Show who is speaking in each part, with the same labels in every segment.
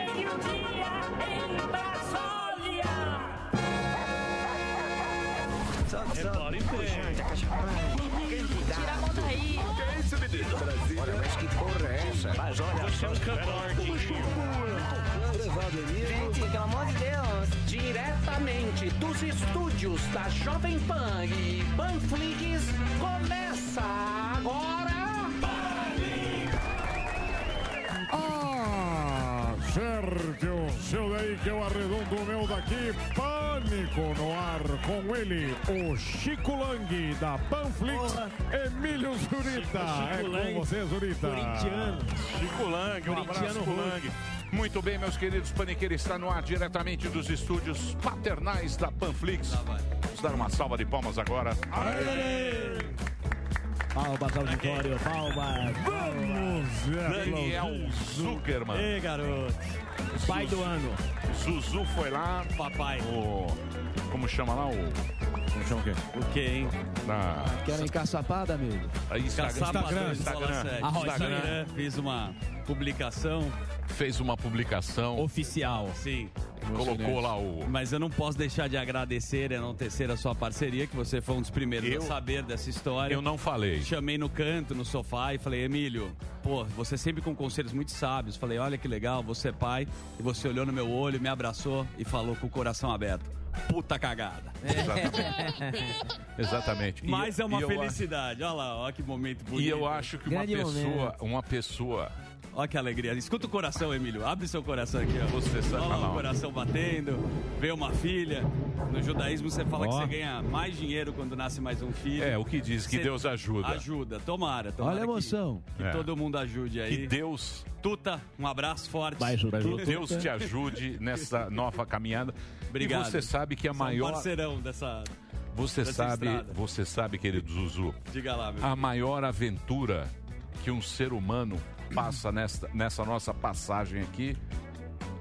Speaker 1: dia em Brasília.
Speaker 2: Repare bem.
Speaker 3: é
Speaker 4: Tira a mão daí.
Speaker 5: Olha, mas que porra é essa?
Speaker 2: Mas olha, você é um cantor de
Speaker 3: é
Speaker 6: Gente, pelo amor de Deus.
Speaker 7: Diretamente dos estúdios da Jovem Pan e Panflix, começa agora.
Speaker 8: Acerte o Ah, seu daí que eu arredondo o meu daqui. Pânico no ar com ele, o Chico Lang da Panflix, Emílio Zurita. é
Speaker 2: Lang,
Speaker 8: com você, Zurita.
Speaker 2: corintiano.
Speaker 9: Chico Lang, um abraço,
Speaker 2: Corintiano
Speaker 9: Chico
Speaker 2: roxo.
Speaker 9: Lang. Muito bem, meus queridos, Paniqueira está no ar diretamente dos estúdios paternais da Panflix. Vamos dar uma salva de palmas agora.
Speaker 10: Palmas, auditório, palmas.
Speaker 8: Vamos,
Speaker 9: Daniel Zuckerman.
Speaker 10: Ei, garoto. Pai do ano.
Speaker 9: Zuzu foi lá,
Speaker 10: Papai.
Speaker 9: o... como chama lá o...
Speaker 10: Como chama o quê? O quê, hein?
Speaker 9: Na...
Speaker 6: Querem caçapada, amigo?
Speaker 9: a Instagram,
Speaker 10: Caçapa
Speaker 9: É
Speaker 10: Instagram.
Speaker 9: Instagram, Instagram,
Speaker 10: A
Speaker 9: Instagram
Speaker 10: Instagram fez uma publicação
Speaker 9: fez uma publicação,
Speaker 10: oficial. Sim.
Speaker 9: colocou lá o...
Speaker 10: Mas eu não posso deixar de agradecer e enaltecer a sua parceria, que você foi um dos primeiros
Speaker 9: Eu-
Speaker 10: a saber dessa história.
Speaker 9: Eu não falei.
Speaker 10: Chamei no canto, no sofá e falei, Emílio, pô, você sempre com conselhos muito sábios. Falei, olha que legal, você é pai. E você olhou no meu olho, me abraçou e falou com o coração aberto. Puta cagada.
Speaker 9: Exatamente. E-
Speaker 10: Mas é uma
Speaker 9: e eu a-
Speaker 10: felicidade. Olha lá, olha que momento bonito.
Speaker 9: E eu acho que uma
Speaker 6: Grande
Speaker 9: pessoa,
Speaker 6: momento.
Speaker 9: uma pessoa,
Speaker 10: Olha que alegria. Escuta o coração, Emílio. Abre seu coração aqui, ó.
Speaker 9: Você sabe
Speaker 10: Olha lá
Speaker 9: falar.
Speaker 10: o coração batendo, vê uma filha. No judaísmo você fala que
Speaker 6: Ó.
Speaker 10: você ganha mais dinheiro quando nasce mais um filho.
Speaker 9: é o que diz, que
Speaker 10: Você-
Speaker 9: Deus ajuda.
Speaker 10: Ajuda, tomara, tomara.
Speaker 6: Olha a
Speaker 10: que-
Speaker 6: emoção.
Speaker 10: Que,
Speaker 9: É.
Speaker 10: todo mundo ajude aí.
Speaker 9: Que Deus
Speaker 10: Tuta, um abraço forte.
Speaker 6: Vai, Ju- vai, Ju-
Speaker 9: Que Deus te ajude nessa nova caminhada.
Speaker 10: Obrigado.
Speaker 9: E você sabe que a
Speaker 10: Você é um
Speaker 9: maior.
Speaker 10: parceirão dessa.
Speaker 9: Você
Speaker 10: dessa
Speaker 9: sabe,
Speaker 10: estrada.
Speaker 9: você sabe, querido Zuzu,
Speaker 10: Diga lá, meu.
Speaker 9: a maior aventura que um ser humano passa nesta, nessa nossa passagem aqui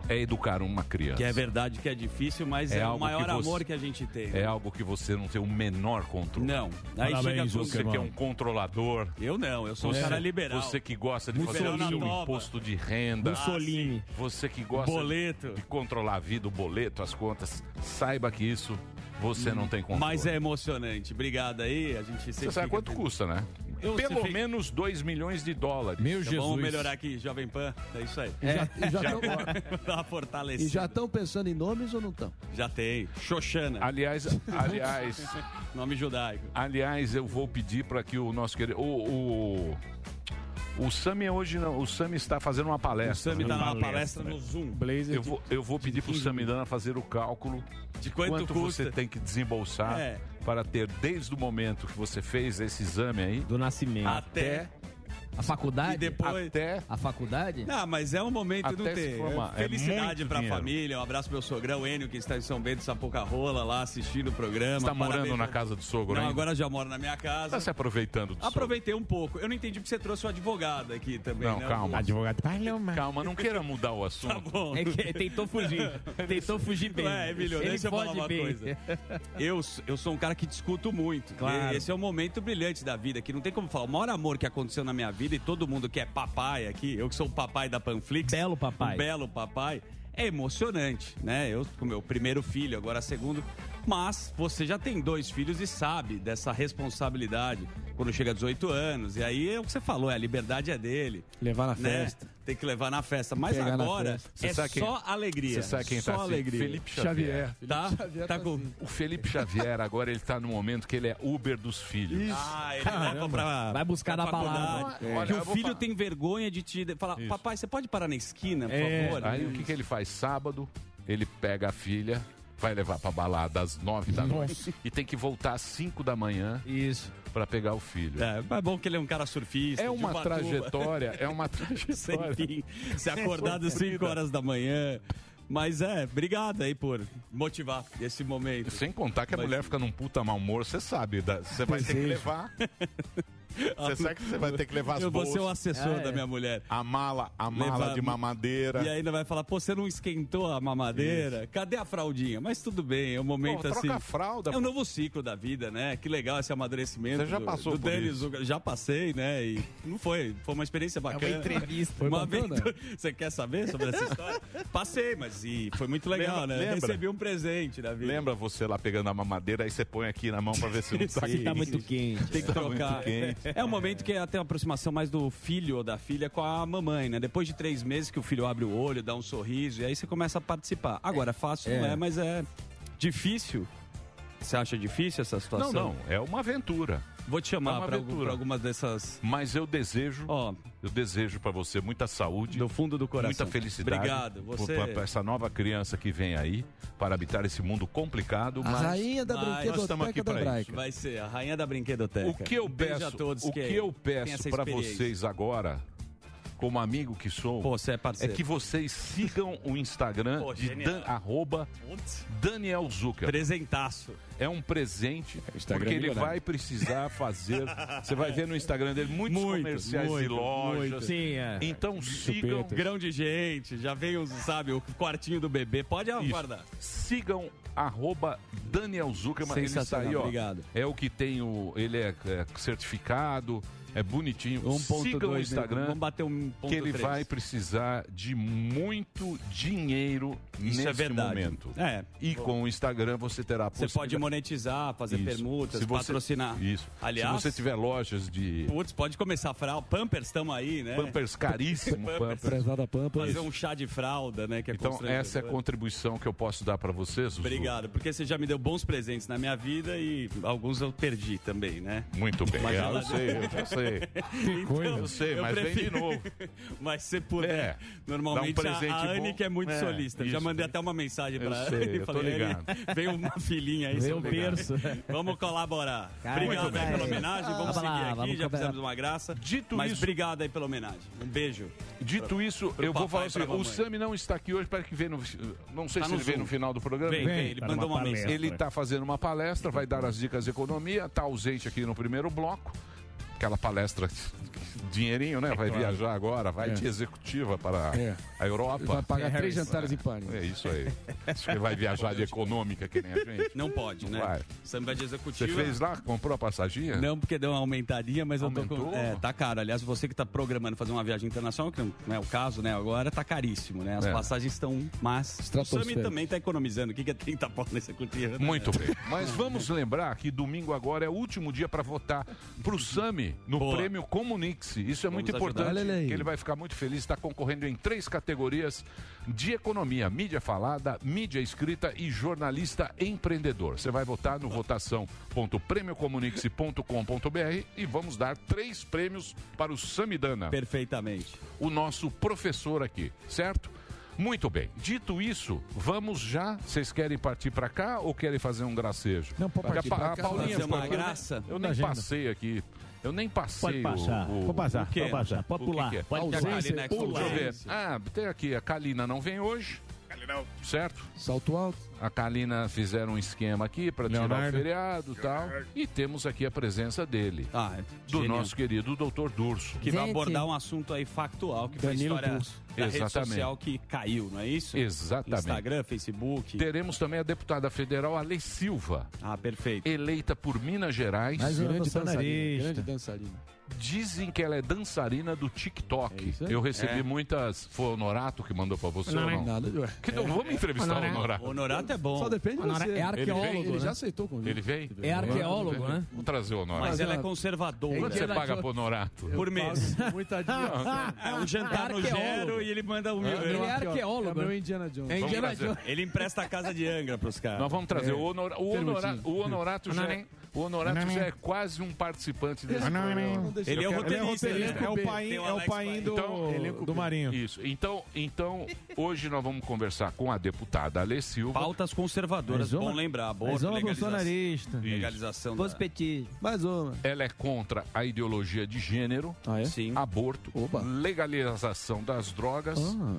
Speaker 9: é educar uma criança.
Speaker 10: Que é verdade que é difícil, mas
Speaker 9: É
Speaker 10: é, o
Speaker 9: algo que
Speaker 10: maior
Speaker 9: você-
Speaker 10: amor que a gente tem.
Speaker 9: É algo que você não tem o menor controle.
Speaker 10: Não. Aí
Speaker 8: Parabéns,
Speaker 10: chega tudo-
Speaker 9: Você que é um controlador,
Speaker 10: Eu não, eu sou um cara liberal.
Speaker 9: você que gosta de fazer o
Speaker 10: Mussolini.
Speaker 9: seu
Speaker 10: Nova.
Speaker 9: imposto de
Speaker 10: Um
Speaker 9: renda,
Speaker 10: Mussolini.
Speaker 9: você que gosta
Speaker 10: Boleto.
Speaker 9: de controlar a vida, o boleto, as contas, saiba que isso você não tem controle.
Speaker 10: Mas é emocionante. Obrigado aí. A gente sempre
Speaker 9: Você sabe
Speaker 10: fica-
Speaker 9: quanto custa, né?
Speaker 10: Eu-
Speaker 9: Pelo
Speaker 10: você fica-
Speaker 9: menos 2 milhões de dólares.
Speaker 8: Meu
Speaker 10: Então vamos
Speaker 8: Jesus.
Speaker 10: melhorar aqui, Jovem Pan. É isso aí.
Speaker 6: E já- e já tão-
Speaker 10: Dá uma fortalecida.
Speaker 6: E já estão pensando em nomes ou não estão?
Speaker 10: Já tem. Xoxana,
Speaker 9: Aliás, aliás,
Speaker 10: nome judaico.
Speaker 9: aliás, eu vou pedir para que o nosso querido. O, o, o Sami é hoje não. O Sami está fazendo uma
Speaker 10: O
Speaker 9: palestra.
Speaker 10: Sami
Speaker 9: né?
Speaker 10: tá numa palestra no Zoom.
Speaker 8: Blazer
Speaker 9: Eu vou, eu vou pedir para o Samidana fazer o cálculo
Speaker 10: De quanto custa?
Speaker 9: você tem que desembolsar
Speaker 10: É.
Speaker 9: para ter, desde o momento que você fez esse exame aí,
Speaker 6: Do nascimento.
Speaker 10: Até.
Speaker 6: A faculdade?
Speaker 10: E depois.
Speaker 9: até
Speaker 6: A faculdade?
Speaker 10: Não, mas é um momento
Speaker 9: Até
Speaker 10: do
Speaker 9: se
Speaker 10: ter.
Speaker 9: formar. É
Speaker 10: Felicidade
Speaker 9: muito
Speaker 10: pra
Speaker 9: dinheiro.
Speaker 10: família. Um abraço pro meu sogrão, Enio, que está em São Bento, Sapucarola, lá assistindo o programa.
Speaker 9: está tá morando
Speaker 10: Parabéns.
Speaker 9: na casa do sogro
Speaker 10: Não,
Speaker 9: ainda?
Speaker 10: agora já moro na minha casa.
Speaker 9: Está se aproveitando do sogro.
Speaker 10: Aproveitei um pouco. Eu não entendi porque você trouxe o advogado aqui também.
Speaker 9: Não,
Speaker 10: né?
Speaker 9: calma.
Speaker 8: Advogado Paloma.
Speaker 9: Calma, não queira mudar o assunto.
Speaker 10: Tá bom.
Speaker 7: É tentou fugir. Tentou fugir bem.
Speaker 10: É, Emílio,
Speaker 7: Ele
Speaker 10: deixa eu falar
Speaker 7: foge
Speaker 10: uma
Speaker 7: bem.
Speaker 10: coisa. Eu, s- eu sou um cara que discuto muito.
Speaker 7: Claro.
Speaker 10: E Esse é um momento brilhante da vida, que não tem como falar. O maior amor que aconteceu na minha vida, e todo mundo que é papai aqui, eu que sou o papai da Panflix.
Speaker 7: Belo papai.
Speaker 10: um belo papai. É emocionante, né? Eu com meu primeiro filho, agora segundo. Mas você já tem dois filhos e sabe dessa responsabilidade quando chega a 18 anos. E aí é o que você falou, é, a liberdade é dele.
Speaker 6: Levar na
Speaker 10: né?
Speaker 6: festa.
Speaker 10: Tem que levar na festa. Mas
Speaker 6: Pegar na
Speaker 10: Tá agora
Speaker 6: festa.
Speaker 9: Você
Speaker 10: é
Speaker 9: sabe quem-
Speaker 10: só alegria.
Speaker 9: Você sabe quem tá
Speaker 10: só
Speaker 9: assim?
Speaker 10: alegria.
Speaker 9: Felipe Xavier.
Speaker 10: Tá?
Speaker 6: Xavier
Speaker 10: Tá
Speaker 6: tá
Speaker 10: com.
Speaker 6: assim.
Speaker 9: O Felipe Xavier agora ele tá no momento que ele é Uber dos filhos.
Speaker 10: Ah, ele leva pra.
Speaker 7: Vai buscar
Speaker 10: pra né?
Speaker 7: na balada.
Speaker 10: faculdade.
Speaker 9: É. Olha,
Speaker 10: que
Speaker 9: eu
Speaker 10: o
Speaker 9: vou
Speaker 10: filho
Speaker 9: falar.
Speaker 10: tem vergonha de te de- falar, papai, você pode parar na esquina, por favor?
Speaker 9: É, Aí o que, que ele faz? Sábado, ele pega a filha, vai levar pra balada às nove da noite e tem que voltar às cinco da manhã
Speaker 7: Isso.
Speaker 9: pra pegar o filho.
Speaker 10: É, mas é bom que ele é um cara surfista.
Speaker 9: É
Speaker 10: de
Speaker 9: uma
Speaker 10: Ubatuba,
Speaker 9: trajetória, é uma
Speaker 10: Sem
Speaker 9: trajetória.
Speaker 10: fim. Se acordado às 5 horas da manhã. Mas é, obrigado aí por motivar esse momento.
Speaker 9: um Sem contar que a
Speaker 10: Mas- é.
Speaker 9: mulher fica num puta mau humor, você sabe, da- você vai ter que levar
Speaker 11: Você sabe que você vai ter que levar as
Speaker 10: Ah, Eu vou
Speaker 11: bolsas.
Speaker 10: ser o assessor
Speaker 6: É.
Speaker 10: da minha mulher.
Speaker 11: A mala, a mala
Speaker 10: Levar-
Speaker 11: de mamadeira.
Speaker 10: E ainda vai falar, pô, você não esquentou a mamadeira? Cadê a fraldinha? Mas tudo bem, é um momento
Speaker 11: Pô, troca
Speaker 10: assim.
Speaker 11: a fralda,
Speaker 10: É um novo ciclo da vida, né? Que legal esse amadurecimento.
Speaker 11: Você já
Speaker 10: do-
Speaker 11: passou
Speaker 10: do
Speaker 11: por
Speaker 10: Denis
Speaker 11: isso.
Speaker 10: Zucca- Já passei, né? E não foi. Foi uma experiência bacana.
Speaker 6: É entrevista. Foi
Speaker 10: uma
Speaker 6: bacana?
Speaker 10: aventura. Você quer saber sobre essa história? Passei, mas e foi muito legal,
Speaker 11: Lembra-
Speaker 10: né?
Speaker 11: lembra?
Speaker 10: Recebi um presente da vida.
Speaker 11: Lembra você lá pegando a mamadeira, aí você põe aqui na mão pra ver se não tá
Speaker 10: Sim.
Speaker 11: quente.
Speaker 10: tá
Speaker 6: muito quente.
Speaker 10: Tem que
Speaker 9: Tá
Speaker 10: trocar.
Speaker 11: muito quente.
Speaker 10: É um momento que até uma aproximação mais do filho ou da filha com a mamãe, né? Depois de três meses que o filho abre o olho, dá um sorriso, e aí você começa a participar. Agora, fácil não
Speaker 6: É.
Speaker 10: é, mas é difícil. Você acha difícil essa
Speaker 9: Não,
Speaker 10: situação?
Speaker 9: não, é uma aventura.
Speaker 10: Vou te
Speaker 9: É
Speaker 10: chamar
Speaker 9: uma
Speaker 10: pra,
Speaker 9: aventura.
Speaker 10: pra algumas dessas.
Speaker 9: Mas eu desejo,
Speaker 10: Ó,
Speaker 9: eu desejo pra você muita saúde,
Speaker 10: do fundo do coração.
Speaker 9: muita felicidade.
Speaker 10: Obrigado. Você.
Speaker 9: Para essa nova criança que vem aí para habitar esse mundo complicado,
Speaker 6: A
Speaker 9: mas
Speaker 6: rainha da
Speaker 10: mas nós
Speaker 9: estamos
Speaker 6: brinquedoteca da
Speaker 9: aqui pra isso.
Speaker 6: Braica.
Speaker 10: Vai ser a rainha da brinquedoteca.
Speaker 9: o que eu
Speaker 10: Um beijo
Speaker 9: peço,
Speaker 10: a todos
Speaker 9: o que, eu
Speaker 10: têm
Speaker 9: peço
Speaker 10: essa
Speaker 9: para
Speaker 10: experiência.
Speaker 9: vocês agora, como amigo que sou,
Speaker 10: Pô, você é
Speaker 9: é
Speaker 10: parceiro.
Speaker 9: que vocês sigam o Instagram
Speaker 10: Pô,
Speaker 9: de
Speaker 10: genial.
Speaker 9: Dan- arroba
Speaker 10: Putz,
Speaker 9: Daniel Zucker.
Speaker 10: Presentaço.
Speaker 9: É um presente,
Speaker 10: É,
Speaker 6: Instagram
Speaker 9: porque ele
Speaker 6: milionário.
Speaker 9: vai precisar fazer. Você vai ver no Instagram dele muitos
Speaker 10: Muito,
Speaker 9: comerciais de
Speaker 10: muito,
Speaker 9: lojas.
Speaker 10: muito.
Speaker 6: Sim, é.
Speaker 9: Então sigam,
Speaker 10: Grão de gente, já veio, sabe, o quartinho do bebê. Pode aguardar.
Speaker 9: sigam arroba Daniel Zuckerman. Ele está
Speaker 10: Sensacional,
Speaker 9: aí, ó.
Speaker 10: obrigado.
Speaker 9: É o que tem o. Ele é, é certificado, é bonitinho. sigam o
Speaker 10: 1.2
Speaker 9: Instagram.
Speaker 10: né? Vamos bater um ponto
Speaker 9: que ele
Speaker 10: três.
Speaker 9: vai precisar de muito dinheiro
Speaker 10: Isso
Speaker 9: nesse
Speaker 10: é verdade.
Speaker 9: momento.
Speaker 10: É.
Speaker 9: E com o Instagram você terá a
Speaker 10: Você pode
Speaker 9: possibilidade-
Speaker 10: monetizar, fazer
Speaker 9: Isso.
Speaker 10: permutas,
Speaker 9: Se você-
Speaker 10: patrocinar.
Speaker 9: Isso.
Speaker 10: Aliás-
Speaker 9: Se você tiver lojas de
Speaker 10: Putz, pode começar a fralda. Pampers estamos aí, né?
Speaker 9: Pampers caríssimo, Pampers.
Speaker 6: Prezada Pampa.
Speaker 10: Fazer um chá de fralda, né? Que é
Speaker 9: Então,
Speaker 10: constrangedor.
Speaker 9: essa é a contribuição que eu posso dar para vocês. Zuzu.
Speaker 10: Obrigado, porque você já me deu bons presentes na minha vida e alguns eu perdi também, né? Então,
Speaker 9: Muito bem.
Speaker 10: Mas
Speaker 9: Ah,
Speaker 10: ela-
Speaker 9: eu sei, eu sei.
Speaker 10: coisa.
Speaker 9: Eu sei, mas vem de novo.
Speaker 10: Mas se puder,
Speaker 9: É,
Speaker 10: normalmente
Speaker 9: dá um presente
Speaker 10: a, a Anne
Speaker 9: bom.
Speaker 10: que é muito
Speaker 9: É,
Speaker 10: solista. Já
Speaker 9: isso.
Speaker 10: mandei até uma mensagem
Speaker 9: Eu
Speaker 10: pra Anne.
Speaker 9: sei, eu tô
Speaker 10: falei,
Speaker 9: ligado.
Speaker 10: Anne, Veio uma filhinha aí.
Speaker 6: Veio
Speaker 10: seu
Speaker 6: um
Speaker 10: legal.
Speaker 6: berço.
Speaker 9: né?
Speaker 10: Vamos colaborar.
Speaker 6: Cara,
Speaker 10: obrigado
Speaker 6: muito
Speaker 10: aí
Speaker 6: bem.
Speaker 10: pela homenagem. Vamos
Speaker 6: Vamos lá,
Speaker 10: seguir aqui,
Speaker 6: vamos
Speaker 10: já
Speaker 6: colaborar.
Speaker 10: fizemos uma graça.
Speaker 9: Dito
Speaker 10: mas
Speaker 9: isso-
Speaker 10: obrigado aí pela homenagem. Um beijo.
Speaker 9: Dito isso,
Speaker 10: pro
Speaker 9: eu vou
Speaker 10: papai
Speaker 9: falar
Speaker 10: e
Speaker 9: assim,
Speaker 10: pra
Speaker 9: o
Speaker 10: mamãe.
Speaker 9: Sami não está aqui hoje para que vê no não sei
Speaker 10: Tá
Speaker 9: se
Speaker 10: no
Speaker 9: ele vem
Speaker 10: Zoom.
Speaker 9: no final do programa.
Speaker 10: Vem, vem,
Speaker 6: tá
Speaker 10: ele mandou uma mensagem.
Speaker 9: Ele está fazendo uma palestra, vai dar as dicas de economia, está ausente aqui no primeiro bloco. Aquela palestra, dinheirinho, né? Vai viajar agora, vai de executiva para
Speaker 6: É.
Speaker 9: a Europa.
Speaker 6: Vai pagar três jantares em pane.
Speaker 9: É isso aí. Você vai viajar de econômica que nem a gente.
Speaker 10: Não né? pode,
Speaker 9: Não
Speaker 10: né?
Speaker 9: vai.
Speaker 10: Você não vai de
Speaker 9: Você
Speaker 10: executivo.
Speaker 9: fez lá, comprou a passaginha?
Speaker 10: Não, porque deu uma aumentadinha, mas eu tô
Speaker 9: Aumentou?
Speaker 10: com. É, tá caro. Aliás, você que tá programando fazer uma viagem internacional, que não é o caso, né? Agora tá caríssimo, né? As
Speaker 9: É.
Speaker 10: passagens estão. Mas. O Sami
Speaker 6: Estratosférico.
Speaker 10: também tá economizando. O que, que é 30 pau nessa cortina?
Speaker 9: Muito bem. Mas vamos lembrar que domingo agora é o último dia para votar pro Sami no
Speaker 10: Boa.
Speaker 9: prêmio Comunix. Isso é muito
Speaker 10: ajudar.
Speaker 9: importante.
Speaker 6: Olha ele aí.
Speaker 9: que ele vai ficar muito feliz. Está concorrendo em três categorias de economia: mídia falada, mídia escrita e jornalista empreendedor. Você vai votar no votação.prêmiocomunix.com.br e vamos dar três prêmios para o Sami Dana
Speaker 10: Perfeitamente.
Speaker 9: o nosso professor aqui, certo? Muito bem. Dito isso, vamos já. Vocês querem partir para cá ou querem fazer um gracejo?
Speaker 6: Não, pode
Speaker 9: Porque
Speaker 6: partir
Speaker 9: a, Pa-
Speaker 6: pra
Speaker 9: a
Speaker 6: cá.
Speaker 9: Paulinha
Speaker 10: Fazer
Speaker 9: ficou
Speaker 10: uma
Speaker 9: aqui, eu nem-
Speaker 10: graça?
Speaker 9: Eu nem
Speaker 2: Agenda.
Speaker 9: passei aqui. Eu nem passei.
Speaker 2: Pode passar,
Speaker 9: o, o,
Speaker 2: pode passar,
Speaker 10: quê?
Speaker 2: pode passar,
Speaker 9: o
Speaker 2: pode
Speaker 9: que
Speaker 2: pular.
Speaker 9: que é?
Speaker 10: Pode
Speaker 6: Ausência,
Speaker 10: ficar ali, né? que
Speaker 6: pula.
Speaker 9: Deixa eu
Speaker 10: você-
Speaker 9: ver. Ah, tem aqui. A Kalina não vem hoje. Certo?
Speaker 6: Salto alto.
Speaker 9: A Kalina fizeram um esquema aqui para tirar o
Speaker 2: Leonardo.
Speaker 9: feriado e tal. E temos aqui a presença dele,
Speaker 10: Ah, é
Speaker 9: do
Speaker 10: genial.
Speaker 9: nosso querido Dr. Durso.
Speaker 10: Que vai
Speaker 6: Gente.
Speaker 10: abordar um assunto aí factual, que foi a
Speaker 6: Danilo
Speaker 10: história
Speaker 6: Turso.
Speaker 10: da rede
Speaker 9: Exatamente.
Speaker 10: social que caiu, não é isso?
Speaker 9: Exatamente.
Speaker 10: Instagram, Facebook.
Speaker 9: Teremos também a deputada federal Ale Silva,
Speaker 10: Ah, perfeito.
Speaker 9: eleita por Minas Gerais.
Speaker 6: Mas é um
Speaker 2: uma
Speaker 6: grande dançarina.
Speaker 2: bolsonarista.
Speaker 6: Grande dançarina.
Speaker 9: Dizem que ela é dançarina do
Speaker 6: É
Speaker 9: TikTok.
Speaker 6: isso aí.
Speaker 9: eu recebi muitas. Foi o Honorato que mandou pra você ou não?
Speaker 6: Nada, ué. É.
Speaker 9: Que não vamos entrevistar o Honorato.
Speaker 10: Honorato é bom.
Speaker 6: Só depende de você.
Speaker 7: É
Speaker 9: Ele
Speaker 7: arqueólogo,
Speaker 9: veio,
Speaker 6: Ele já
Speaker 7: né?
Speaker 6: aceitou o convite.
Speaker 9: Ele veio?
Speaker 7: É arqueólogo, né?
Speaker 9: Vamos trazer o Honorato.
Speaker 10: Mas ela é
Speaker 6: Exato.
Speaker 10: conservadora.
Speaker 9: Quanto você
Speaker 7: Indiana
Speaker 9: paga
Speaker 7: Jones.
Speaker 9: pro Honorato?
Speaker 10: Por mês.
Speaker 6: Muita dica.
Speaker 10: É um jantar no
Speaker 7: Arqueólogo.
Speaker 10: gero e ele manda um
Speaker 7: Ele é
Speaker 6: É o
Speaker 7: arqueólogo.
Speaker 6: meu
Speaker 7: né?
Speaker 6: Indiana Jones.
Speaker 7: É Indiana
Speaker 9: trazer.
Speaker 7: Jones.
Speaker 10: Ele empresta a casa de Angra pros caras.
Speaker 9: Nós vamos trazer o, honora, o,
Speaker 10: assim.
Speaker 9: honora, o Honorato já é, o Honorato já é quase um participante desse programa.
Speaker 6: deixa
Speaker 10: Ele é o
Speaker 6: eu-
Speaker 10: roteirista.
Speaker 6: Ele é
Speaker 10: né?
Speaker 6: roteirista,
Speaker 8: É o
Speaker 10: Tem
Speaker 8: pai, é o
Speaker 10: Alex é
Speaker 8: pai
Speaker 10: Paim.
Speaker 8: do,
Speaker 9: Então,
Speaker 8: do Marinho.
Speaker 9: Isso. Então, então, hoje nós vamos conversar com a deputada Ale Silva.
Speaker 10: Pautas conservadoras,
Speaker 2: Mais uma-
Speaker 10: bom lembrar.
Speaker 2: Mais
Speaker 10: Aborto,
Speaker 2: uma
Speaker 10: legalização,
Speaker 2: bolsonarista.
Speaker 10: legalização da...
Speaker 6: Mais uma.
Speaker 9: Ela é contra a ideologia de gênero,
Speaker 6: Ah, é?
Speaker 10: Sim.
Speaker 9: aborto,
Speaker 6: Oba.
Speaker 9: legalização das drogas
Speaker 6: Ah,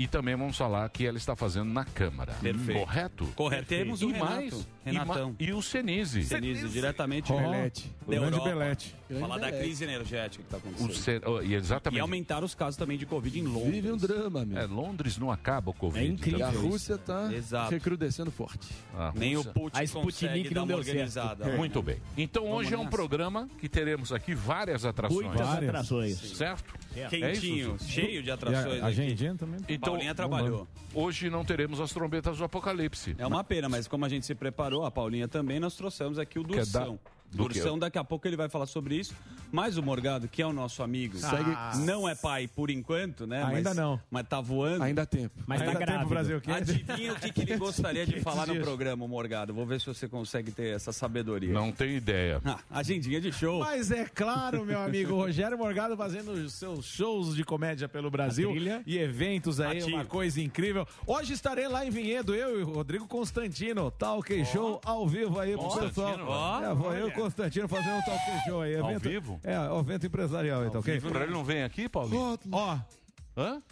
Speaker 9: E também vamos falar que ela está fazendo na Câmara.
Speaker 10: Perfeito.
Speaker 9: Correto?
Speaker 10: Correto. Temos o
Speaker 9: e
Speaker 10: Renato.
Speaker 9: mais,
Speaker 10: Renatão.
Speaker 9: E, ma- e o Senise.
Speaker 10: Senise, diretamente
Speaker 8: Ó,
Speaker 6: Belete.
Speaker 10: da
Speaker 8: grande
Speaker 10: Europa.
Speaker 8: Belete.
Speaker 10: Falar da
Speaker 6: Belete.
Speaker 10: crise energética que está acontecendo.
Speaker 9: O Sen- oh, e exatamente.
Speaker 10: E aumentar os casos também de Covid em
Speaker 6: Vive
Speaker 10: Londres.
Speaker 6: um drama, meu.
Speaker 9: É, Londres não acaba o Covid.
Speaker 7: É incrível.
Speaker 6: E a
Speaker 9: também.
Speaker 6: Rússia tá
Speaker 10: Exato.
Speaker 6: recrudescendo forte.
Speaker 9: A
Speaker 10: Nem o
Speaker 9: Rússia.
Speaker 10: Putin
Speaker 7: A
Speaker 10: consegue
Speaker 7: Sputnik
Speaker 10: dar
Speaker 7: não
Speaker 10: uma
Speaker 7: deu certo.
Speaker 10: organizada.
Speaker 9: Muito bem. Então hoje é um
Speaker 7: nessa.
Speaker 9: programa que teremos aqui várias atrações.
Speaker 7: Muitas
Speaker 8: Várias.
Speaker 7: atrações.
Speaker 9: Certo?
Speaker 10: Quentinho,
Speaker 9: É isso,
Speaker 10: cheio de
Speaker 8: E
Speaker 10: atrações
Speaker 8: a, a
Speaker 10: aqui.
Speaker 8: Gendinha também.
Speaker 9: Então,
Speaker 10: Paulinha trabalhou.
Speaker 9: hoje não teremos as trombetas do Apocalipse.
Speaker 10: É uma pena, mas como a gente se preparou, a Paulinha também, nós trouxemos aqui o
Speaker 9: é
Speaker 10: Dursão.
Speaker 9: da- do
Speaker 10: Dursão, daqui a pouco ele vai falar sobre isso. Mas o Morgado, que é o nosso amigo, não é pai por enquanto, né?
Speaker 8: Ah. Ainda
Speaker 10: mas,
Speaker 8: não.
Speaker 10: Mas tá voando.
Speaker 6: Ainda há tempo.
Speaker 7: Mas tá
Speaker 8: Ainda tem
Speaker 7: grávido.
Speaker 8: pro Brasil aqui.
Speaker 10: Adivinha o que, que ele gostaria de falar no
Speaker 8: dias.
Speaker 10: programa, Morgado. Vou ver se você consegue ter essa sabedoria.
Speaker 9: Não tenho ideia.
Speaker 10: Ah, agendinha de show.
Speaker 8: Mas é claro, meu amigo Rogério Morgado fazendo os seus shows de comédia pelo Brasil
Speaker 7: trilha.
Speaker 8: e eventos aí,
Speaker 10: Ativo.
Speaker 8: uma coisa incrível. Hoje estarei lá em Vinhedo, eu e o Rodrigo Constantino, Talk Show ao vivo aí pro
Speaker 9: Constantino,
Speaker 8: pessoal.
Speaker 9: ó.
Speaker 8: É, vou eu e o Constantino fazendo um Talk Show aí.
Speaker 9: Ao
Speaker 8: evento-
Speaker 9: vivo?
Speaker 8: É, ó, evento empresarial aí, tá ok?
Speaker 9: Pra ele não vem aqui, Paulinho?
Speaker 8: Ó,
Speaker 9: Hã?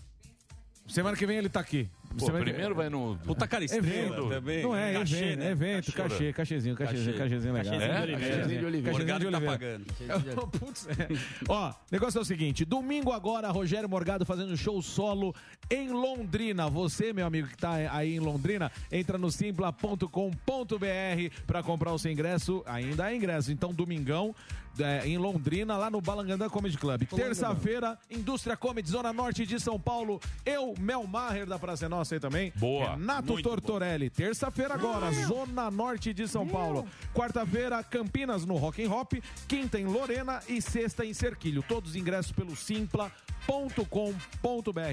Speaker 8: semana que vem ele tá aqui.
Speaker 9: Pô,
Speaker 8: Semana que-
Speaker 9: primeiro vai no.
Speaker 10: Puta cara estrela
Speaker 8: Evento.
Speaker 10: também.
Speaker 8: Não é,
Speaker 10: Cachê,
Speaker 8: evento,
Speaker 10: né?
Speaker 8: evento,
Speaker 9: Cachorro.
Speaker 8: cachê, cachezinho, cachezinho,
Speaker 10: Cachê.
Speaker 8: cachezinho legal.
Speaker 7: Cachezinho de
Speaker 8: É?
Speaker 7: Oliveira.
Speaker 8: Cachezinho de Oliveira. Cachezinho de
Speaker 10: Morgado tá
Speaker 8: Oliveira.
Speaker 10: pagando.
Speaker 8: Putz, é. Ó, negócio é o seguinte: domingo agora, Rogério Morgado fazendo show solo em Londrina. Você, meu amigo que tá aí em Londrina, entra no simpla.com.br pra comprar o seu ingresso. Ainda há ingresso. Então, domingão é, em Londrina, lá no Balangandã Comedy Club. Terça-feira, Indústria Comedy, Zona Norte de São Paulo. Eu, Mel Maher, da Praça é Nossa aí também.
Speaker 9: Boa,
Speaker 8: Renato
Speaker 9: muito
Speaker 8: Tortorelli. Tortorelli. Terça-feira agora, Zona Norte de São Paulo. Quarta-feira, Campinas no Rock and Hop. Quinta em Lorena e sexta em Cerquilho. Todos os ingressos pelo simpla.com.br.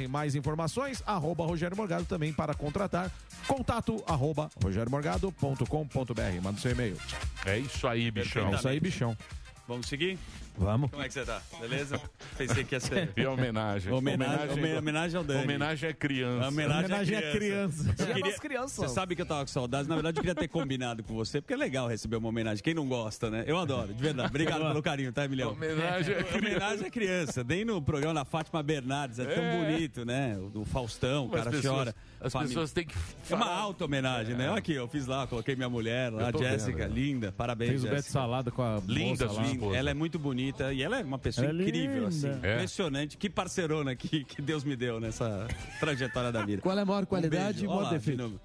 Speaker 8: Mais informações, arroba Rogério Morgado também para contratar. Contato, arroba rogeriomorgado.com.br. Manda seu e-mail.
Speaker 9: É isso aí, bichão.
Speaker 8: É isso aí, bichão.
Speaker 10: Vamos seguir?
Speaker 8: Vamos.
Speaker 10: Como é que você tá? Beleza? Pensei que ia ser.
Speaker 9: E a homenagem. é-
Speaker 10: Homenagem, homenagem, ao Dani.
Speaker 9: Homenagem é criança.
Speaker 8: Homenagem à criança.
Speaker 10: Eu queria-
Speaker 4: das crianças.
Speaker 10: Você sabe que eu tava com saudades. Na verdade, eu queria ter combinado com você, porque é legal receber uma homenagem. Quem não gosta, né? Eu adoro, de verdade. Obrigado pelo carinho, tá, Emiliano?
Speaker 9: Homenagem é criança.
Speaker 10: Homenagem à criança. Nem no programa da Fátima Bernardes. É tão bonito, né? O do Faustão, o cara
Speaker 9: as pessoas,
Speaker 10: chora.
Speaker 9: as
Speaker 10: Família.
Speaker 9: pessoas têm que.
Speaker 10: É uma
Speaker 9: falar. É.
Speaker 10: alta homenagem, né? Olha aqui, eu fiz lá, coloquei minha mulher lá,
Speaker 9: Eu tô
Speaker 10: Jéssica,
Speaker 9: vendo. né?
Speaker 10: linda. Parabéns,
Speaker 8: Fez o Beto
Speaker 10: Jéssica.
Speaker 8: Salada com a
Speaker 9: Linda
Speaker 8: moça
Speaker 9: sua
Speaker 8: lá.
Speaker 9: esposa.
Speaker 10: Ela é muito bonita e ela é uma pessoa
Speaker 7: Ela é
Speaker 10: incrível,
Speaker 7: linda.
Speaker 10: assim.
Speaker 9: É.
Speaker 10: Impressionante. Que parcerona que, que Deus me deu nessa trajetória da vida. Um
Speaker 6: Qual é a maior qualidade
Speaker 10: beijo.
Speaker 6: e maior
Speaker 10: Olha lá,
Speaker 6: defeito?
Speaker 10: de novo.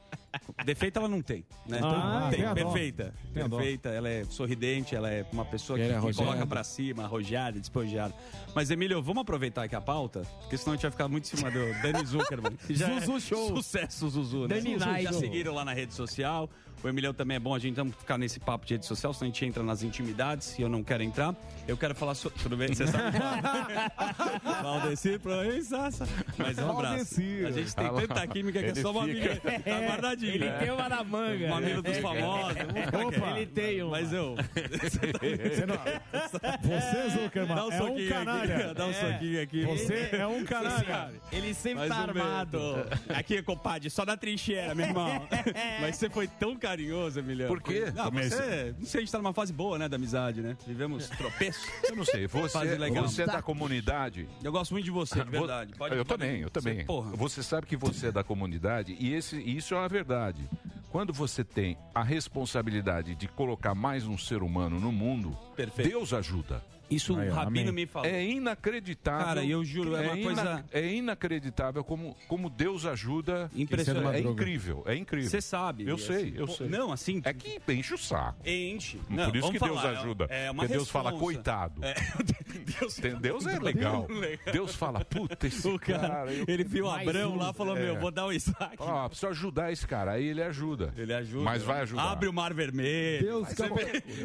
Speaker 10: Defeito ela não tem, né?
Speaker 8: Ah,
Speaker 10: tem,
Speaker 8: tem a dó.
Speaker 10: perfeita.
Speaker 8: Tem a dó.
Speaker 10: perfeita, ela é sorridente, ela é uma pessoa que,
Speaker 6: Ela é
Speaker 10: que
Speaker 6: arrojada.
Speaker 10: coloca pra cima, arrojada, despojada. Mas, Emílio, vamos aproveitar aqui a pauta, porque senão a gente vai ficar muito em cima do Dani Zuckerman. que já
Speaker 6: Zuzu
Speaker 10: é
Speaker 6: Show.
Speaker 10: Sucesso, Zuzu, né?
Speaker 7: Dani Night.
Speaker 10: Já seguiram lá na rede social. O Emílio também é bom a gente não ficar nesse papo de rede social, senão a gente entra nas intimidades e eu não quero entrar. Eu quero falar sobre. Tudo bem? Você sabe falar. Valdecir, proença. Mas um abraço.
Speaker 8: Valdecir.
Speaker 10: A gente tem tanta química que é
Speaker 9: Ele
Speaker 10: só uma
Speaker 9: fica-
Speaker 10: amiga. Tá guardadinho.
Speaker 7: Ele
Speaker 10: É.
Speaker 7: tem uma na manga.
Speaker 10: Mamilo
Speaker 8: É.
Speaker 10: dos famosos.
Speaker 7: Opa, ele tem uma.
Speaker 10: Mas eu. tá-
Speaker 8: Você, não... você Zuckerman,
Speaker 10: Dá um
Speaker 8: é um
Speaker 10: soquinho aqui.
Speaker 8: canalha. É.
Speaker 10: Dá um soquinho aqui.
Speaker 8: Você é um canalha.
Speaker 7: Ele sempre
Speaker 10: Mais
Speaker 7: tá
Speaker 10: um
Speaker 7: armado.
Speaker 10: momento. Aqui, é compadre, só na trincheira, meu irmão. Mas você foi tão carinhoso, Emiliano.
Speaker 9: É. Por quê?
Speaker 10: Não,
Speaker 9: Também
Speaker 10: você, não sei, a gente tá numa fase boa, né, da amizade, né? Vivemos tropeços.
Speaker 9: Eu não sei. Você,
Speaker 10: Fase legal.
Speaker 9: você é da comunidade.
Speaker 10: Eu gosto muito de você, de verdade. Pode-
Speaker 9: eu
Speaker 10: pode-
Speaker 9: também, eu também.
Speaker 10: Você, porra.
Speaker 9: Você sabe que você é da comunidade e esse, isso é uma verdade. Quando você tem a responsabilidade de colocar mais um ser humano no mundo,
Speaker 10: Perfeito.
Speaker 9: Deus ajuda.
Speaker 10: Isso o
Speaker 8: Aí, ó,
Speaker 10: Rabino
Speaker 8: amém.
Speaker 10: me falou.
Speaker 9: É inacreditável.
Speaker 10: Cara, eu juro, é uma coisa-
Speaker 9: É inacreditável como, como Deus ajuda.
Speaker 10: Impressionante.
Speaker 9: É incrível, é incrível.
Speaker 10: Você sabe.
Speaker 9: Eu
Speaker 10: assim,
Speaker 9: sei, eu
Speaker 10: pô,
Speaker 9: sei.
Speaker 10: Não, assim,
Speaker 9: É que enche o saco.
Speaker 10: enche.
Speaker 9: Por
Speaker 10: Não,
Speaker 9: isso
Speaker 10: vamos
Speaker 9: que
Speaker 10: falar,
Speaker 9: Deus ajuda.
Speaker 10: É uma
Speaker 9: Porque Deus fala,
Speaker 10: responsa.
Speaker 9: coitado.
Speaker 10: É, Deus
Speaker 9: Tem- Deus é legal. Deus fala, puta, esse
Speaker 10: O cara,
Speaker 9: cara. eu-
Speaker 10: ele viu o Abrão lá e falou:
Speaker 9: É.
Speaker 10: Meu, vou dar o Isaac.
Speaker 9: Ó, preciso ajudar esse cara. Aí ele ajuda.
Speaker 10: Ele ajuda.
Speaker 9: Mas vai ajudar.
Speaker 10: Abre o Mar Vermelho.
Speaker 6: Deus,
Speaker 10: você,
Speaker 6: calma.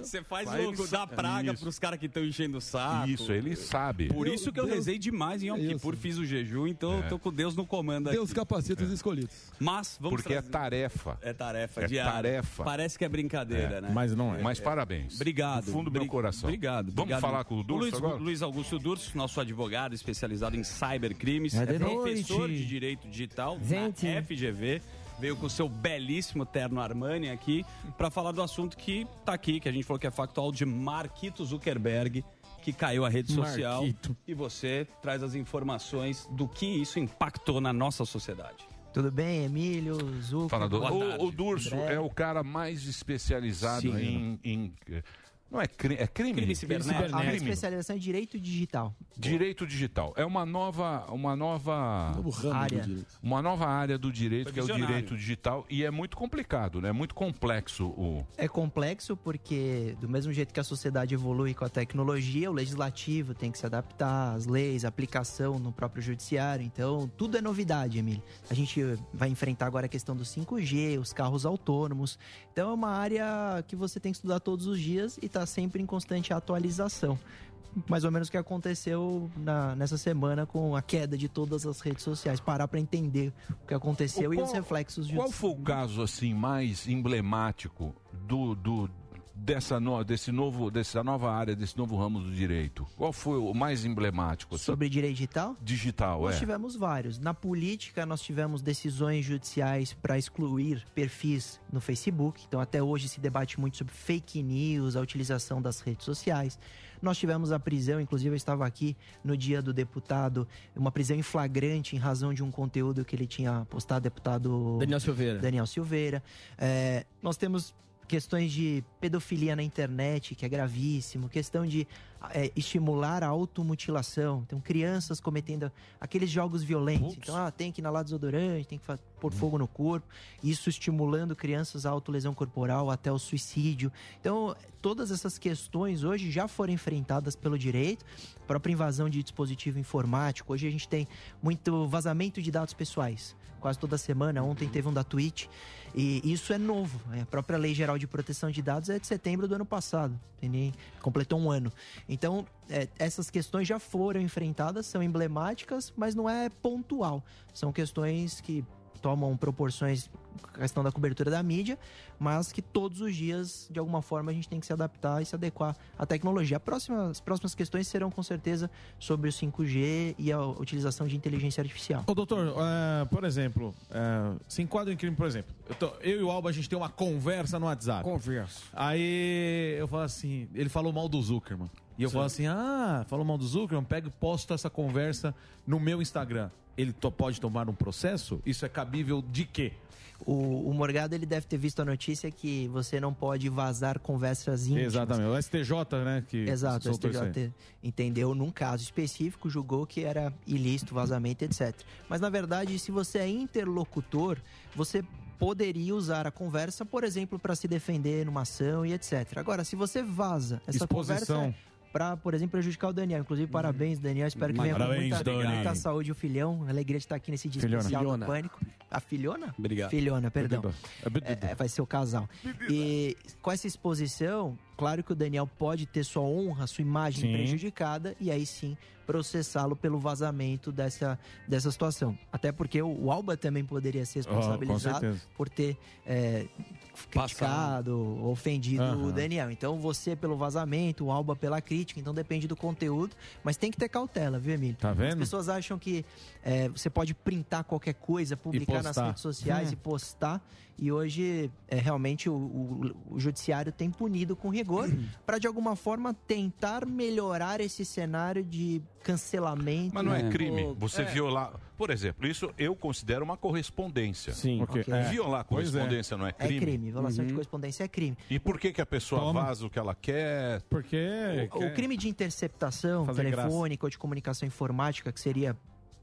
Speaker 10: você é faz
Speaker 9: Vai,
Speaker 10: logo
Speaker 9: ele
Speaker 10: da
Speaker 9: sabe.
Speaker 10: praga
Speaker 9: Isso.
Speaker 10: pros caras que estão enchendo o saco.
Speaker 9: Isso, ele sabe.
Speaker 10: Por isso que eu
Speaker 6: Deus-
Speaker 10: rezei demais em Yom
Speaker 6: É isso.
Speaker 10: Kippur, fiz o jejum, então eu tô com Deus no comando
Speaker 6: É. Deus
Speaker 10: aqui.
Speaker 6: capacita os escolhidos.
Speaker 10: Mas vamos
Speaker 9: Porque é
Speaker 10: trazer-
Speaker 9: tarefa.
Speaker 10: é tarefa
Speaker 9: É
Speaker 10: diária.
Speaker 9: tarefa.
Speaker 10: Parece que é brincadeira, né?
Speaker 8: Mas não é.
Speaker 9: Mas parabéns.
Speaker 10: Obrigado.
Speaker 9: Do fundo do meu
Speaker 10: Bri-
Speaker 9: coração.
Speaker 10: Obrigado.
Speaker 9: Vamos
Speaker 10: obrigado.
Speaker 9: falar com o Durso
Speaker 10: Luiz,
Speaker 9: agora?
Speaker 10: Luiz Augusto Durso, nosso advogado especializado em cybercrimes,
Speaker 7: É de
Speaker 10: é professor
Speaker 7: noite.
Speaker 10: de direito digital
Speaker 7: Gente.
Speaker 10: na FGV. Veio com seu belíssimo terno Armani aqui para falar do assunto que tá aqui, que a gente falou que é factual de Marquito Zuckerberg que caiu a rede social
Speaker 6: Marquito.
Speaker 10: e você traz as informações do que isso impactou na nossa sociedade.
Speaker 4: Tudo bem, Emílio, Zuco?
Speaker 9: Fala, do...
Speaker 10: Boa tarde.
Speaker 9: o, o Durso
Speaker 4: André.
Speaker 9: é o cara mais especializado
Speaker 10: Sim.
Speaker 9: em, em- Não é, cri... é crime?
Speaker 10: Crime cibernético.
Speaker 4: A minha
Speaker 9: Crime.
Speaker 4: especialização é direito digital.
Speaker 9: Direito digital. É uma nova, uma nova,
Speaker 6: Novo ramo
Speaker 4: Área.
Speaker 6: do direito.
Speaker 9: uma nova área do direito,
Speaker 10: Foi
Speaker 9: que é o
Speaker 10: visionário.
Speaker 9: direito digital, e é muito complicado, né? É muito complexo o.
Speaker 4: É complexo porque, do mesmo jeito que a sociedade evolui com a tecnologia, o legislativo tem que se adaptar às leis, à aplicação no próprio judiciário. Então, tudo é novidade, Emílio. A gente vai enfrentar agora a questão do 5G, os carros autônomos. Então, é uma área que você tem que estudar todos os dias e está sempre em constante atualização. Mais ou menos o que aconteceu na- nessa semana com a queda de todas as redes sociais. Parar para entender o que aconteceu
Speaker 9: O
Speaker 4: e
Speaker 9: qual-
Speaker 4: os reflexos
Speaker 9: Qual
Speaker 4: judiciais.
Speaker 9: foi o caso assim mais emblemático do, do dessa no, desse novo dessa nova área desse novo ramo do direito? Qual foi o mais emblemático? assim?
Speaker 4: Sobre direito digital?
Speaker 9: digital,
Speaker 4: Nós
Speaker 9: é.
Speaker 4: tivemos vários. Na política, nós tivemos decisões judiciais para excluir perfis no Facebook. Então, até hoje se debate muito sobre fake news, a utilização das redes sociais. Nós tivemos a prisão, inclusive eu estava aqui no dia do deputado, uma prisão em flagrante em razão de um conteúdo que ele tinha postado, deputado
Speaker 7: Daniel Silveira.
Speaker 4: Daniel Silveira. É, nós temos questões de pedofilia na internet, que é gravíssimo, questão de é, estimular a automutilação. Então, crianças cometendo aqueles jogos violentos.
Speaker 9: Putz.
Speaker 4: Então, ah, tem que inalar desodorante, tem que fa- pôr fogo no corpo. Isso estimulando crianças à autolesão corporal, até o suicídio. Então, todas essas questões hoje já foram enfrentadas pelo direito. A própria invasão de dispositivo informático. Hoje a gente tem muito vazamento de dados pessoais. Quase toda semana. Ontem teve um da Twitch. E isso é novo. né? A própria Lei Geral de Proteção de Dados é de setembro do ano passado. Tem nem- Completou um ano. Então, é, essas questões já foram enfrentadas, são emblemáticas, mas não é pontual. São questões que tomam proporções a questão da cobertura da mídia, mas que todos os dias, de alguma forma, a gente tem que se adaptar e se adequar à tecnologia. A próxima- as próximas questões serão, com certeza, sobre o 5G e a utilização de inteligência artificial.
Speaker 8: Ô, doutor, é, por exemplo, é, se enquadra em crime, por exemplo. Eu, tô- eu e o Alba, a gente tem uma conversa no WhatsApp.
Speaker 6: Converso.
Speaker 8: Aí eu falo assim, ele falou mal do Zuckerman. E eu falo assim, ah, falou mal do Zuckerman, pega e posta essa conversa no meu Instagram. Ele to- pode tomar um processo? Isso é cabível de quê?
Speaker 4: O, o Morgado ele deve ter visto a notícia que você não pode vazar conversas íntimas.
Speaker 8: O STJ, né? Que
Speaker 4: Exato, o
Speaker 8: soltou isso aí.
Speaker 4: STJ entendeu num caso específico, julgou que era ilícito vazamento, etc. Mas na verdade, se você é interlocutor, você poderia usar a conversa, por exemplo, para se defender numa ação e etc. Agora, se você vaza essa
Speaker 8: Exposição. Uhum.
Speaker 4: conversa para, por exemplo, prejudicar o Daniel. Inclusive, parabéns, Daniel. Espero que venha
Speaker 8: Parabéns,
Speaker 4: com muita,
Speaker 8: Dani.
Speaker 4: muita saúde o filhão. Alegria de estar aqui nesse dia
Speaker 8: Filhona.
Speaker 4: especial
Speaker 6: Filhona.
Speaker 4: do Pânico. A filhona?
Speaker 10: Obrigado.
Speaker 4: Filhona, perdão.
Speaker 8: É,
Speaker 4: É, é, vai ser o casal. E com essa exposição, claro que o Daniel pode ter sua honra, sua imagem
Speaker 8: Sim.
Speaker 4: prejudicada e aí sim processá-lo pelo vazamento dessa, dessa situação. Até porque o, o Alba também poderia ser responsabilizado
Speaker 8: Ah, certeza.
Speaker 4: por ter é, criticado, ofendido
Speaker 8: Aham.
Speaker 4: o Daniel. Então você pelo vazamento, o Alba pela crítica, então depende do conteúdo, mas tem que ter cautela, viu, Emílio?
Speaker 8: Tá
Speaker 4: As
Speaker 8: vendo?
Speaker 4: pessoas acham que é, você pode printar qualquer coisa, publicar nas
Speaker 8: postar. É.
Speaker 4: redes sociais e postar. tá? E hoje, é, realmente, o, o- o judiciário tem punido com rigor para, de alguma forma, tentar melhorar esse cenário de cancelamento.
Speaker 9: Mas não é
Speaker 10: É.
Speaker 9: crime. Você
Speaker 10: É.
Speaker 9: violar. Por exemplo, isso eu considero uma correspondência.
Speaker 7: Sim.
Speaker 8: Ok.
Speaker 4: Ok.
Speaker 8: É.
Speaker 9: Violar
Speaker 8: Pois é. Uhum.
Speaker 9: correspondência não é
Speaker 4: É
Speaker 9: crime?
Speaker 4: crime, violação de correspondência é crime.
Speaker 9: E por que, que a pessoa
Speaker 8: Toma.
Speaker 9: vaza o que ela quer?
Speaker 8: Porque.
Speaker 4: O
Speaker 8: é.
Speaker 4: crime de interceptação
Speaker 8: Fazer graça.
Speaker 4: telefônica ou de comunicação informática, que seria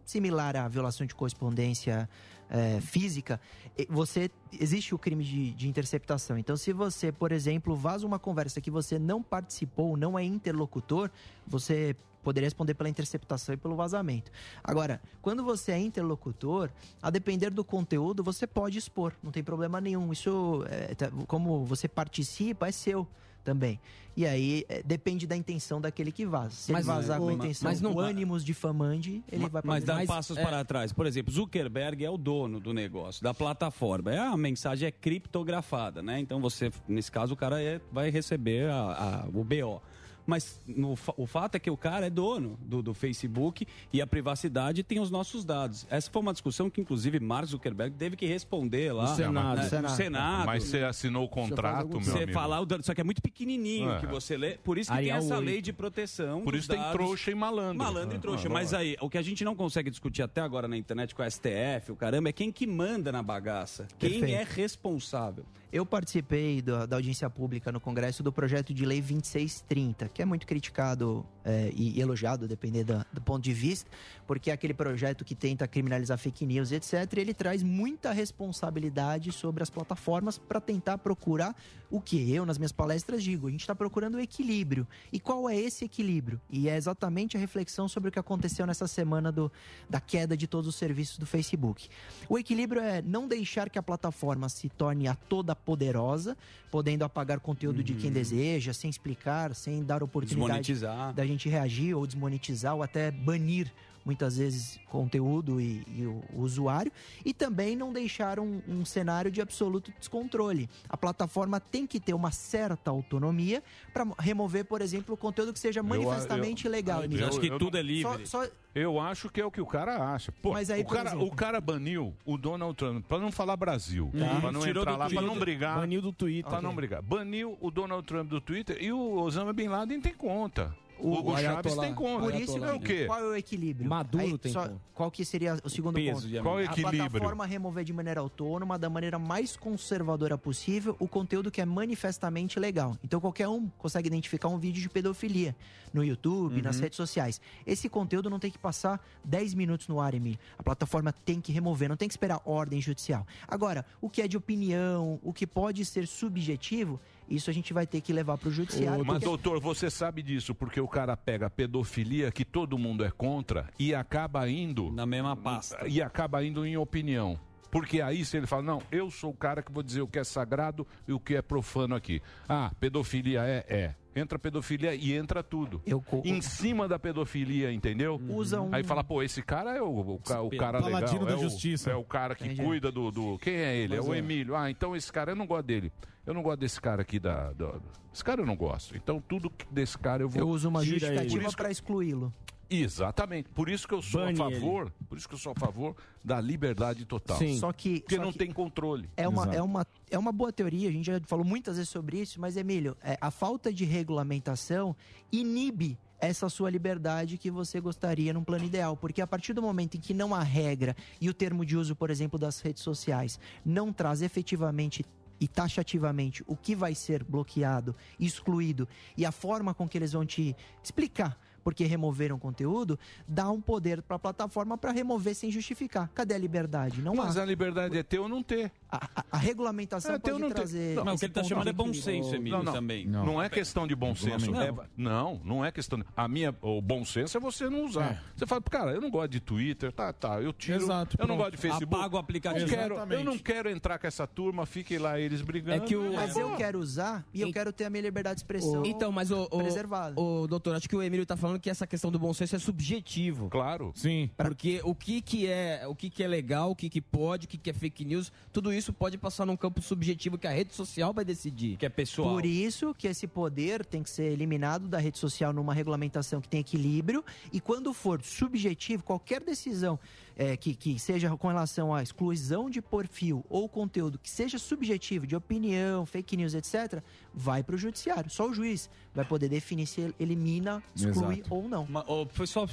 Speaker 4: similar à violação de correspondência eh, física, e você existe o crime de, de interceptação. Então, se você, por exemplo, vaza uma conversa que você não participou, não é interlocutor, você poderia responder pela interceptação e pelo vazamento. Agora, quando você é interlocutor, a depender do conteúdo, você pode expor, não tem problema nenhum. Isso, eh, tá- como você participa, é seu também. E aí eh, depende da intenção daquele que vaza. Se
Speaker 10: Mas
Speaker 4: ele vazar
Speaker 10: o-
Speaker 4: com a intenção
Speaker 10: mas não-
Speaker 4: com ânimos difamante, ele vai
Speaker 10: Mas dá
Speaker 4: mais
Speaker 10: passos
Speaker 7: é-
Speaker 10: para trás. Por exemplo, Zuckerberg é o dono do negócio, da plataforma. É, A mensagem é criptografada, né? Então você, nesse caso, o cara é- vai receber a- a- o BO. Mas no fa- o fato é que o cara é dono do, do Facebook e a privacidade tem os nossos dados. Essa foi uma discussão que, inclusive, Mark Zuckerberg teve que responder lá
Speaker 9: No Senado.
Speaker 10: né, no
Speaker 9: Senado.
Speaker 10: Senado.
Speaker 9: Mas você assinou o contrato, meu
Speaker 10: Você
Speaker 9: amigo?
Speaker 10: falar o dano, só que é muito pequenininho
Speaker 9: É.
Speaker 10: que você lê. Por isso que
Speaker 4: é
Speaker 9: Arial
Speaker 10: tem essa
Speaker 9: oito.
Speaker 10: lei de proteção.
Speaker 9: Por
Speaker 10: Um dos
Speaker 9: isso tem
Speaker 10: dados.
Speaker 9: trouxa e malandro.
Speaker 10: Malandro e
Speaker 9: Ah,
Speaker 10: trouxa.
Speaker 9: ah,
Speaker 10: Mas
Speaker 9: lógico.
Speaker 10: aí, o que a gente não consegue discutir até agora na internet com a STF, o caramba, é quem que manda na bagaça. Quem
Speaker 4: Perfeito.
Speaker 10: é responsável.
Speaker 4: Eu participei da, da audiência pública no Congresso do projeto de lei 2630, que é muito criticado é, e elogiado, dependendo da- do ponto de vista, porque é aquele projeto que tenta criminalizar fake news, etc. e ele traz muita responsabilidade sobre as plataformas para tentar procurar o que eu, nas minhas palestras, digo. A gente está procurando o equilíbrio. E qual é esse equilíbrio? E é exatamente a reflexão sobre o que aconteceu nessa semana do, da queda de todos os serviços do Facebook. O equilíbrio é não deixar que a plataforma se torne a toda poderosa, podendo apagar conteúdo de quem deseja, sem explicar, sem dar oportunidade
Speaker 10: Desmonetizar.
Speaker 4: da gente reagir ou desmonetizar ou até banir muitas vezes conteúdo e, e o, o usuário e também não deixar um, um cenário de absoluto descontrole. A plataforma tem que ter uma certa autonomia para remover, por exemplo, o conteúdo que seja manifestamente legal.
Speaker 9: Eu acho que tudo é livre.
Speaker 4: Só, só-
Speaker 9: Eu acho que é o que o cara acha. Pô,
Speaker 4: Mas aí,
Speaker 9: o,
Speaker 4: por
Speaker 9: cara,
Speaker 4: exemplo-
Speaker 9: o cara baniu o Donald Trump, pra não falar Brasil,
Speaker 4: Uhum.
Speaker 2: Tá.
Speaker 9: pra não
Speaker 2: Tirou
Speaker 9: entrar
Speaker 2: do
Speaker 9: lá, pra
Speaker 2: Twitter.
Speaker 9: não brigar.
Speaker 2: Baniu do Twitter.
Speaker 9: Pra não
Speaker 2: Ok.
Speaker 9: brigar. Baniu o Donald Trump do Twitter e o Osama Bin Laden tem conta. O
Speaker 4: O-
Speaker 9: Hugo
Speaker 4: o
Speaker 9: Chaves
Speaker 4: Ayatollah.
Speaker 9: tem conta.
Speaker 4: Por isso
Speaker 9: é o quê?
Speaker 4: Qual é o equilíbrio?
Speaker 9: Maduro tem
Speaker 4: só-
Speaker 9: conta.
Speaker 4: Qual que seria o segundo
Speaker 9: peso de
Speaker 4: ponto?
Speaker 9: amendoim. Qual é o
Speaker 4: A
Speaker 9: equilíbrio?
Speaker 4: plataforma remover de maneira autônoma, da maneira mais conservadora possível, o conteúdo que é manifestamente legal. Então qualquer um consegue identificar um vídeo de pedofilia no YouTube, nas redes sociais. Esse conteúdo não tem que passar 10 minutos no ar, Emílio. A plataforma tem que remover, não tem que esperar ordem judicial. Agora, o que é de opinião, o que pode ser subjetivo, isso a gente vai ter que levar para o judiciário.
Speaker 9: Mas,
Speaker 4: porque- é
Speaker 9: doutor, você sabe disso, porque o cara pega a pedofilia, que todo mundo é contra, e acaba indo.
Speaker 10: Na mesma pasta.
Speaker 9: E acaba indo em opinião. Porque aí, se ele fala, não, eu sou o cara que vou dizer o que é sagrado e o que é profano aqui. Ah, pedofilia é, é. Entra pedofilia e entra tudo. Em cima da pedofilia, entendeu?
Speaker 4: Usa um-
Speaker 9: Aí fala, pô, esse cara é o, o, ca- o cara legal.
Speaker 6: Paladino da
Speaker 9: é o-
Speaker 6: justiça.
Speaker 9: é o cara que
Speaker 6: Entendi.
Speaker 9: cuida do, do- Quem é ele?
Speaker 6: Pois
Speaker 9: é o
Speaker 6: é.
Speaker 9: Emílio. Ah, então esse cara, eu não gosto dele. Eu não gosto desse cara aqui da. da- Esse cara eu não gosto. Então tudo que- desse cara eu vou.
Speaker 4: Eu uso uma
Speaker 9: Por isso- por
Speaker 4: justificativa
Speaker 9: isso que-
Speaker 4: para excluí-lo.
Speaker 9: Exatamente. Por isso que eu sou
Speaker 4: Bane
Speaker 9: a favor. Por isso que eu sou a favor da liberdade total.
Speaker 4: Sim. Só que-
Speaker 9: Porque
Speaker 4: só
Speaker 9: não
Speaker 4: que-
Speaker 9: tem controle.
Speaker 4: É uma, é, uma, é uma boa teoria, a gente já falou muitas vezes sobre isso, mas, Emílio, é, a falta de regulamentação inibe essa sua liberdade que você gostaria num plano ideal. Porque a partir do momento em que não há regra e o termo de uso, por exemplo, das redes sociais não traz efetivamente e taxativamente o que vai ser bloqueado, excluído e a forma com que eles vão te explicar porque removeram conteúdo, dá um poder para a plataforma para remover sem justificar. Cadê a liberdade? Não
Speaker 9: Mas
Speaker 4: há.
Speaker 9: a liberdade é ter ou não ter.
Speaker 4: A regulamentação
Speaker 9: É, ter ou não
Speaker 4: pode
Speaker 9: ter.
Speaker 4: trazer.
Speaker 9: Não,
Speaker 10: Mas o que ele tá
Speaker 4: esse
Speaker 10: chamando é
Speaker 4: ponto
Speaker 10: bom
Speaker 4: de equilíbrio.
Speaker 10: senso, Emílio,
Speaker 9: Não, não.
Speaker 10: também.
Speaker 9: Não, é questão de bom senso.
Speaker 10: Não.
Speaker 9: É- Não. não, é questão de. A minha, o bom senso é você não usar. Você fala, cara, eu não gosto de Twitter, tá, tá, eu tiro.
Speaker 10: Exato,
Speaker 9: eu não
Speaker 10: pronto.
Speaker 9: gosto de Facebook.
Speaker 10: Apaga o aplicativo.
Speaker 9: Não quero- eu
Speaker 10: Exatamente.
Speaker 9: não quero entrar com essa turma, fiquem lá eles
Speaker 10: né? É
Speaker 9: brigando.
Speaker 4: Mas eu quero usar e eu quero ter a minha liberdade de expressão
Speaker 12: Então, mas o,
Speaker 4: preservada.
Speaker 12: o, o doutor, acho que o Emílio tá falando que essa questão do bom senso é subjetivo.
Speaker 9: Claro.
Speaker 6: Sim.
Speaker 12: Porque o que que é, o que que é legal, o que que pode, o que que é fake news, tudo isso pode passar num campo subjetivo que a rede social vai decidir.
Speaker 10: Que é pessoal.
Speaker 4: Por isso que esse poder tem que ser eliminado da rede social numa regulamentação que tem equilíbrio. E quando for subjetivo, qualquer decisão eh, que, que seja com relação à exclusão de perfil ou conteúdo que seja subjetivo, de opinião, fake news, etc., vai para o judiciário. Só o juiz vai poder definir se ele elimina, exclui
Speaker 10: Exato.
Speaker 4: ou não.
Speaker 10: Ma- ô, foi só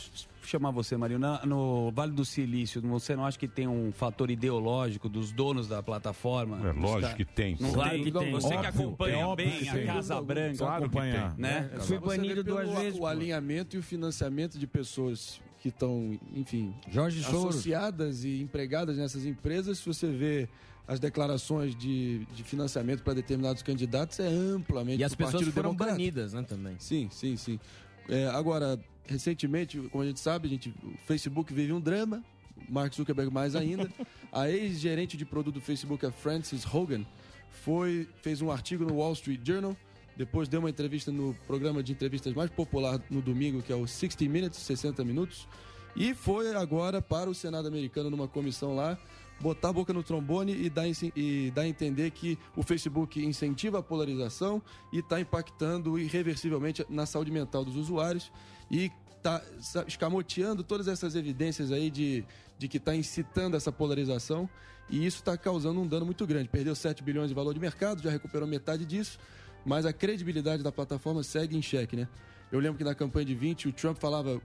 Speaker 10: chamar você, Marinho. Na- no Vale do Silício, você não acha que tem um fator ideológico dos donos da plataforma?
Speaker 9: É lógico que tem.
Speaker 10: Não
Speaker 9: Claro
Speaker 10: tem,
Speaker 9: que tem.
Speaker 10: Você que
Speaker 9: Óbvio, é
Speaker 10: acompanha
Speaker 9: óbvio
Speaker 10: bem
Speaker 9: que
Speaker 10: a
Speaker 9: tem.
Speaker 10: Casa Branca.
Speaker 9: Claro que
Speaker 10: acompanha,
Speaker 9: tem.
Speaker 10: Né?
Speaker 6: É, você vê pelo O alinhamento e o financiamento de pessoas que estão, enfim,
Speaker 12: Jorge Soros.
Speaker 6: associadas e empregadas nessas empresas, se você vê as declarações de, de financiamento para determinados candidatos, é amplamente
Speaker 12: E as
Speaker 6: do Partido
Speaker 12: pessoas foram
Speaker 6: Democrata.
Speaker 12: banidas, né, também.
Speaker 6: Sim, sim, sim. É, agora, recentemente, como a gente sabe, a gente, o Facebook vive um drama, Mark Zuckerberg mais ainda. A ex-gerente de produto do Facebook, a Frances Hogan, foi, fez um artigo no Wall Street Journal, depois deu uma entrevista no programa de entrevistas mais popular no domingo, que é o 60 Minutes, 60 Minutos, e foi agora para o Senado americano numa comissão lá botar a boca no trombone e dar, inci- e dar a entender que o Facebook incentiva a polarização e está impactando irreversivelmente na saúde mental dos usuários e está tá escamoteando todas essas evidências aí de, de que está incitando essa polarização e isso está causando um dano muito grande. Perdeu 7 bilhões de valor de mercado, já recuperou metade disso, mas a credibilidade da plataforma segue em xeque, né? Eu lembro que na campanha de 20 o Trump falava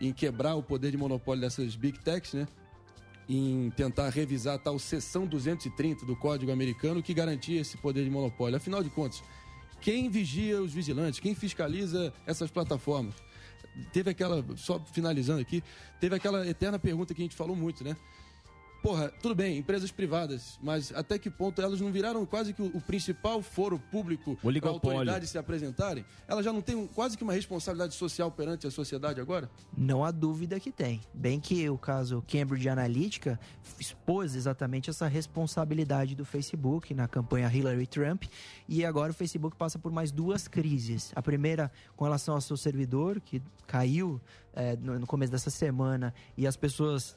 Speaker 6: em quebrar o poder de monopólio dessas big techs, né? em tentar revisar a tal seção 230 do Código Americano que garantia esse poder de monopólio. Afinal de contas, quem vigia os vigilantes? Quem fiscaliza essas plataformas? Teve aquela, só finalizando aqui, teve aquela eterna pergunta que a gente falou muito, né? Porra, tudo bem, empresas privadas, mas até que ponto elas não viraram quase que o, o principal foro público para
Speaker 7: Oligopólio.
Speaker 6: autoridades se apresentarem? Elas já não têm um- quase que uma responsabilidade social perante a sociedade agora?
Speaker 4: Não há dúvida que tem. Bem que o caso Cambridge Analytica expôs exatamente essa responsabilidade do Facebook na campanha Hillary Trump. E agora o Facebook passa por mais duas crises. A primeira com relação ao seu servidor, que caiu eh, no no começo dessa semana e as pessoas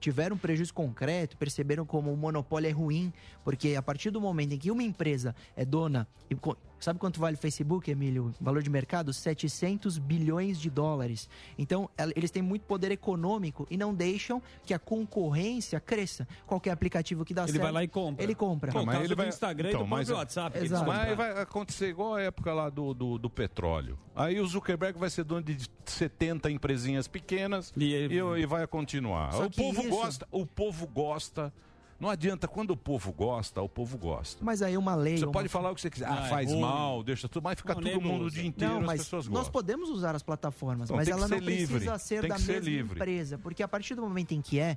Speaker 4: tiveram um prejuízo concreto, perceberam como o monopólio é ruim, porque a partir do momento em que uma empresa é dona, e co- sabe quanto vale o Facebook, Emílio? Valor de mercado? 700 bilhões de dólares. Então, el- eles têm muito poder econômico e não deixam que a concorrência cresça. Qualquer aplicativo que dá
Speaker 10: Ele
Speaker 4: certo...
Speaker 10: vai lá e compra.
Speaker 4: Ele compra.
Speaker 10: Pô, mas ele vai- Instagram e do
Speaker 9: então, é-
Speaker 10: próprio WhatsApp, que eles
Speaker 4: Exato.
Speaker 10: compraram.
Speaker 9: Mas vai acontecer igual a época lá do, do, do petróleo. Aí o Zuckerberg vai ser dono de 70 empresinhas pequenas e, e, vai continuar.
Speaker 4: Só
Speaker 9: o
Speaker 4: que
Speaker 9: povo
Speaker 4: isso-
Speaker 9: gosta, o povo gosta. Não adianta, quando o povo gosta, o povo gosta.
Speaker 4: Mas aí é uma lei...
Speaker 9: Você
Speaker 4: uma-
Speaker 9: pode falar o que você quiser. Ah,
Speaker 4: Ah, é
Speaker 9: faz
Speaker 4: ruim.
Speaker 9: mal, deixa tudo, mas fica
Speaker 4: Não,
Speaker 9: todo
Speaker 4: nem
Speaker 9: mundo o
Speaker 4: usa.
Speaker 9: dia inteiro,
Speaker 4: Não, mas
Speaker 9: as pessoas
Speaker 4: Nós
Speaker 9: gostam.
Speaker 4: podemos usar as plataformas,
Speaker 9: Não,
Speaker 4: mas
Speaker 9: tem que
Speaker 4: ela não
Speaker 9: ser livre.
Speaker 4: precisa ser
Speaker 9: Tem
Speaker 4: da
Speaker 9: que ser
Speaker 4: mesma
Speaker 9: livre.
Speaker 4: empresa, porque a partir do momento em que é.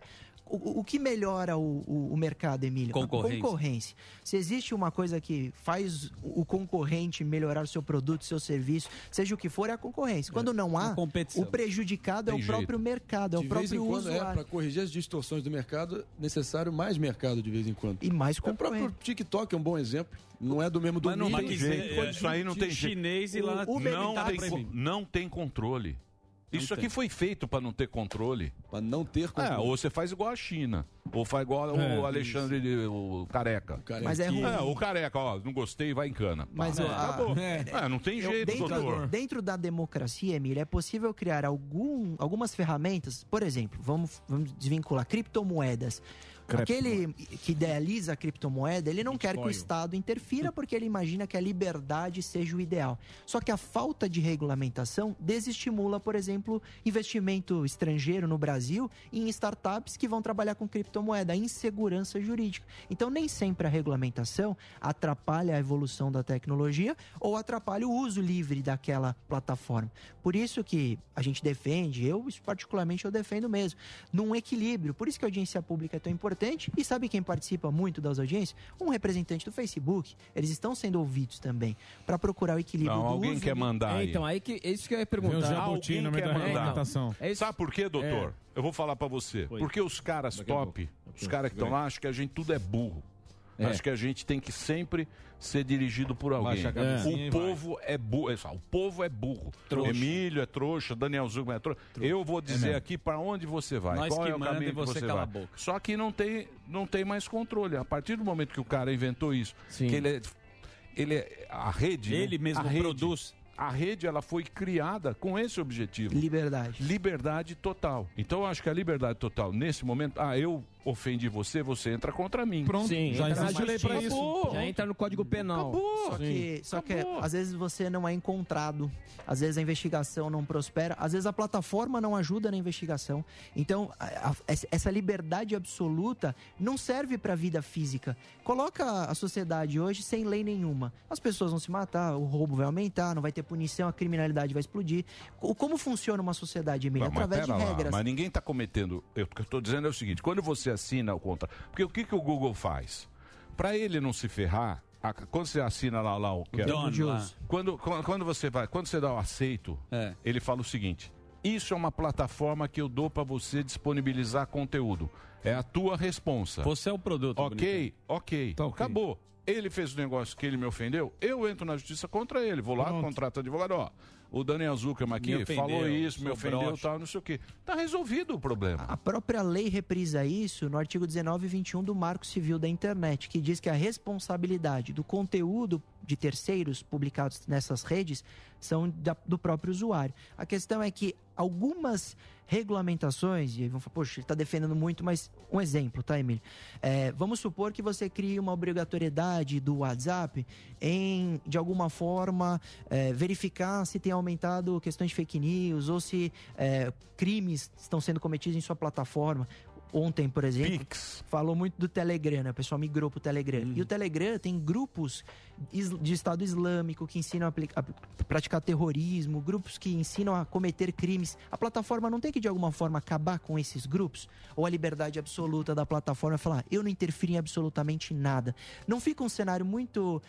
Speaker 4: O, o que melhora o, o- o mercado, Emílio? A
Speaker 10: Concorrência.
Speaker 4: concorrência. Se existe uma coisa que faz o o concorrente melhorar o seu produto, seu serviço, seja o que for, é a concorrência. Quando não há,
Speaker 6: competição.
Speaker 4: o prejudicado é
Speaker 6: Tem
Speaker 4: o próprio
Speaker 6: jeito.
Speaker 4: mercado, é o
Speaker 6: de
Speaker 4: próprio
Speaker 6: vez em quando, É,
Speaker 4: usuário.
Speaker 6: para corrigir as distorções do mercado, é necessário mais mercado de vez em quando.
Speaker 4: E mais
Speaker 6: O próprio TikTok é um bom exemplo. Não é do mesmo
Speaker 9: Mas
Speaker 6: domínio.
Speaker 9: não tem jeito. Isso aí não tem jeito. não,
Speaker 4: tá
Speaker 9: tem, co- não tem controle.
Speaker 6: Não
Speaker 9: Isso
Speaker 6: tem.
Speaker 9: aqui foi feito para não ter controle.
Speaker 6: Para não ter
Speaker 9: controle. É, ou você faz igual a China. Ou faz igual
Speaker 4: É,
Speaker 9: o Alexandre, de- o Careca.
Speaker 4: Mas é ruim.
Speaker 9: o Careca, ó, não gostei, vai em cana. Pá,
Speaker 4: Mas ó, a-
Speaker 9: acabou.
Speaker 4: é.
Speaker 9: Ah, não tem
Speaker 4: Eu-
Speaker 9: jeito,
Speaker 4: dentro,
Speaker 9: doutor.
Speaker 4: Dentro da democracia, Emília, é possível criar algum, algumas ferramentas. Por exemplo, vamos, vamos desvincular criptomoedas.
Speaker 13: Cripto-
Speaker 4: Aquele que idealiza a criptomoeda, ele não quer que o
Speaker 13: Bitcoin.
Speaker 4: Estado interfira porque ele imagina que a liberdade seja o ideal. Só que a falta de regulamentação desestimula, por exemplo, investimento estrangeiro no Brasil em startups que vão trabalhar com criptomoeda, a insegurança jurídica. Então, nem sempre a regulamentação atrapalha a evolução da tecnologia ou atrapalha o uso livre daquela plataforma. Por isso que a gente defende, eu isso particularmente eu defendo mesmo, num equilíbrio. Por isso que a audiência pública é tão importante. E sabe quem participa muito das audiências? Um representante do Facebook. Eles estão sendo ouvidos também para procurar o equilíbrio
Speaker 9: Não,
Speaker 4: do
Speaker 9: alguém
Speaker 4: uso
Speaker 9: quer
Speaker 4: do-
Speaker 9: mandar
Speaker 12: É,
Speaker 9: aí.
Speaker 12: então, aí que, é isso que eu ia perguntar.
Speaker 9: Alguém quer mandar.
Speaker 12: É isso.
Speaker 9: Sabe por quê, doutor? Eu vou falar pra você. Porque os caras
Speaker 12: Daqui a
Speaker 9: top,
Speaker 12: pouco.
Speaker 9: os caras que estão lá, acham que a gente tudo é burro.
Speaker 12: É.
Speaker 9: Acho que a gente tem que sempre ser dirigido por alguém.
Speaker 11: Baixa a cabecinha
Speaker 9: O
Speaker 11: e
Speaker 9: povo é burro. é só, O povo é burro.
Speaker 11: Trouxa.
Speaker 9: Emílio é trouxa, Daniel Zugman é trouxa. Eu vou dizer
Speaker 11: mesmo.
Speaker 9: aqui pra onde você vai.
Speaker 11: Nós
Speaker 9: Qual
Speaker 11: que
Speaker 9: é o
Speaker 11: manda
Speaker 9: caminho
Speaker 11: e você
Speaker 9: que você
Speaker 11: cala a
Speaker 9: vai.
Speaker 11: boca.
Speaker 9: Só que não tem, não tem mais controle. A partir do momento que o cara inventou isso, que ele é, ele é- a rede, né?
Speaker 10: Ele mesmo
Speaker 9: A rede.
Speaker 10: produz.
Speaker 9: A rede ela foi criada com esse objetivo.
Speaker 4: Liberdade.
Speaker 9: Liberdade total. Então eu acho que a liberdade total nesse momento, ah, eu ofendi você, você entra contra mim.
Speaker 8: Pronto.
Speaker 12: Sim, já entra na existe lei justiça. pra isso.
Speaker 9: Acabou.
Speaker 12: Já entra no Código Penal.
Speaker 9: Acabou.
Speaker 4: Só que, só que às vezes você não é encontrado, às vezes a investigação não prospera, às vezes a plataforma não ajuda na investigação. Então, a- a- essa- essa liberdade absoluta não serve para a vida física. Coloca a sociedade hoje sem lei nenhuma. As pessoas vão se matar, o roubo vai aumentar, não vai ter punição, a criminalidade vai explodir. Co- Como funciona uma sociedade, Emílio?
Speaker 9: Não, mas
Speaker 4: Através de
Speaker 9: pera lá,
Speaker 4: regras.
Speaker 9: mas ninguém está cometendo. Eu- O que eu estou dizendo é o seguinte: quando você assina o contrato. Porque o que, que o Google faz? Para ele não se ferrar, a- quando você assina lá, lá o que é-
Speaker 11: termo de uso.
Speaker 9: Quando, quando, quando você vai, quando você dá o aceito, ele fala o seguinte: isso é uma plataforma que eu dou para você disponibilizar conteúdo. É a tua responsa.
Speaker 10: Você é o produto.
Speaker 9: Ok, ok.
Speaker 4: Tá
Speaker 10: ok.
Speaker 9: Acabou. Ele fez o negócio que ele me ofendeu, eu entro na justiça contra ele. Vou lá, contrato advogado, ó. o Dani Azucama aqui
Speaker 4: Me ofendeu,
Speaker 9: falou isso, me
Speaker 4: sou
Speaker 9: ofendeu
Speaker 4: broxa.
Speaker 9: tal, não sei o quê. Tá resolvido o problema.
Speaker 4: A própria lei reprisa isso no artigo 19 e 21 do Marco Civil da Internet, que diz que a responsabilidade do conteúdo de terceiros publicados nessas redes são da- do próprio usuário. A questão é que algumas regulamentações, e aí vão falar, poxa, ele está defendendo muito, mas um exemplo, tá, Emílio? É, vamos supor que você crie uma obrigatoriedade do WhatsApp em, de alguma forma, é, verificar se tem aumentado questões de fake news ou se é, crimes estão sendo cometidos em sua plataforma. Ontem, por exemplo, falou muito do Telegram, né? O pessoal migrou pro Telegram. E o Telegram tem grupos is- de Estado Islâmico que ensinam a, apli- a praticar terrorismo, grupos que ensinam a cometer crimes. A plataforma não tem que, de alguma forma, acabar com esses grupos? Ou a liberdade absoluta da plataforma é falar, eu não interfiro em absolutamente nada. Não fica um cenário muito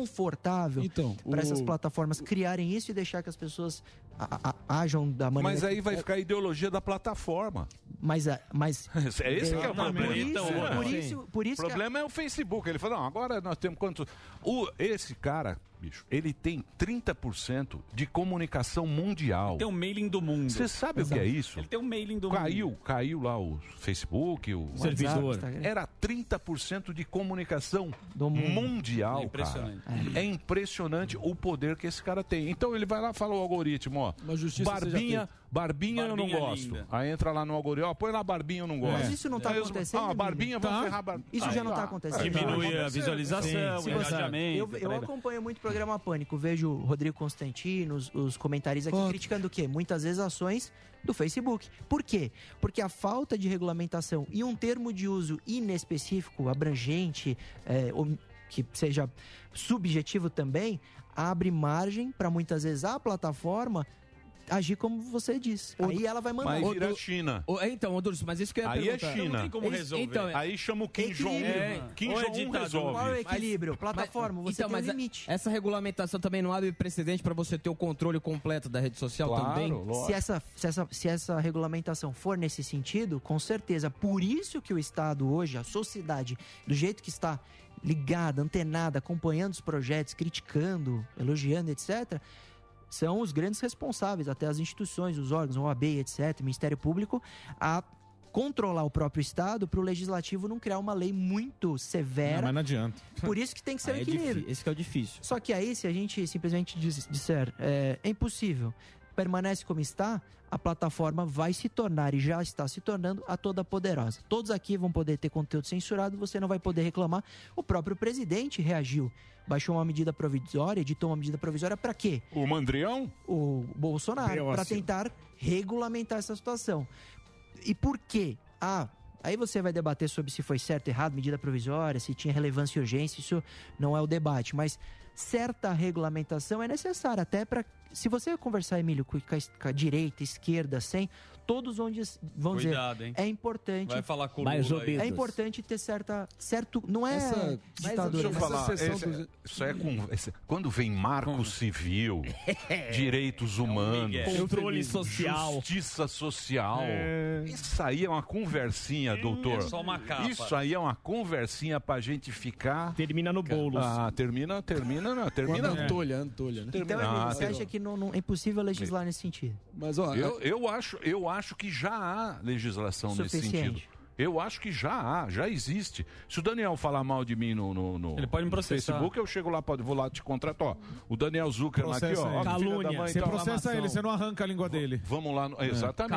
Speaker 4: confortável para essas
Speaker 9: o-
Speaker 4: plataformas criarem isso e deixar que as pessoas a- a- ajam da maneira
Speaker 9: Mas aí
Speaker 4: é que-
Speaker 9: vai ficar a ideologia da plataforma.
Speaker 4: mas, a- mas
Speaker 9: É esse que é o
Speaker 4: Não,
Speaker 9: problema. assim,
Speaker 4: Por isso, por isso, por isso
Speaker 9: o problema é o Facebook. Ele falou, não, agora nós temos quantos... O, esse cara, bicho, ele tem 30% de comunicação mundial.
Speaker 4: Então,
Speaker 10: Tem um mailing do mundo.
Speaker 9: Você sabe o que é isso?
Speaker 10: Ele tem um mailing do
Speaker 9: caiu,
Speaker 10: mundo.
Speaker 9: caiu lá o Facebook, o,
Speaker 10: O servidor.
Speaker 9: WhatsApp, Instagram. Era 30% de comunicação
Speaker 4: mundo.
Speaker 9: mundial,
Speaker 10: É impressionante.
Speaker 9: cara. É impressionante o poder que esse cara tem. Então ele vai lá e fala o algoritmo, ó.
Speaker 6: justiça você já
Speaker 9: barbinha,
Speaker 6: fez.
Speaker 9: barbinha, eu não
Speaker 6: Barbinha
Speaker 9: gosto.
Speaker 6: linda.
Speaker 9: Aí entra lá no algoritmo, ó, põe lá barbinha, eu não gosto.
Speaker 4: Mas isso não tá
Speaker 9: Aí os-
Speaker 4: acontecendo,
Speaker 9: Ah, barbinha,
Speaker 4: menino?
Speaker 9: vamos
Speaker 4: Tá.
Speaker 9: ferrar a barbinha.
Speaker 4: Isso já não tá acontecendo.
Speaker 10: Diminui
Speaker 9: Tá
Speaker 10: a visualização,
Speaker 9: acontecendo.
Speaker 10: o engajamento.
Speaker 4: Eu, eu acompanho muito o programa Pânico, vejo o Rodrigo Constantino, os, os comentaristas aqui criticando o quê? Muitas vezes ações do Facebook. Por quê? Porque a falta de regulamentação e um termo de uso inespecífico, abrangente, é, ou que seja subjetivo também, abre margem para muitas vezes a plataforma agir como você diz. Aí ela vai mandar.
Speaker 9: Mas vira
Speaker 4: Outro-
Speaker 9: China.
Speaker 12: um Ô, é, então, ô, Durso, mas isso que eu ia
Speaker 9: Aí é
Speaker 12: perguntar.
Speaker 9: China.
Speaker 12: Eles- então, é-
Speaker 9: Aí chama o Kim Jong-un. Kim Jong-un resolve.
Speaker 12: Plataforma, você então, mas a- Essa regulamentação também não abre precedente para você ter o controle completo da rede social também?
Speaker 4: Se essa, se, essa, se essa regulamentação for nesse sentido, com certeza. Por isso que o Estado hoje, a sociedade, do jeito que está ligada, antenada, acompanhando os projetos, criticando, elogiando, etc., são os grandes responsáveis, até as instituições, os órgãos, OAB, etc., Ministério Público, a controlar o próprio Estado para o legislativo não criar uma lei muito severa.
Speaker 8: Não, mas não adianta.
Speaker 4: Por isso que tem que ser
Speaker 12: Aí
Speaker 4: um
Speaker 12: é
Speaker 4: equilíbrio.
Speaker 12: difí- esse que é o difícil.
Speaker 4: Só que aí, se a gente simplesmente dis- disser é, é impossível, permanece como está, a plataforma vai se tornar e já está se tornando a toda poderosa. Todos aqui vão poder ter conteúdo censurado, você não vai poder reclamar. O próprio presidente reagiu, baixou uma medida provisória, editou uma medida provisória para quê?
Speaker 9: O Mandrião?
Speaker 4: O Bolsonaro,
Speaker 9: Deu
Speaker 4: para
Speaker 9: assim.
Speaker 4: tentar regulamentar essa situação. E por quê? Ah, aí você vai debater sobre se foi certo, errado, medida provisória, se tinha relevância e urgência, isso não é o debate, mas certa regulamentação é necessária, até para se você conversar, Emílio, com com a, es- com a direita, esquerda, sem, todos onde es- vão
Speaker 10: Cuidado,
Speaker 4: dizer,
Speaker 10: hein?
Speaker 4: é importante
Speaker 10: Vai falar com o Mais Lula ou aí. menos.
Speaker 4: É importante ter certa certo, não é
Speaker 6: Essa-
Speaker 4: ditadura.
Speaker 9: Deixa eu falar, esse- isso é com, esse- quando vem marco civil, direitos humanos,
Speaker 10: É. um Miguel. Controle
Speaker 9: justiça
Speaker 10: social.
Speaker 9: justiça social,
Speaker 10: É.
Speaker 9: isso aí é uma conversinha, doutor.
Speaker 10: é só uma capa.
Speaker 9: Isso aí é uma conversinha pra gente ficar.
Speaker 13: Termina no bolo.
Speaker 9: Ah, termina, termina, não, termina.
Speaker 6: Com a Antolha, Antolha, né?
Speaker 4: Então, Emílio,
Speaker 9: Ah,
Speaker 4: você
Speaker 9: tem-
Speaker 4: acha que não, não- é impossível legislar nesse sentido?
Speaker 6: Mas, ó,
Speaker 9: Eu, eu acho, eu acho que já há legislação nesse
Speaker 4: Suficiente.
Speaker 9: sentido. Eu acho que já há, já existe. Se o Daniel falar mal de mim no, no, no-
Speaker 10: Ele pode me
Speaker 9: no
Speaker 10: processar.
Speaker 9: Facebook, eu chego lá, pode, vou lá te contratar. Ó, o Daniel Zuckerman aqui,
Speaker 8: Processa
Speaker 9: ó, ó.
Speaker 8: ele.
Speaker 9: filho
Speaker 8: Calúnia.
Speaker 9: da mãe,
Speaker 8: Você
Speaker 9: então,
Speaker 8: processa
Speaker 9: lamação.
Speaker 8: ele, você não arranca a língua dele.
Speaker 9: Vamos lá,
Speaker 10: É.
Speaker 9: no- exatamente.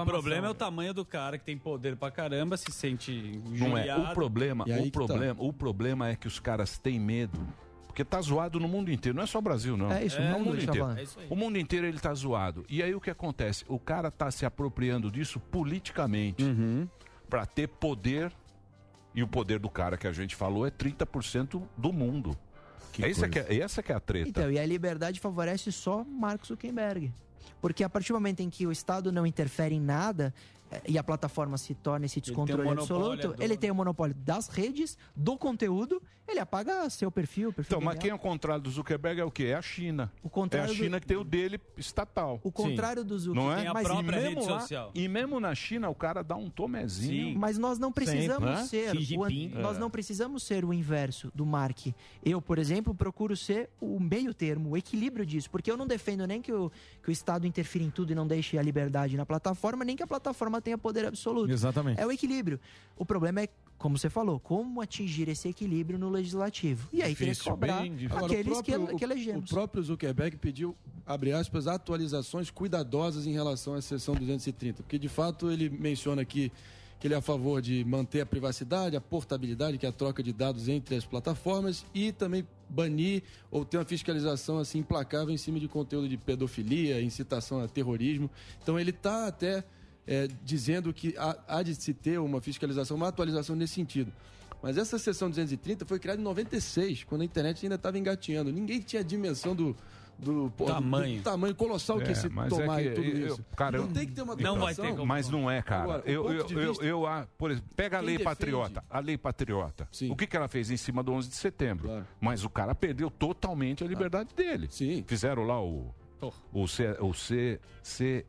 Speaker 10: O problema é o tamanho do cara que tem poder pra caramba, se sente injuriado.
Speaker 9: Não é. O problema,
Speaker 10: E aí
Speaker 9: o
Speaker 10: que tá.
Speaker 9: problema, o problema é que os caras têm medo. Porque tá zoado no mundo inteiro, não é só Brasil, não.
Speaker 4: É isso,
Speaker 9: é
Speaker 4: não
Speaker 9: o mundo
Speaker 4: deixa
Speaker 9: inteiro.
Speaker 4: falar. É isso aí.
Speaker 9: o mundo inteiro ele tá zoado. E aí o que acontece? O cara tá se apropriando disso politicamente pra ter poder. E o poder do cara que a gente falou é 30% do mundo. Essa que, é, essa que é a treta.
Speaker 4: Então, e a liberdade favorece só Mark Zuckerberg. Porque a partir do momento em que o Estado não interfere em nada, eh, e a plataforma se torna esse
Speaker 10: tem um
Speaker 4: descontrole
Speaker 10: monopólio,
Speaker 4: absoluto,
Speaker 10: é
Speaker 4: ele
Speaker 10: dono.
Speaker 4: tem o monopólio das redes, do conteúdo, ele apaga seu perfil, o perfil
Speaker 9: Então, mas
Speaker 4: dele.
Speaker 9: quem é o contrário do Zuckerberg é o quê? É a China. O
Speaker 4: contrário
Speaker 9: é a
Speaker 4: do-
Speaker 9: China que tem o dele estatal.
Speaker 4: O contrário do Zuckerberg.
Speaker 9: Não é?
Speaker 4: Tem a Mas- própria
Speaker 9: e
Speaker 4: rede
Speaker 9: mesmo lá-
Speaker 4: social.
Speaker 9: e mesmo na China, o cara dá um tomezinho.
Speaker 4: Mas nós não precisamos ser. o an-
Speaker 9: Jinping.
Speaker 4: nós
Speaker 9: É.
Speaker 4: não precisamos ser o inverso do Mark. Eu, por exemplo, procuro ser o meio termo, o equilíbrio disso. Porque eu não defendo nem que o, que o Estado interfira em tudo e não deixe a liberdade na plataforma, nem que a plataforma tenha poder absoluto.
Speaker 8: Exatamente.
Speaker 4: É o equilíbrio. O problema é. Como você falou, como atingir esse equilíbrio no legislativo? E aí teria que
Speaker 6: Difícil,
Speaker 4: cobrar
Speaker 6: bem difícil. Agora, o
Speaker 4: aqueles que,
Speaker 6: próprio-
Speaker 4: que elegemos.
Speaker 6: O próprio Zuckerberg pediu, abre aspas, atualizações cuidadosas em relação à seção 230, porque de fato ele menciona aqui que ele é a favor de manter a privacidade, a portabilidade, que é a troca de dados entre as plataformas e também banir ou ter uma fiscalização assim implacável em cima de conteúdo de pedofilia, incitação a terrorismo. Então ele está até é, dizendo que há, há de se ter uma fiscalização, uma atualização nesse sentido. Mas essa seção 230 foi criada em 96, quando a internet ainda estava engatinhando. Ninguém tinha a dimensão do, do, pô, do-
Speaker 10: Tamanho.
Speaker 6: do tamanho colossal que
Speaker 9: É,
Speaker 6: se
Speaker 9: mas
Speaker 6: tomar
Speaker 9: é que
Speaker 6: e tudo
Speaker 9: eu-
Speaker 6: isso.
Speaker 9: cara,
Speaker 6: não
Speaker 9: eu-
Speaker 6: tem que ter uma
Speaker 9: Então,
Speaker 6: atualização.
Speaker 9: Mas não é, cara.
Speaker 6: Agora, o
Speaker 9: eu, eu,
Speaker 6: ponto de
Speaker 9: eu,
Speaker 6: vista-
Speaker 9: eu a- por exemplo, pega a
Speaker 6: Quem
Speaker 9: lei
Speaker 6: defende-
Speaker 9: patriota. A lei patriota. O que, que ela fez em cima do 11 de setembro? Mas o cara perdeu totalmente a liberdade dele. Fizeram lá o.
Speaker 6: Oh.
Speaker 9: O C. O C. C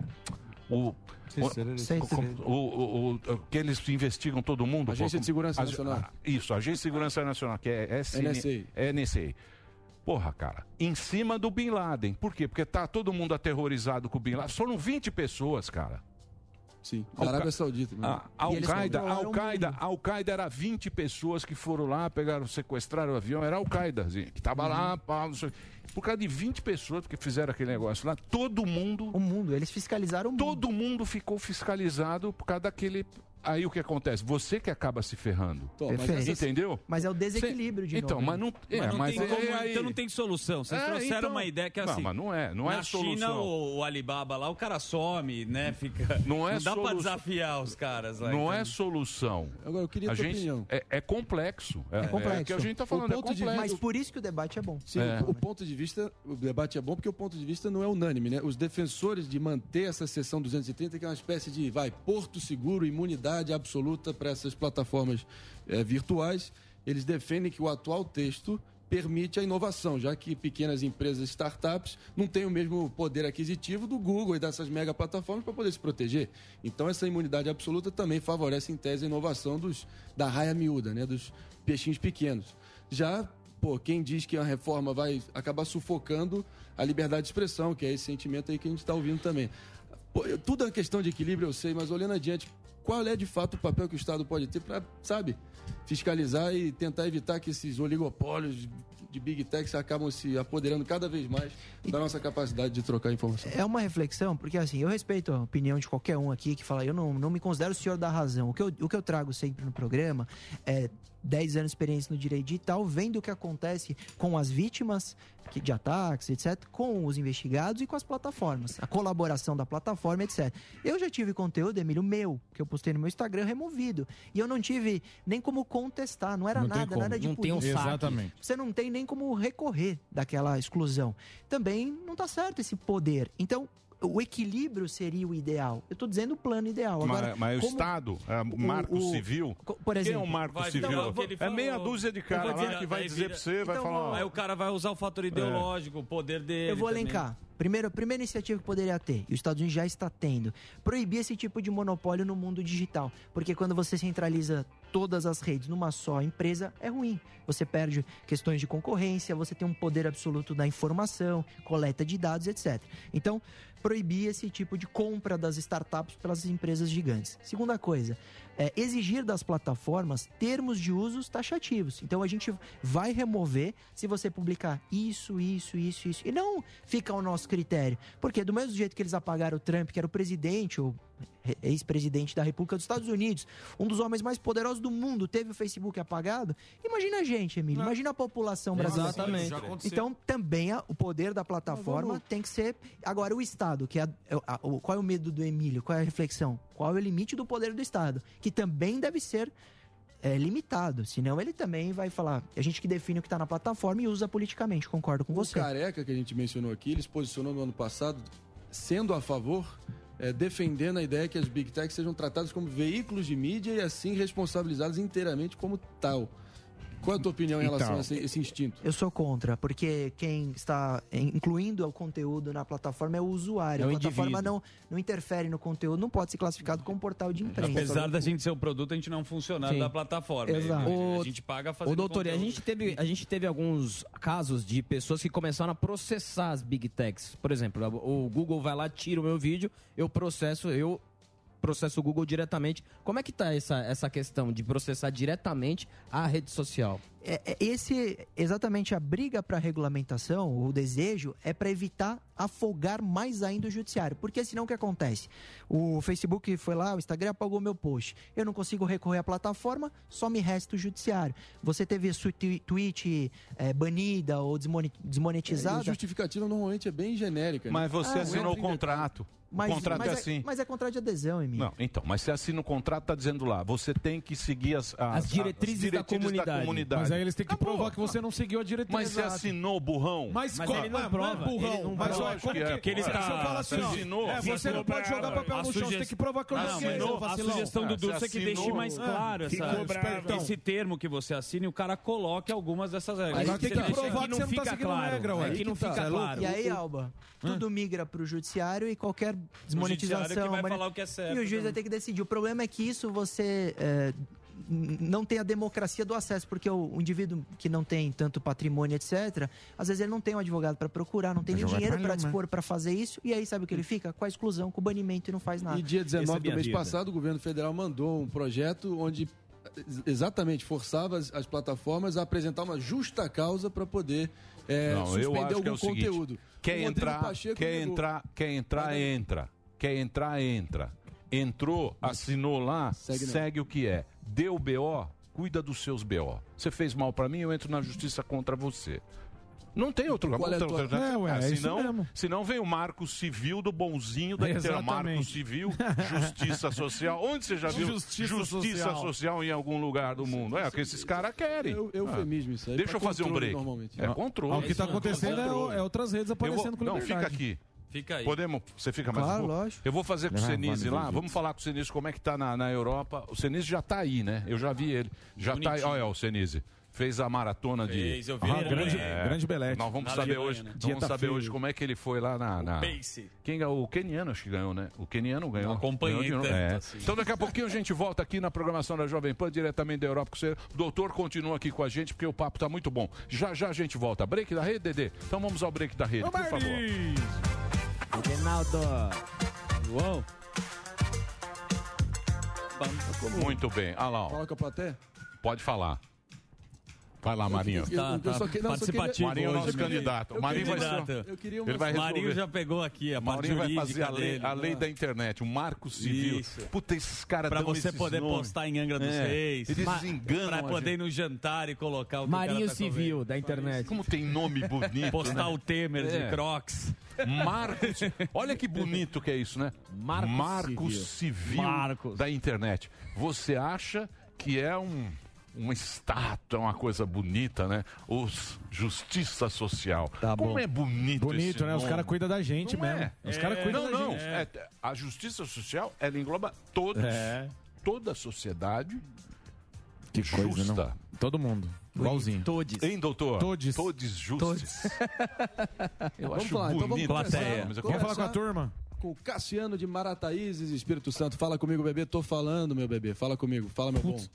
Speaker 9: o,
Speaker 6: Sinceramente.
Speaker 9: o, o, o- o- que eles investigam todo mundo.
Speaker 6: Agência de Segurança Nacional.
Speaker 9: Ah, Isso, Agência de Segurança Nacional, que é SN,
Speaker 6: NSA.
Speaker 9: é NSA. Porra, cara, em cima do Bin Laden. Por quê? Porque tá todo mundo aterrorizado com o Bin Laden. Foram 20 pessoas, cara.
Speaker 6: Sim,
Speaker 9: Al-
Speaker 6: da Arábia Saudita. né?
Speaker 9: Ah,
Speaker 6: E eles
Speaker 9: Al-Qaeda,
Speaker 6: controlaram o
Speaker 9: Al-Qaeda, Al-Qaeda era 20 pessoas que foram lá, pegaram, sequestraram o avião, era Al-Qaeda, assim, que tava lá, pá, não sei. o quê. Por causa de 20 pessoas que fizeram aquele negócio lá, todo mundo.
Speaker 4: O mundo, eles fiscalizaram o mundo.
Speaker 9: Todo mundo ficou fiscalizado por causa daquele. Aí o que acontece? Você que acaba se ferrando.
Speaker 4: Tô, mas Perfeito. essas-
Speaker 9: Entendeu?
Speaker 4: Mas é o desequilíbrio de
Speaker 9: Então,
Speaker 4: novo,
Speaker 9: mas
Speaker 4: né?
Speaker 9: não. É, mas
Speaker 10: não tem como-
Speaker 9: é aí.
Speaker 10: então não tem solução. Vocês
Speaker 9: É,
Speaker 10: trouxeram
Speaker 9: então-
Speaker 10: uma ideia que é
Speaker 9: Não,
Speaker 10: assim.
Speaker 9: mas não é- não é
Speaker 10: na
Speaker 9: solução.
Speaker 10: China, o, o Alibaba lá, o cara some, né? Fica,
Speaker 9: Não é
Speaker 10: dá pra
Speaker 9: solu-
Speaker 10: desafiar os caras lá.
Speaker 9: Não é
Speaker 10: entende?
Speaker 9: solução.
Speaker 6: Agora, eu queria
Speaker 9: a
Speaker 6: tua
Speaker 9: gente,
Speaker 6: opinião.
Speaker 9: É, é complexo. É, é
Speaker 6: complexo.
Speaker 9: o que a gente tá
Speaker 6: O
Speaker 9: falando. É
Speaker 6: ponto de-
Speaker 9: complexo.
Speaker 4: Mas por isso que o debate é bom.
Speaker 6: Sim,
Speaker 9: É.
Speaker 6: o ponto de vista, o debate é bom porque o ponto de vista não é unânime, né? Os defensores de manter essa seção 230, que é uma espécie de, vai, porto seguro, imunidade absoluta para essas plataformas eh, virtuais, eles defendem que o atual texto permite a inovação, já que pequenas empresas, startups, não têm o mesmo poder aquisitivo do Google e dessas mega plataformas para poder se proteger. Então, essa imunidade absoluta também favorece, em tese, a inovação dos, da raia miúda, né? Dos peixinhos pequenos. Já pô, quem diz que a reforma vai acabar sufocando a liberdade de expressão, que é esse sentimento aí que a gente está ouvindo também. Pô, eu- tudo é uma questão de equilíbrio, eu sei, mas olhando adiante, qual é de fato o papel que o Estado pode ter para, sabe, fiscalizar e tentar evitar que esses oligopólios de Big Techs acabam se apoderando cada vez mais da nossa capacidade de trocar informação?
Speaker 4: É uma reflexão, porque assim, eu respeito a opinião de qualquer um aqui que fala, eu não, não me considero o senhor da razão. O que, eu, o que eu trago sempre no programa é 10 anos de experiência no direito digital, vendo o que acontece com as vítimas que- de ataques, etc., com os investigados e com as plataformas, a colaboração da plataforma, etc. Eu já tive conteúdo, Emílio, meu, que eu postei no meu Instagram removido. E eu não tive nem como contestar, não era
Speaker 8: Não tem
Speaker 4: nada,
Speaker 8: como,
Speaker 4: nada de
Speaker 8: não tem um
Speaker 4: política.
Speaker 8: saque. Exatamente.
Speaker 4: Você não tem nem como recorrer daquela exclusão. Também não tá certo esse poder. Então, o equilíbrio seria o ideal. Eu tô dizendo o plano ideal.
Speaker 9: Mas-
Speaker 4: Agora,
Speaker 9: mas, o
Speaker 4: como-
Speaker 9: Estado, é, marco
Speaker 4: o-
Speaker 9: civil.
Speaker 4: co- por exemplo,
Speaker 9: quem é o marco
Speaker 4: Vai,
Speaker 9: civil?
Speaker 4: então, eu vou-
Speaker 9: é meia dúzia de cara lá que vai dizer pra você, vai falar. ó,
Speaker 10: Então Aí o cara vai usar o fator
Speaker 9: É.
Speaker 10: ideológico, o poder dele.
Speaker 4: Eu vou
Speaker 10: também.
Speaker 4: elencar. Primeiro, a primeira iniciativa que poderia ter, e os Estados Unidos já está tendo, proibir esse tipo de monopólio no mundo digital. Porque quando você centraliza todas as redes numa só empresa, é ruim. Você perde questões de concorrência, você tem um poder absoluto da informação, coleta de dados, etc. Então, proibir esse tipo de compra das startups pelas empresas gigantes. Segunda coisa, é, exigir das plataformas termos de usos taxativos. Então, a gente vai remover se você publicar isso, isso, isso, isso. E não fica ao nosso critério. Porque do mesmo jeito que eles apagaram o Trump, que era o presidente, o re- ex-presidente da República dos Estados Unidos, um dos homens mais poderosos do mundo, teve o Facebook apagado. Imagina a gente, Emílio. Imagina a população brasileira.
Speaker 12: Exatamente. Já aconteceu.
Speaker 4: Então, também a- o poder da plataforma tem que ser. Agora, o Estado, que é. a- a- o- qual é o medo do Emílio? Qual é a reflexão? Qual é o limite do poder do Estado? Que também deve ser é, limitado. Senão ele também vai falar. A gente que define o que está na plataforma e usa politicamente, concordo com
Speaker 6: O é
Speaker 4: você.
Speaker 6: Careca, que a gente mencionou aqui, ele se posicionou no ano passado sendo a favor é, defendendo a ideia que as big techs sejam tratadas como veículos de mídia e assim responsabilizadas inteiramente como tal. Qual é a tua opinião em relação
Speaker 9: Então.
Speaker 6: a esse, esse instinto?
Speaker 4: Eu sou contra, porque quem está incluindo o conteúdo na plataforma é o usuário.
Speaker 10: É o
Speaker 4: a plataforma
Speaker 10: indivíduo. É.
Speaker 4: não, não interfere no conteúdo, não pode ser classificado como portal de imprensa.
Speaker 10: Apesar da gente ser um produto, a gente não é um funcionário
Speaker 4: Sim.
Speaker 10: da plataforma. A
Speaker 4: Exato.
Speaker 12: O-
Speaker 10: gente paga
Speaker 12: Ô,
Speaker 10: fazendo
Speaker 12: doutor, e a
Speaker 10: conteúdo.
Speaker 12: gente, teve, a gente teve alguns casos de pessoas que começaram a processar as big techs. Por exemplo, o Google vai lá, tira o meu vídeo, eu processo, eu processo o Google diretamente. Como é que tá essa, essa questão de processar diretamente a rede social?
Speaker 4: é, é, esse exatamente a briga para regulamentação, o desejo é para evitar afogar mais ainda o judiciário, porque senão o que acontece? O Facebook foi lá, o Instagram apagou meu post. Eu não consigo recorrer à plataforma, só me resta o judiciário. Você teve a sua twi- tweet eh, banida ou desmoni-
Speaker 6: A
Speaker 4: desmonetizada?
Speaker 6: justificativa normalmente é bem genérica. né?
Speaker 9: Mas você
Speaker 6: Ah,
Speaker 9: assinou o
Speaker 6: entra em
Speaker 9: contrato.
Speaker 4: Mas-
Speaker 9: o contrato
Speaker 4: mas
Speaker 9: é assim.
Speaker 4: Mas é contrato de adesão, Emílio.
Speaker 9: Não, então, mas você assina o contrato, tá dizendo lá, você tem que seguir as, as-
Speaker 8: As diretrizes da comunidade. Mas aí eles têm que provar que você não seguiu a diretriz.
Speaker 9: Mas você
Speaker 8: Exato.
Speaker 9: assinou, burrão?
Speaker 8: Mas, co- mas- Mas, é burrão, mas olha, como que,
Speaker 9: Porque ele
Speaker 8: se
Speaker 9: tá-
Speaker 8: eu falar assim, ó,
Speaker 9: assinou.
Speaker 8: é, você não pode jogar papel no chão, você tem que provar que eu não sei, seu
Speaker 10: A
Speaker 8: vacilão.
Speaker 10: sugestão do
Speaker 8: Ah,
Speaker 10: Dulce
Speaker 8: você
Speaker 10: é que
Speaker 8: assinou.
Speaker 10: deixe mais
Speaker 8: Ah,
Speaker 10: claro essa- Então.
Speaker 8: ficou espertão.
Speaker 10: esse termo que você assina e o cara coloque algumas dessas regras.
Speaker 4: Mas
Speaker 10: Você
Speaker 4: tem que
Speaker 10: deixa
Speaker 4: provar
Speaker 10: aqui,
Speaker 4: que você não tá
Speaker 10: fica
Speaker 4: seguindo
Speaker 10: claro.
Speaker 4: regra, ué. tá.
Speaker 10: Aqui não fica claro.
Speaker 4: E aí, Alba, tudo migra pro judiciário e qualquer
Speaker 10: O
Speaker 4: desmonetização.
Speaker 10: judiciário que vai
Speaker 4: mane-
Speaker 10: falar o que é certo
Speaker 4: E o juiz vai
Speaker 10: também.
Speaker 4: ter que decidir. O problema é que isso você. é, n- não tem a democracia do acesso, porque o, o indivíduo que não tem tanto patrimônio, etc., às vezes ele não tem um advogado para procurar, não tem nem
Speaker 6: Advogado
Speaker 4: dinheiro
Speaker 6: pra
Speaker 4: para
Speaker 6: lama.
Speaker 4: dispor para fazer isso, e aí sabe o que ele fica? Com a exclusão, com o banimento e não faz nada.
Speaker 6: E dia
Speaker 9: é
Speaker 10: é
Speaker 6: 19 do mês passado, o governo federal mandou um projeto onde ex- exatamente forçava as, as plataformas a apresentar uma justa causa para poder é,
Speaker 9: não, eu
Speaker 6: suspender
Speaker 9: acho que é
Speaker 6: algum
Speaker 9: o
Speaker 6: conteúdo.
Speaker 9: seguinte, quer
Speaker 6: O Rodrigo
Speaker 9: entrar,
Speaker 6: Pacheco
Speaker 9: quer
Speaker 6: negou.
Speaker 9: entrar, quer entrar, entra. Quer entrar, entra. Entrou, assinou lá, segue,
Speaker 6: não.
Speaker 9: o que é. Deu BO, cuida dos seus BO. Você fez mal pra mim, eu entro na justiça contra você. Não tem outro
Speaker 6: Qual é a
Speaker 9: outra- Ah,
Speaker 6: tua-
Speaker 9: outra-
Speaker 6: É, ué, é isso
Speaker 9: então, senão,
Speaker 6: mesmo.
Speaker 9: senão vem o marco civil do bonzinho da inteira. Marco
Speaker 8: Exatamente.
Speaker 9: civil, justiça social. Onde você já viu
Speaker 8: Justiça
Speaker 9: justiça
Speaker 8: social.
Speaker 9: social em algum lugar do mundo? É, o que esses caras querem. Ah.
Speaker 6: Eu- eufemismo isso aí,
Speaker 9: Deixa
Speaker 6: pra
Speaker 9: eu fazer um
Speaker 6: controle
Speaker 9: break.
Speaker 6: normalmente.
Speaker 9: É
Speaker 6: Ah,
Speaker 9: controle.
Speaker 6: o que tá
Speaker 9: Isso,
Speaker 6: acontecendo
Speaker 8: é o-
Speaker 9: controle.
Speaker 8: é outras redes
Speaker 9: Eu vou-
Speaker 8: aparecendo com
Speaker 9: Não,
Speaker 8: liberdade.
Speaker 9: fica aqui.
Speaker 10: Fica aí.
Speaker 9: Podemos? Você fica mais
Speaker 8: Claro,
Speaker 9: um pouco?
Speaker 8: lógico.
Speaker 9: Eu vou fazer com o
Speaker 8: Não,
Speaker 9: Senise
Speaker 8: vale
Speaker 9: lá.
Speaker 8: dos
Speaker 9: Vamos falar com o Senise como é que tá na, na Europa. O Senise já tá aí, né? Eu já vi ele. Já tá aí.
Speaker 8: Bonitinho.
Speaker 9: Olha, o Senise. Fez a maratona de. Ah,
Speaker 8: Fez, eu vi ele. Grande- grande belete.
Speaker 9: É. Nós vamos
Speaker 8: Na
Speaker 9: saber
Speaker 8: Alemanha,
Speaker 9: hoje.
Speaker 8: né?
Speaker 9: nós
Speaker 8: Dieta
Speaker 9: Vamos saber
Speaker 8: feio.
Speaker 9: hoje como é que ele foi lá na. na...
Speaker 8: pace.
Speaker 9: Quem ganhou? O Keniano, acho que ganhou, né? O Keniano ganhou.
Speaker 10: acompanhei
Speaker 9: Ganhou de novo.
Speaker 10: tanto
Speaker 9: É.
Speaker 10: assim.
Speaker 9: Então daqui a pouquinho a gente volta aqui na programação da Jovem Pan, diretamente da Europa. com você. O doutor continua aqui com a gente, porque o papo tá muito bom. Já já a gente volta. Break da rede, Dedê? Então vamos ao break da rede, por favor.
Speaker 12: Reinaldo.
Speaker 10: Uou.
Speaker 9: Muito bem. Ah lá, ó.
Speaker 6: Coloca a plateia.
Speaker 9: Pode falar. Vai lá, Marinho.
Speaker 6: eu- eu Tá, só tá que- não, só queria- participativo
Speaker 9: Marinho é o nosso
Speaker 6: hoje, né?
Speaker 9: candidato.
Speaker 6: Eu
Speaker 9: Marinho vai
Speaker 6: queria-
Speaker 9: ser-
Speaker 6: eu queria uma-
Speaker 9: Ele vai resolver.
Speaker 10: Marinho já pegou aqui a parte
Speaker 9: Marinho vai fazer
Speaker 10: jurídica
Speaker 9: a lei,
Speaker 10: dele. né?
Speaker 9: a lei da internet, o marco civil.
Speaker 10: Isso.
Speaker 9: Puta, esses caras
Speaker 10: Pra
Speaker 9: dão
Speaker 10: você
Speaker 9: esses
Speaker 10: poder
Speaker 9: nomes.
Speaker 10: postar em Angra dos
Speaker 9: É.
Speaker 10: Reis.
Speaker 9: Eles
Speaker 10: Ma-
Speaker 9: enganam
Speaker 10: Pra
Speaker 9: a
Speaker 10: poder ir
Speaker 9: gente.
Speaker 10: no jantar e colocar o que o
Speaker 9: Marinho
Speaker 10: cara tá
Speaker 9: Civil
Speaker 10: comendo.
Speaker 12: da internet.
Speaker 9: Como tem nome bonito.
Speaker 10: Postar
Speaker 9: né?
Speaker 10: o Temer
Speaker 9: É.
Speaker 10: de Crocs.
Speaker 9: Marcos. Olha que bonito que é isso, né?
Speaker 10: Marco
Speaker 9: Marco
Speaker 10: Civil.
Speaker 9: Civil da internet. Você acha que é um uma estátua, uma coisa bonita, né? Os justiça social. Como
Speaker 8: Tá bom.
Speaker 9: é bonito,
Speaker 8: Bonito,
Speaker 9: esse
Speaker 8: né? Os
Speaker 9: nome.
Speaker 8: caras cuidam da gente
Speaker 9: Não
Speaker 8: mesmo.
Speaker 9: é.
Speaker 8: Os caras cuidam
Speaker 9: não,
Speaker 8: da
Speaker 9: não.
Speaker 8: gente.
Speaker 9: É, a justiça social, ela engloba todos.
Speaker 8: É.
Speaker 9: Toda a sociedade.
Speaker 8: Que
Speaker 9: justa.
Speaker 8: coisa, não? Todo mundo. Igualzinho.
Speaker 12: Todes.
Speaker 9: Hein, doutor?
Speaker 8: Todes.
Speaker 9: Todes justos. Eu
Speaker 6: Vamos
Speaker 9: acho
Speaker 6: falar, então vamos
Speaker 9: bonito.
Speaker 6: começar.
Speaker 9: Mas
Speaker 6: Vamos
Speaker 9: eu quero falar com a
Speaker 6: começar
Speaker 8: turma.
Speaker 6: Com o Cassiano de Marataízes, Espírito Santo. Fala comigo, bebê. Tô falando, meu bebê. Fala comigo. Fala, meu bom.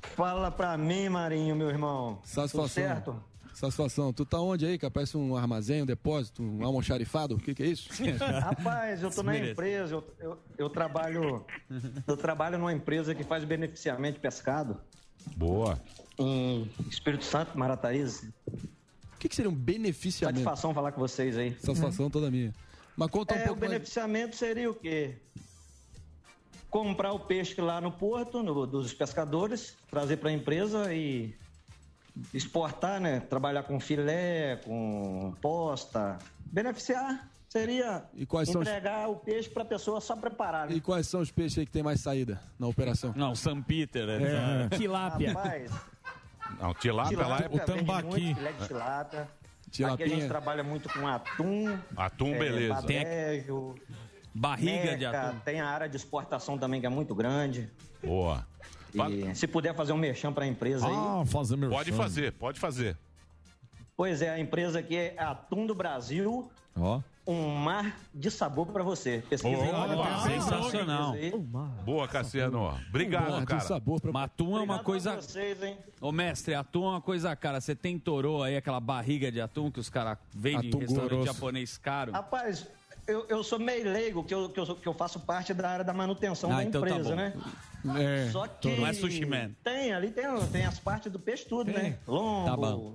Speaker 13: Fala pra mim, Marinho, meu irmão.
Speaker 6: Satisfação.
Speaker 13: Tudo certo?
Speaker 6: Satisfação. Tu tá onde aí, cara? Parece um armazém, um depósito, um almoxarifado? O que que é isso?
Speaker 13: Rapaz, eu tô na
Speaker 6: Desmerece.
Speaker 13: empresa, eu, eu, eu trabalho. Eu trabalho numa empresa que faz beneficiamento de pescado
Speaker 9: Boa.
Speaker 13: em Espírito Santo, Marataízes.
Speaker 6: O que, que seria um beneficiamento?
Speaker 13: Satisfação falar com vocês aí.
Speaker 6: Satisfação toda minha. Mas conta um
Speaker 13: é, o
Speaker 6: pouco mais.
Speaker 13: beneficiamento seria o quê? Comprar o peixe lá no porto, no- dos pescadores, trazer para a empresa e exportar, né? Trabalhar com filé, com posta. Beneficiar seria
Speaker 6: E quais são os-
Speaker 13: entregar o peixe para a pessoa só preparar. né?
Speaker 6: E quais são os peixes aí que tem mais saída na
Speaker 8: Então.
Speaker 6: operação?
Speaker 10: Não, São Peter.
Speaker 6: É.
Speaker 10: essa-
Speaker 13: Rapaz,
Speaker 9: Não, tilápia, lá é
Speaker 13: vende muito, filé de tilápia. Aqui a
Speaker 9: Tilapinha.
Speaker 13: gente trabalha muito com atum.
Speaker 9: Atum, beleza.
Speaker 13: Badejo,
Speaker 10: É, Barriga de
Speaker 13: Meca,
Speaker 10: atum.
Speaker 13: Tem a área de exportação também que é muito grande.
Speaker 9: Boa.
Speaker 13: E se puder fazer um merchan para a empresa
Speaker 10: Ah,
Speaker 13: aí.
Speaker 8: fazer
Speaker 13: merchan.
Speaker 9: Pode fazer, pode fazer.
Speaker 13: Pois é, a empresa aqui é Atum do Brasil.
Speaker 8: Ó.
Speaker 13: Um mar de sabor para você. Pesquisa aí, olha, tem essa
Speaker 10: sensacional.
Speaker 13: empresa aí.
Speaker 9: Boa, Cassiano. Obrigado, cara.
Speaker 10: Mas atum é uma
Speaker 13: Obrigado
Speaker 10: coisa.
Speaker 13: a vocês, hein?
Speaker 10: Ô, mestre, atum é uma coisa cara. Você tem torô aí, aquela barriga de atum que os caras vendem em
Speaker 13: Atum
Speaker 10: restaurante
Speaker 13: grosso.
Speaker 10: japonês caro.
Speaker 13: Rapaz, eu, eu sou meio leigo, que eu, que, eu, sou- que eu faço parte da área da manutenção
Speaker 10: Ah,
Speaker 13: da
Speaker 10: então tá
Speaker 13: empresa,
Speaker 10: bom.
Speaker 13: né?
Speaker 8: É,
Speaker 13: Só que.
Speaker 10: Não é sushi man.
Speaker 13: Tem, ali tem, tem as partes do peixe tudo, né? Lombo,
Speaker 10: Tá bom.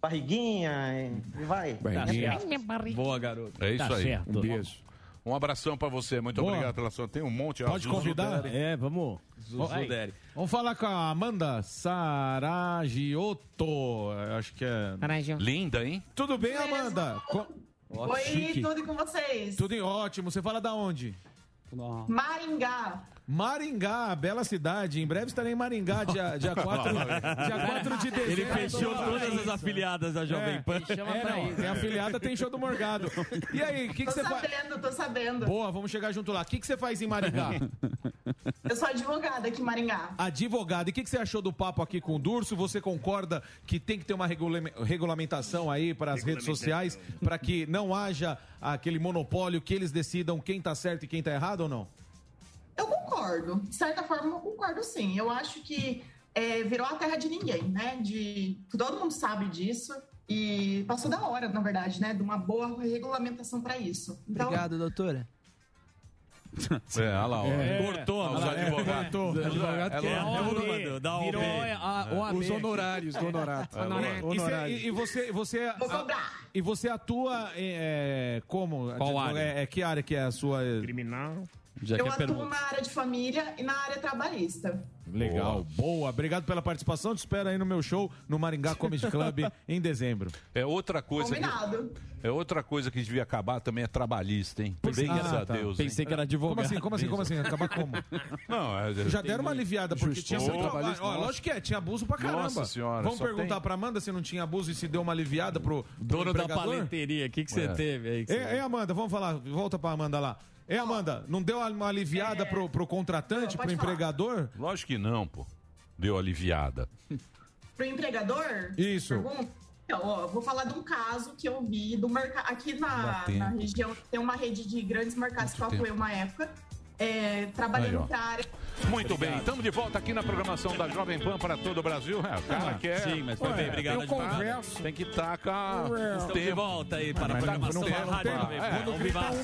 Speaker 13: barriguinha, e vai.
Speaker 9: Barriguinha.
Speaker 13: Entre aspas.
Speaker 10: Boa, garoto.
Speaker 9: É isso
Speaker 10: Tá
Speaker 9: aí.
Speaker 10: certo.
Speaker 9: Um beijo. Um abração pra você. Muito
Speaker 8: Boa.
Speaker 9: obrigado pela sua. Tem um monte. ó.
Speaker 8: Pode
Speaker 9: Zuzu
Speaker 8: convidar?
Speaker 9: Dere.
Speaker 8: É, vamos.
Speaker 9: Zuzu
Speaker 8: Aí.
Speaker 9: Dere.
Speaker 8: Vamos falar com a Amanda Saragiotto. eu Acho que é.
Speaker 3: Saragiotto.
Speaker 9: Linda, hein?
Speaker 8: Tudo bem, Amanda? Co- Ó,
Speaker 3: Oi,
Speaker 8: chique.
Speaker 3: tudo com vocês?
Speaker 8: Tudo em ótimo. Você fala da onde?
Speaker 3: Maringá.
Speaker 8: Maringá, bela cidade. Em breve estarei em Maringá, dia, dia, 4, dia 4 de dezembro.
Speaker 10: Ele fechou todas as afiliadas da Jovem Pan.
Speaker 8: É, não, tem afiliada, tem show do Morgado. E aí, o que, que
Speaker 3: tô
Speaker 8: você faz?
Speaker 3: sabendo, tô sabendo.
Speaker 8: Boa, vamos chegar junto lá. O que, que você faz em Maringá?
Speaker 3: Eu sou advogada aqui em Maringá.
Speaker 8: Advogado, e o que, que você achou do papo aqui com o Durso? Você concorda que tem que ter uma regula- regulamentação aí para as redes sociais, para que não haja aquele monopólio que eles decidam quem tá certo e quem tá errado ou não?
Speaker 3: Eu concordo. De certa forma, eu concordo sim. Eu acho que é, virou a terra de ninguém, né? De todo mundo sabe disso. E passou da hora, na verdade, né? De uma boa regulamentação para isso. Então,
Speaker 4: Obrigado, doutora.
Speaker 9: É, olha lá, ó.
Speaker 4: É.
Speaker 9: Cortou,
Speaker 4: Olha
Speaker 9: os
Speaker 4: lá, é,
Speaker 9: advogados.
Speaker 4: cortou. Os advogados
Speaker 9: É,
Speaker 4: querem.
Speaker 9: logo-
Speaker 4: É,
Speaker 9: logo- dá
Speaker 4: virou a- a- o AB. É. Os honorários do honorato.
Speaker 8: É,
Speaker 4: Honorário.
Speaker 8: E, cê-
Speaker 4: Honorário.
Speaker 8: e- e você, você, a- e você atua é, como?
Speaker 10: Qual
Speaker 8: Advogado?
Speaker 10: área?
Speaker 8: É, é, que área que é a sua? Criminal. Já é
Speaker 3: eu atuo na área de família e na área trabalhista.
Speaker 8: Legal, boa. Obrigado pela participação. Te espero aí no meu show no Maringá Comedy Club em dezembro.
Speaker 9: É outra coisa. que-
Speaker 3: Combinado.
Speaker 9: é outra coisa que devia acabar também é trabalhista, hein?
Speaker 10: é.
Speaker 9: Graças
Speaker 10: Ah, tá.
Speaker 9: a Deus. hein?
Speaker 8: Como assim, como assim, como assim? Acabar como?
Speaker 9: Não, é-
Speaker 8: Já deram uma aliviada, porque
Speaker 9: Justo.
Speaker 8: tinha muito
Speaker 9: Ô,
Speaker 8: trabalho. Ó, lógico que é, tinha abuso pra caramba.
Speaker 9: Nossa senhora,
Speaker 8: Vamos
Speaker 9: só
Speaker 8: perguntar pra Amanda se não tinha abuso e se deu uma aliviada pro, pro
Speaker 10: Dono da
Speaker 8: empregador?
Speaker 10: paleteria, o que que você
Speaker 8: É.
Speaker 10: teve aí? que você-
Speaker 8: É, é, Amanda, vamos falar, volta pra Amanda lá. É, Amanda, não deu uma aliviada pro, pro contratante, pro empregador?
Speaker 9: Lógico que não, pô. Deu aliviada.
Speaker 3: Pro empregador?
Speaker 8: Isso.
Speaker 3: Pergunta? Então, ó, vou falar de um caso que eu vi do mercado. Aqui
Speaker 9: Dá
Speaker 3: na,
Speaker 9: tempo.
Speaker 3: na região tem uma rede de grandes mercados que eu
Speaker 9: tempo.
Speaker 3: atuei uma época, é,
Speaker 9: Aí, ó.
Speaker 3: trabalhando para área.
Speaker 9: Muito bem, estamos de volta aqui na programação da Jovem Pan para todo o Brasil. É, o cara
Speaker 10: Ah,
Speaker 9: quer.
Speaker 10: sim, mas foi
Speaker 9: Ué,
Speaker 10: bem, obrigado,
Speaker 9: eu
Speaker 10: advogado.
Speaker 9: converso. Tem que tacar. o
Speaker 10: Estamos de
Speaker 9: tempo.
Speaker 10: volta aí para a
Speaker 9: Mas tá com
Speaker 10: programação
Speaker 9: tempo,
Speaker 10: da Rádio
Speaker 9: tá.
Speaker 10: Jovem Pan.
Speaker 9: É,
Speaker 10: Ao vivaço.
Speaker 9: se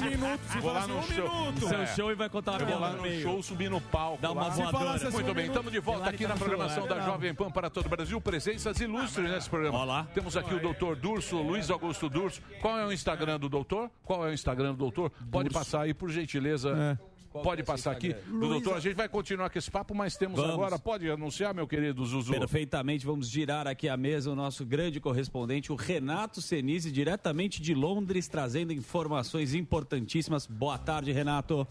Speaker 10: Vou lá
Speaker 9: falasse
Speaker 10: no show. Seu show e vai contar uma
Speaker 9: É. Eu vou
Speaker 10: piada
Speaker 9: lá
Speaker 10: no
Speaker 9: no
Speaker 10: meio.
Speaker 9: show, subir no palco.
Speaker 10: Dá uma
Speaker 9: lá.
Speaker 10: voadora. Se falasse assim,
Speaker 9: Muito
Speaker 10: um
Speaker 9: bem,
Speaker 10: minuto.
Speaker 9: estamos de volta
Speaker 10: Milagre
Speaker 9: aqui
Speaker 10: tá
Speaker 9: na
Speaker 10: no
Speaker 9: programação
Speaker 10: celular.
Speaker 9: da Jovem Pan para todo o Brasil. Presenças ilustres nesse programa. Temos aqui o doutor Durso, Luiz Augusto Durso. Qual é o Instagram do doutor? Qual é o Instagram do doutor? Pode passar aí, por gentileza.
Speaker 10: É.
Speaker 9: é Pode passar aqui. Do doutor, a gente vai continuar com esse papo, mas temos
Speaker 10: Vamos.
Speaker 9: agora. Pode anunciar, meu querido Zuzu.
Speaker 10: Perfeitamente, vamos girar aqui a mesa o nosso grande correspondente, o Renato Senise, diretamente de Londres, trazendo informações importantíssimas. Boa tarde, Renato.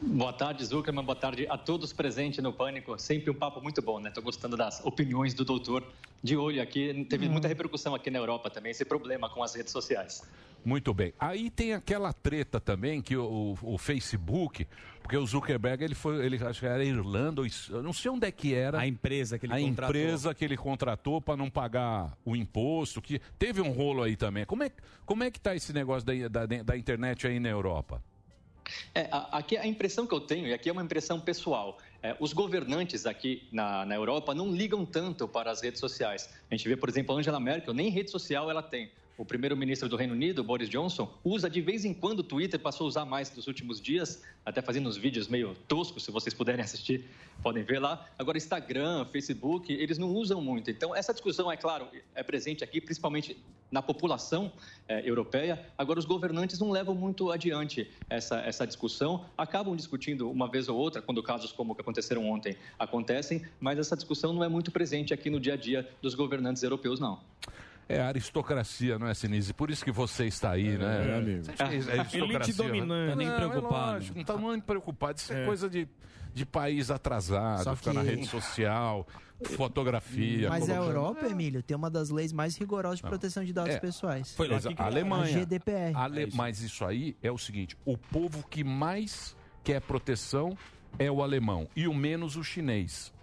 Speaker 14: Boa tarde, Zuckerman. Boa tarde a todos presentes no Pânico. Sempre um papo muito bom, né? Tô gostando das opiniões do doutor de olho aqui. Teve muita repercussão aqui na Europa também, esse problema com as redes sociais.
Speaker 9: Muito bem. Aí tem aquela treta também que o, o- o Facebook, porque o Zuckerberg, ele foi, ele acho que era Irlanda, ou Is- eu não sei onde é que era. A
Speaker 10: empresa que ele
Speaker 9: a
Speaker 10: contratou.
Speaker 9: empresa que ele contratou para não pagar o imposto, que teve um rolo aí também. Como é, como é que tá esse negócio da, da, da internet aí na Europa?
Speaker 14: É, a- aqui a impressão que eu tenho, e aqui é uma impressão pessoal, é, os governantes aqui na, na Europa não ligam tanto para as redes sociais. A gente vê, por exemplo, a Angela Merkel, nem rede social ela tem. O primeiro-ministro do Reino Unido, Boris Johnson, usa de vez em quando o Twitter, passou a usar mais nos últimos dias, até fazendo uns vídeos meio toscos, se vocês puderem assistir, podem ver lá. Agora, Instagram, Facebook, eles não usam muito. Então, essa discussão, é claro, é presente aqui, principalmente na população eh, europeia. Agora, os governantes não levam muito adiante essa, essa discussão, acabam discutindo uma vez ou outra, quando casos como o que aconteceram ontem acontecem, mas essa discussão não é muito presente aqui no dia a dia dos governantes europeus, não.
Speaker 9: É aristocracia, não é, Sinise? Por isso que você está aí, né?
Speaker 8: é, amigo.
Speaker 9: Você acha que é aristocracia,
Speaker 8: Elite dominante,
Speaker 9: né?
Speaker 8: nem
Speaker 9: Não, é
Speaker 8: preocupado.
Speaker 9: lógico, não estamos nem preocupados. Isso é,
Speaker 8: É.
Speaker 9: coisa de, de país atrasado,
Speaker 4: Só
Speaker 9: ficar
Speaker 4: que-
Speaker 9: na rede social, fotografia.
Speaker 4: Mas é a
Speaker 9: colocando-
Speaker 4: Europa, Emílio, tem uma das leis mais rigorosas de proteção de dados
Speaker 9: É.
Speaker 4: pessoais.
Speaker 9: Foi lá que
Speaker 4: A
Speaker 9: criaram. Alemanha.
Speaker 4: GDPR.
Speaker 9: Ale- Mas isso aí é o seguinte: o povo que mais quer proteção é o alemão e o menos o chinês.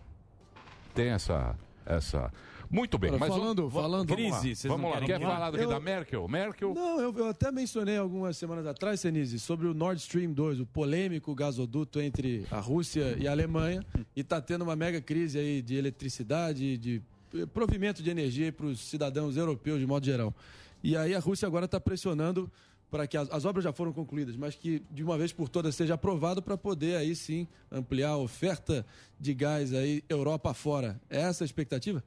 Speaker 9: Tem essa. essa... Muito bem,
Speaker 6: Olha,
Speaker 9: mas
Speaker 6: falando-
Speaker 9: vamos- vamos-
Speaker 6: falando-
Speaker 9: vamos lá.
Speaker 6: Crise, vocês não
Speaker 9: vamos lá.
Speaker 6: querem
Speaker 9: Quer
Speaker 6: falar?
Speaker 9: falar do que
Speaker 6: Eu-
Speaker 9: da Merkel? Merkel?
Speaker 6: Não, eu, eu até mencionei algumas semanas atrás, Senise, sobre o Nord Stream 2, o polêmico gasoduto entre a Rússia e a Alemanha. E está tendo uma mega crise aí de eletricidade, de eh, provimento de energia para os cidadãos europeus, de modo geral. E aí a Rússia agora está pressionando para que as, as obras já foram concluídas, mas que de uma vez por todas seja aprovado para poder aí sim ampliar a oferta de gás aí Europa fora. É essa a expectativa?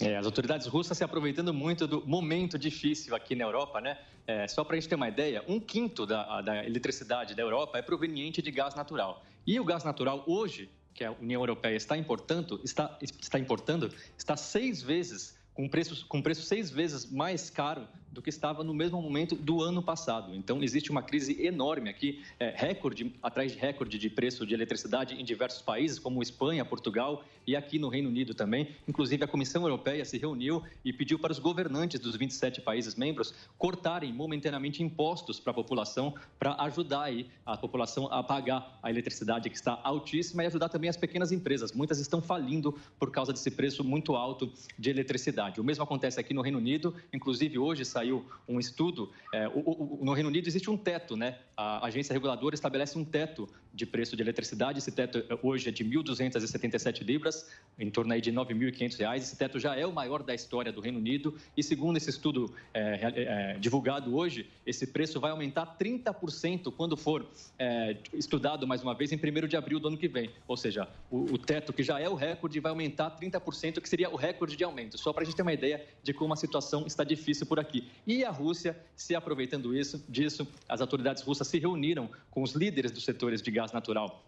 Speaker 14: É, as autoridades russas se aproveitando muito do momento difícil aqui na Europa, né? É, só para a gente ter uma ideia, um quinto da, a- da eletricidade da Europa é proveniente de gás natural. E o gás natural hoje, que a União Europeia está importando, está, está importando, está seis vezes com preços com preço seis vezes mais caro do que estava no mesmo momento do ano passado. Então existe uma crise enorme aqui, é, recorde atrás de recorde de preço de eletricidade em diversos países, como Espanha, Portugal e aqui no Reino Unido também. Inclusive a Comissão Europeia se reuniu e pediu para os governantes dos 27 países membros cortarem momentaneamente impostos para a população para ajudar aí a população a pagar a eletricidade que está altíssima e ajudar também as pequenas empresas. Muitas estão falindo por causa desse preço muito alto de eletricidade. O mesmo acontece aqui no Reino Unido. Inclusive, hoje saiu um estudo. é, o- o- o- no Reino Unido existe um teto, né? A agência reguladora estabelece um teto de preço de eletricidade. Esse teto eh, hoje é de 1.277 libras, em torno aí de 9.500 reais. Esse teto já é o maior da história do Reino Unido. E segundo esse estudo eh, real- eh, eh, divulgado hoje, esse preço vai aumentar 30% quando for eh, estudado mais uma vez em 1 de abril do ano que vem. Ou seja, o, o teto, que já é o recorde, vai aumentar 30%, que seria o recorde de aumento. Só para a gente ter uma ideia de como a situação está difícil por aqui. E a Rússia, se aproveitando isso, disso, as autoridades russas se reuniram com os líderes dos setores de gás natural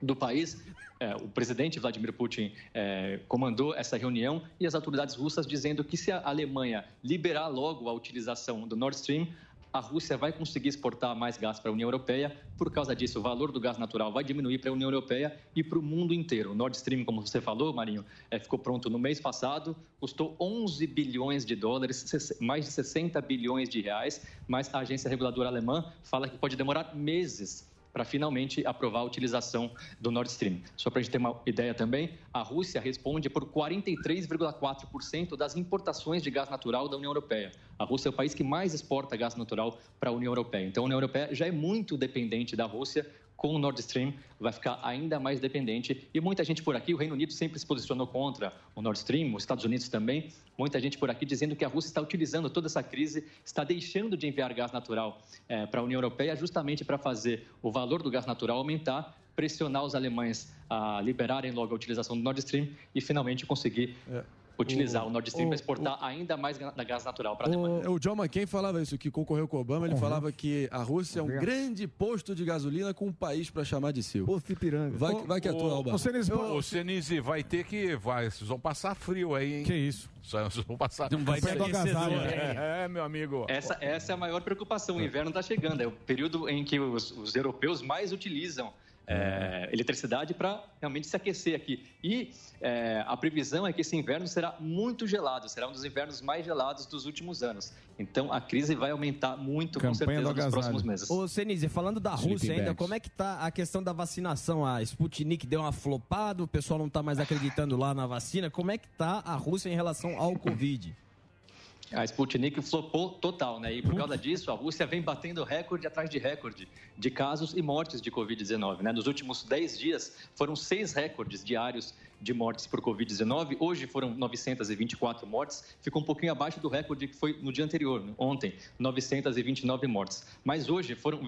Speaker 14: do país. É, o presidente Vladimir Putin é, comandou essa reunião e as autoridades russas dizendo que se a Alemanha liberar logo a utilização do Nord Stream, a Rússia vai conseguir exportar mais gás para a União Europeia. Por causa disso, o valor do gás natural vai diminuir para a União Europeia e para o mundo inteiro. O Nord Stream, como você falou, Marinho, é, ficou pronto no mês passado, custou 11 bilhões de dólares, ses- mais de 60 bilhões de reais, mas a agência reguladora alemã fala que pode demorar meses para finalmente aprovar a utilização do Nord Stream. Só para a gente ter uma ideia também, a Rússia responde por 43,4% das importações de gás natural da União Europeia. A Rússia é o país que mais exporta gás natural para a União Europeia. Então, a União Europeia já é muito dependente da Rússia. Com o Nord Stream, vai ficar ainda mais dependente. E muita gente por aqui, o Reino Unido sempre se posicionou contra o Nord Stream, os Estados Unidos também. Muita gente por aqui dizendo que a Rússia está utilizando toda essa crise, está deixando de enviar gás natural eh, para a União Europeia justamente para fazer o valor do gás natural aumentar, pressionar os alemães a liberarem logo a utilização do Nord Stream e finalmente conseguir utilizar o, Nord Stream
Speaker 6: o-
Speaker 14: para exportar ainda mais ga- gás natural para a Alemanha.
Speaker 6: O, o John McCain falava isso, que concorreu com o Obama. Ele falava que a Rússia é um
Speaker 14: Obrigado.
Speaker 6: grande posto de gasolina com um país para chamar de seu. Posto Ipiranga. Vai, que- vai que é atua, Alba.
Speaker 9: Ô, Senise, ô, Senise, vai ter que. Vai, vocês vão passar frio aí, hein? Que
Speaker 8: isso?
Speaker 9: Vocês vão passar
Speaker 10: Não vai
Speaker 9: Pega
Speaker 10: ter assim,
Speaker 9: o agasalho.
Speaker 10: aquecedor.
Speaker 9: É, é, meu amigo.
Speaker 14: Essa, essa é a maior preocupação. O inverno está chegando. É o período em que os, os europeus mais utilizam é, eletricidade para realmente se aquecer aqui. E é, a previsão é que esse inverno será muito gelado. Será um dos invernos mais gelados dos últimos anos. Então a crise vai aumentar muito, com certeza, nos próximos meses.
Speaker 12: Ô, Senise, falando da
Speaker 14: Sleeping
Speaker 12: Rússia ainda,
Speaker 14: bags.
Speaker 12: como é que tá a questão da vacinação? A Sputnik deu uma flopada, o pessoal não tá mais acreditando lá na vacina. Como é que tá a Rússia em relação ao Covid?
Speaker 14: A Sputnik flopou total, né? E por causa disso, a Rússia vem batendo recorde atrás de recorde de casos e mortes de Covid-19, né? Nos últimos 10 dias, foram seis recordes diários de mortes por Covid-19. Hoje foram 924 mortes, ficou um pouquinho abaixo do recorde que foi no dia anterior, né? ontem, 929 mortes. Mas hoje foram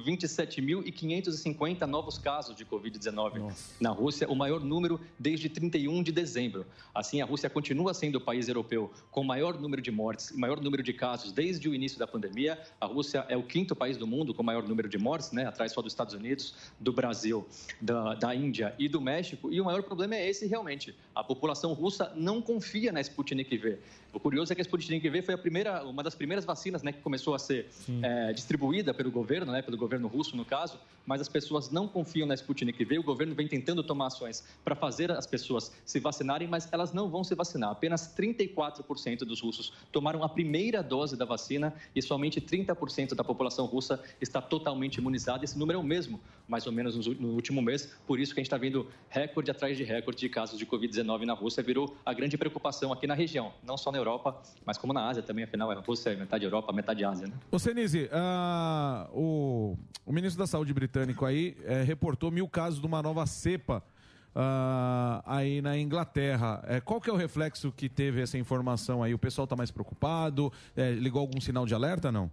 Speaker 14: 27.550 novos casos de Covid-19 na Rússia, o maior número desde 31 de dezembro. Assim, a Rússia continua sendo o país europeu com o maior número de mortes e maior número de casos desde o início da pandemia. A Rússia é o quinto país do mundo com o maior número de mortes, né? atrás só dos Estados Unidos, do Brasil, da, da Índia e do México. E o maior problema é esse realmente diferente. A população russa não confia na Sputnik V. O curioso é que a Sputnik V foi a primeira, uma das primeiras vacinas né, que começou a ser eh, distribuída pelo governo, né, pelo governo russo no caso, mas as pessoas não confiam na Sputnik V. O governo vem tentando tomar ações para fazer as pessoas se vacinarem, mas elas não vão se vacinar. Apenas 34% dos russos tomaram a primeira dose da vacina e somente 30% da população russa está totalmente imunizada. Esse número é o mesmo, mais ou menos nos ú- no último mês. Por isso que a gente está vendo recorde atrás de recorde de casos de Covid-19 na Rússia. Virou a grande preocupação aqui na região, não só na Europa, mas como na Ásia também. Afinal, a Rússia é metade Europa, metade Ásia, né?
Speaker 8: Ô, Senise, ah, o, o ministro da Saúde britânico aí eh, reportou mil casos de uma nova cepa ah, aí na Inglaterra. Eh, qual que é o reflexo que teve essa informação aí? O pessoal está mais preocupado? Eh, ligou algum sinal de alerta, não?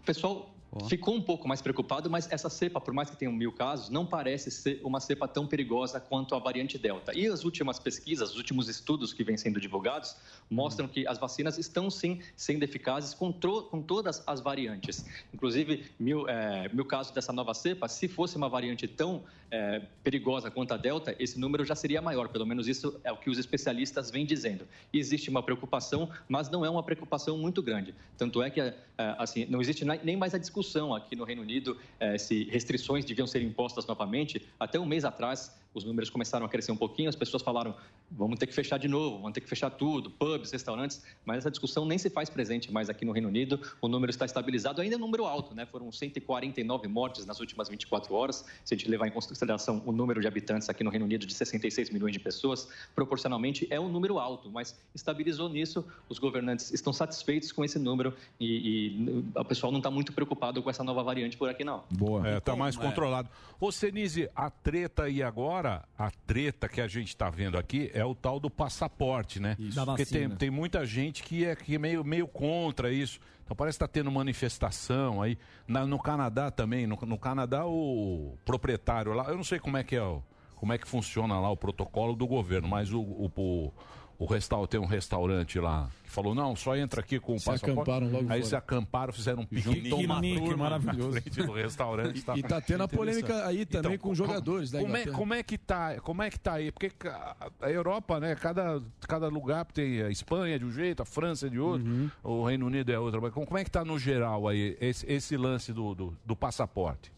Speaker 14: O pessoal ficou um pouco mais preocupado, mas essa cepa, por mais que tenha mil casos, não parece ser uma cepa tão perigosa quanto a variante Delta. E as últimas pesquisas, os últimos estudos que vêm sendo divulgados, mostram que as vacinas estão sim sendo eficazes com, tro- com todas as variantes. Inclusive, mil, eh, mil casos dessa nova cepa, se fosse uma variante tão eh, perigosa quanto a Delta, esse número já seria maior, pelo menos isso é o que os especialistas vêm dizendo. Existe uma preocupação, mas não é uma preocupação muito grande. Tanto é que, eh, assim, não existe na- nem mais a discussão aqui no Reino Unido eh, se restrições deviam ser impostas novamente. Até um mês atrás, os números começaram a crescer um pouquinho, as pessoas falaram, vamos ter que fechar de novo, vamos ter que fechar tudo, pubs, restaurantes, mas essa discussão nem se faz presente mais aqui no Reino Unido, o número está estabilizado, ainda é um número alto, né? foram 149 mortes nas últimas 24 horas, se a gente levar em consideração o número de habitantes aqui no Reino Unido de 66 milhões de pessoas, proporcionalmente é um número alto, mas estabilizou nisso, os governantes estão satisfeitos com esse número e, e o pessoal não está muito preocupado com essa nova variante por aqui não.
Speaker 8: Boa.
Speaker 11: É, tá mais
Speaker 14: É.
Speaker 11: controlado. Ô, Senise, a treta aí agora, a treta que a gente tá vendo aqui é o tal do passaporte, né?
Speaker 8: Da
Speaker 11: Porque tem,
Speaker 8: vacina.
Speaker 11: tem muita gente que é, que é meio, meio contra isso. Então parece que tá tendo manifestação aí. Na- no Canadá também, no, no Canadá o proprietário lá, eu não sei como é que é o, como é que funciona lá o protocolo do governo, mas o, o, o- o restaurante tem um restaurante lá que falou, não, só entra aqui com o
Speaker 6: Se
Speaker 11: passaporte.
Speaker 6: acamparam logo
Speaker 11: aí
Speaker 6: fora.
Speaker 11: se acamparam, fizeram um piquenique,
Speaker 6: Juntou uma
Speaker 11: piquenique,
Speaker 6: turma na
Speaker 11: maravilhoso. frente do restaurante.
Speaker 6: E- e tá tendo a polêmica aí também com os jogadores da
Speaker 11: como é,
Speaker 6: Inglaterra.
Speaker 11: como é que tá? Como é que tá aí? Porque ca- a Europa, né? Cada, cada lugar tem a Espanha de um jeito, a França de outro,
Speaker 6: Uhum.
Speaker 11: o Reino Unido é outra. Mas como como é que tá no geral aí esse, esse lance do, do, do passaporte?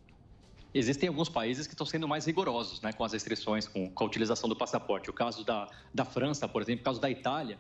Speaker 14: Existem alguns países que estão sendo mais rigorosos né, com as restrições, com, com a utilização do passaporte. O caso da, da França, por exemplo, o caso da Itália,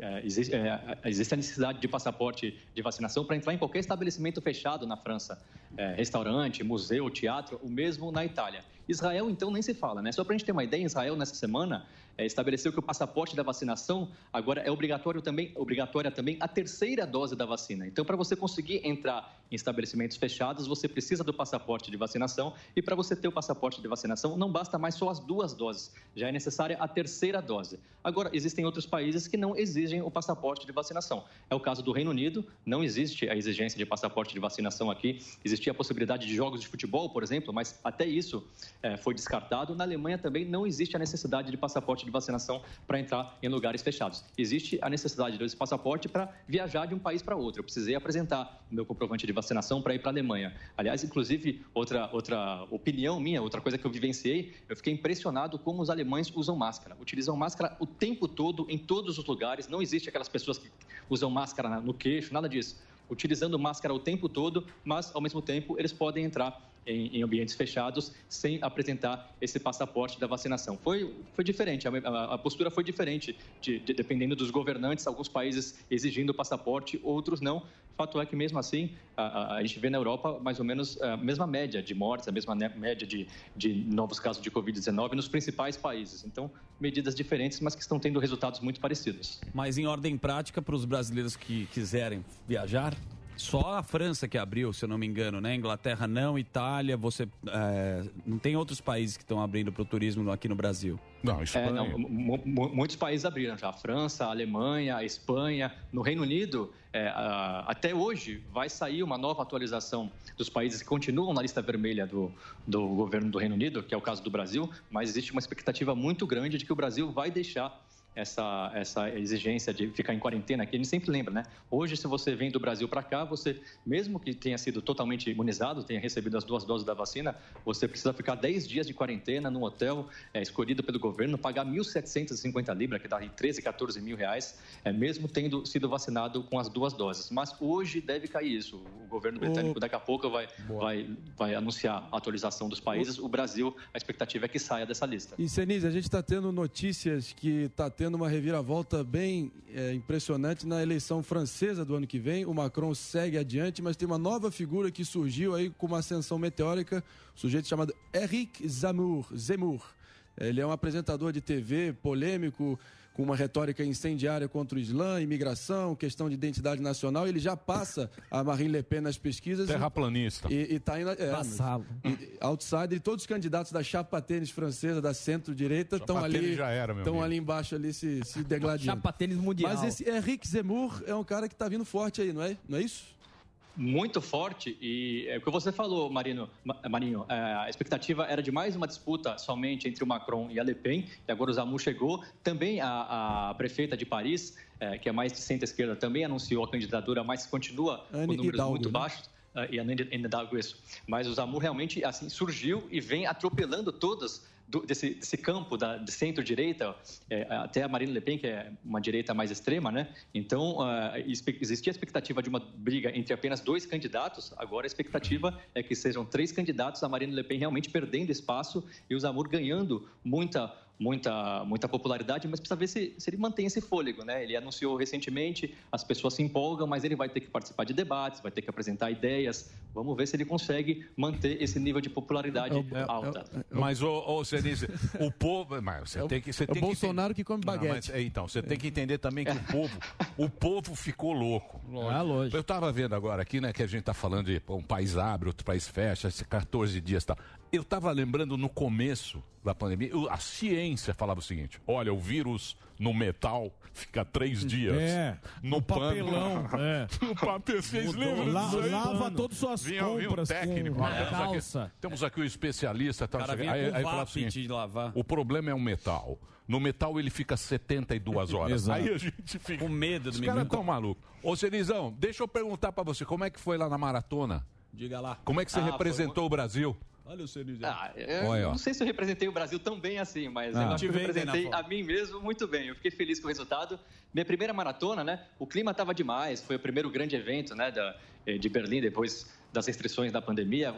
Speaker 14: é, existe, é, existe a necessidade de passaporte de vacinação para entrar em qualquer estabelecimento fechado na França. É, restaurante, museu, teatro, o mesmo na Itália. Israel, então, nem se fala, né? Só para a gente ter uma ideia, Israel, nessa semana, é, estabeleceu que o passaporte da vacinação agora é obrigatório também, obrigatória também a terceira dose da vacina. Então, para você conseguir entrar em estabelecimentos fechados, você precisa do passaporte de vacinação e para você ter o passaporte de vacinação, não basta mais só as duas doses, já é necessária a terceira dose. Agora, existem outros países que não exigem o passaporte de vacinação. É o caso do Reino Unido, não existe a exigência de passaporte de vacinação aqui. Existia a possibilidade de jogos de futebol, por exemplo, mas até isso eh, foi descartado. Na Alemanha também não existe a necessidade de passaporte de vacinação para entrar em lugares fechados. Existe a necessidade desse passaporte para viajar de um país para outro. Eu precisei apresentar o meu comprovante de vacinação para ir para a Alemanha. Aliás, inclusive, outra, outra opinião minha, outra coisa que eu vivenciei, eu fiquei impressionado como os alemães usam máscara. Utilizam máscara o tempo todo, em todos os lugares. Não existe aquelas pessoas que usam máscara na- no queixo, nada disso. Utilizando máscara o tempo todo, mas ao mesmo tempo eles podem entrar em, em ambientes fechados sem apresentar esse passaporte da vacinação. Foi, foi diferente, a, a- a postura foi diferente, de- de- dependendo dos governantes, alguns países exigindo o passaporte, outros não. Fato é que, mesmo assim, a, a- a gente vê na Europa mais ou menos a mesma média de mortes, a mesma ne- média de, de novos casos de Covid-19 nos principais países. Então, medidas diferentes, mas que estão tendo resultados muito parecidos.
Speaker 10: Mas em ordem prática, para os brasileiros que quiserem viajar, só a França que abriu, se eu não me engano, né? Inglaterra não, Itália, você. é, não tem outros países que estão abrindo para o turismo no- aqui no Brasil.
Speaker 11: Não,
Speaker 10: Espanha.
Speaker 14: É, não, mu- mu- muitos países abriram já. A França, a Alemanha, a Espanha. No Reino Unido, é, a- até hoje, vai sair uma nova atualização dos países que continuam na lista vermelha do, do governo do Reino Unido, que é o caso do Brasil, mas existe uma expectativa muito grande de que o Brasil vai deixar essa, essa exigência de ficar em quarentena, que a gente sempre lembra, né? Hoje, se você vem do Brasil para cá, você, mesmo que tenha sido totalmente imunizado, tenha recebido as duas doses da vacina, você precisa ficar 10 dias de quarentena num hotel é, escolhido pelo governo, pagar 1.750 libras, que dá aí 13, 14 mil reais, é, mesmo tendo sido vacinado com as duas doses. Mas hoje deve cair isso. O governo britânico daqui a pouco vai, vai, vai anunciar a atualização dos países. O Brasil, a expectativa é que saia dessa lista.
Speaker 6: E, Senise, a gente está tendo notícias que está tendo uma reviravolta bem é, impressionante na eleição francesa do ano que vem. O Macron segue adiante, mas tem uma nova figura que surgiu aí com uma ascensão meteórica, um sujeito chamado Eric Zemmour. Zemmour. Ele é um apresentador de TV polêmico, com uma retórica incendiária contra o Islã, imigração, questão de identidade nacional. Ele já passa a Marine Le Pen nas pesquisas.
Speaker 9: Terraplanista.
Speaker 6: E está indo. É,
Speaker 9: Passava.
Speaker 6: e- outsider. E todos os candidatos da chapa tênis francesa, da centro-direita, estão
Speaker 9: tênis
Speaker 6: ali.
Speaker 9: já era, meu
Speaker 6: tão
Speaker 9: amigo.
Speaker 6: ali embaixo ali se, se degladiando.
Speaker 15: Chapa tênis mundial.
Speaker 6: Mas esse Henrique Zemmour é um cara que tá vindo forte aí, não é? Não é isso?
Speaker 14: muito forte e é o que você falou, Marino, Ma- Marinho, é, a expectativa era de mais uma disputa somente entre o Macron e a Le Pen, e agora o Zamu chegou. Também a, a prefeita de Paris, é, que é mais de centro-esquerda, também anunciou a candidatura, mas continua com
Speaker 6: Anne
Speaker 14: números
Speaker 6: Hidalgo,
Speaker 14: muito
Speaker 6: né?
Speaker 14: baixos. eh, E a Nand- Anne Hidalgo, isso. Mas o Zamu realmente assim surgiu e vem atropelando todas do- desse, desse campo da de centro-direita, eh, até a Marine Le Pen, que é uma direita mais extrema, né? Então, ah, espe- existia a expectativa de uma briga entre apenas dois candidatos, agora a expectativa é que sejam três candidatos, a Marine Le Pen realmente perdendo espaço e o Zamur ganhando muita muita, muita popularidade, mas precisa ver se, se ele mantém esse fôlego, né? Ele anunciou recentemente, as pessoas se empolgam, mas ele vai ter que participar de debates, vai ter que apresentar ideias. Vamos ver se ele consegue manter esse nível de
Speaker 9: É
Speaker 14: popularidade alta.
Speaker 9: Mas, ô, ô Senise, o povo. Mas você tem que. Você
Speaker 6: é o
Speaker 9: tem
Speaker 6: Bolsonaro
Speaker 9: que,
Speaker 6: que come
Speaker 9: Não,
Speaker 6: baguete.
Speaker 9: mas, é, então, você tem que entender também
Speaker 8: É.
Speaker 9: que o povo. O povo ficou louco.
Speaker 8: Ah, lógico.
Speaker 9: Eu tava vendo agora aqui, né, que a gente tá falando de pô, um país abre, outro país fecha, esse 14 dias e tal. Eu tava lembrando no começo da pandemia, eu- a ciência falava o seguinte: olha, o vírus no metal fica três
Speaker 10: Hum,
Speaker 9: dias.
Speaker 8: É,
Speaker 9: No, pano.
Speaker 8: papelão, é.
Speaker 9: no papel, vocês
Speaker 8: Mudou.
Speaker 9: lembram
Speaker 8: La-
Speaker 9: disso aí?
Speaker 8: lava todas suas
Speaker 9: Vinha- vinha
Speaker 8: compras
Speaker 9: o técnico,
Speaker 8: com-
Speaker 9: ah,
Speaker 8: na
Speaker 9: temos aqui-
Speaker 8: calça.
Speaker 9: temos aqui o especialista. Tal,
Speaker 10: Cara,
Speaker 9: não sei o
Speaker 10: vinha
Speaker 9: quê.
Speaker 10: com
Speaker 9: aí, aí falava o
Speaker 10: vape de lavar.
Speaker 9: o problema é o metal. No metal ele fica 72 horas.
Speaker 10: Exato.
Speaker 9: Aí a gente fica.
Speaker 10: Com medo do
Speaker 9: Os caras
Speaker 10: menino.
Speaker 9: tão malucos. Ô, Cenizão, deixa eu perguntar pra você, como é que foi lá na maratona?
Speaker 10: Diga lá.
Speaker 9: Como é que você
Speaker 14: Ah, foi
Speaker 9: representou o Brasil?
Speaker 10: Olha o Senise.
Speaker 14: Ah, eu
Speaker 9: Olha, ó.
Speaker 14: não sei se eu representei o Brasil tão bem assim, mas
Speaker 9: Ah.
Speaker 14: eu
Speaker 9: Te
Speaker 14: acho que eu
Speaker 9: vendem na
Speaker 14: representei
Speaker 9: foto.
Speaker 14: a mim mesmo muito bem. Eu fiquei feliz com o resultado. Minha primeira maratona, né? O clima estava demais. Foi o primeiro grande evento, né? Da, eh, de Berlim depois das restrições da pandemia.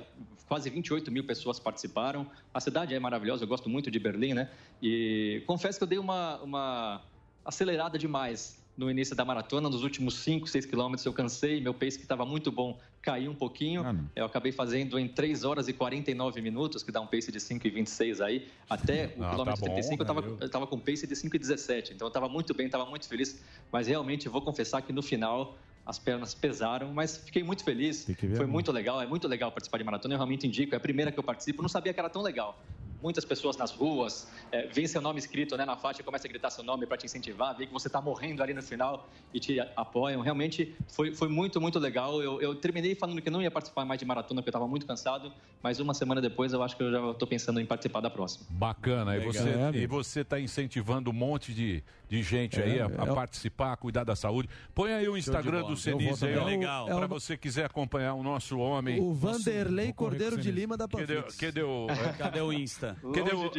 Speaker 14: Quase 28 mil pessoas participaram. A cidade é maravilhosa. Eu gosto muito de Berlim, né? E confesso que eu dei uma, uma acelerada demais no início da maratona. Nos últimos 5, 6 quilômetros eu cansei. Meu pace que estava muito bom caiu um pouquinho.
Speaker 9: Ah,
Speaker 14: Eu acabei fazendo em 3 horas e 49 minutos, que dá um pace de 5,26 aí. Até o
Speaker 9: Ah, tá
Speaker 14: quilômetro
Speaker 9: bom,
Speaker 14: 35 eu tava,
Speaker 9: meu.
Speaker 14: eu tava com pace de 5,17. Então eu tava muito bem, tava muito feliz. Mas realmente eu vou confessar que no final as pernas pesaram, mas fiquei muito feliz.
Speaker 8: ver
Speaker 14: Foi
Speaker 8: a
Speaker 14: muito legal, é muito legal participar de maratona. Eu realmente indico, é a primeira que eu participo, não sabia que era tão legal. Muitas pessoas nas ruas, é, vê seu nome escrito né, na faixa e começa a gritar seu nome para te incentivar, vê que você está morrendo ali no final e te a- apoiam. Realmente foi, foi muito, muito legal. Eu, eu terminei falando que não ia participar mais de maratona porque eu estava muito cansado, mas uma semana depois eu acho que eu já estou pensando em participar da próxima.
Speaker 9: Bacana, e
Speaker 14: Legal.
Speaker 9: você,
Speaker 14: É,
Speaker 9: e
Speaker 14: amigo.
Speaker 9: você tá incentivando um monte de, de gente
Speaker 14: É,
Speaker 9: aí a, a
Speaker 14: é o-
Speaker 9: participar, a cuidar da saúde. Põe aí o Instagram
Speaker 6: bola.
Speaker 9: do
Speaker 6: Eu vou
Speaker 9: Senise aí,
Speaker 6: também.
Speaker 9: ó,
Speaker 6: É legal.
Speaker 9: pra você quiser acompanhar o nosso homem.
Speaker 6: O Vanderlei Cordeiro de Lima da
Speaker 9: Que deu,
Speaker 6: Panflix.
Speaker 9: que deu,
Speaker 10: Cadê o Insta?
Speaker 9: que deu,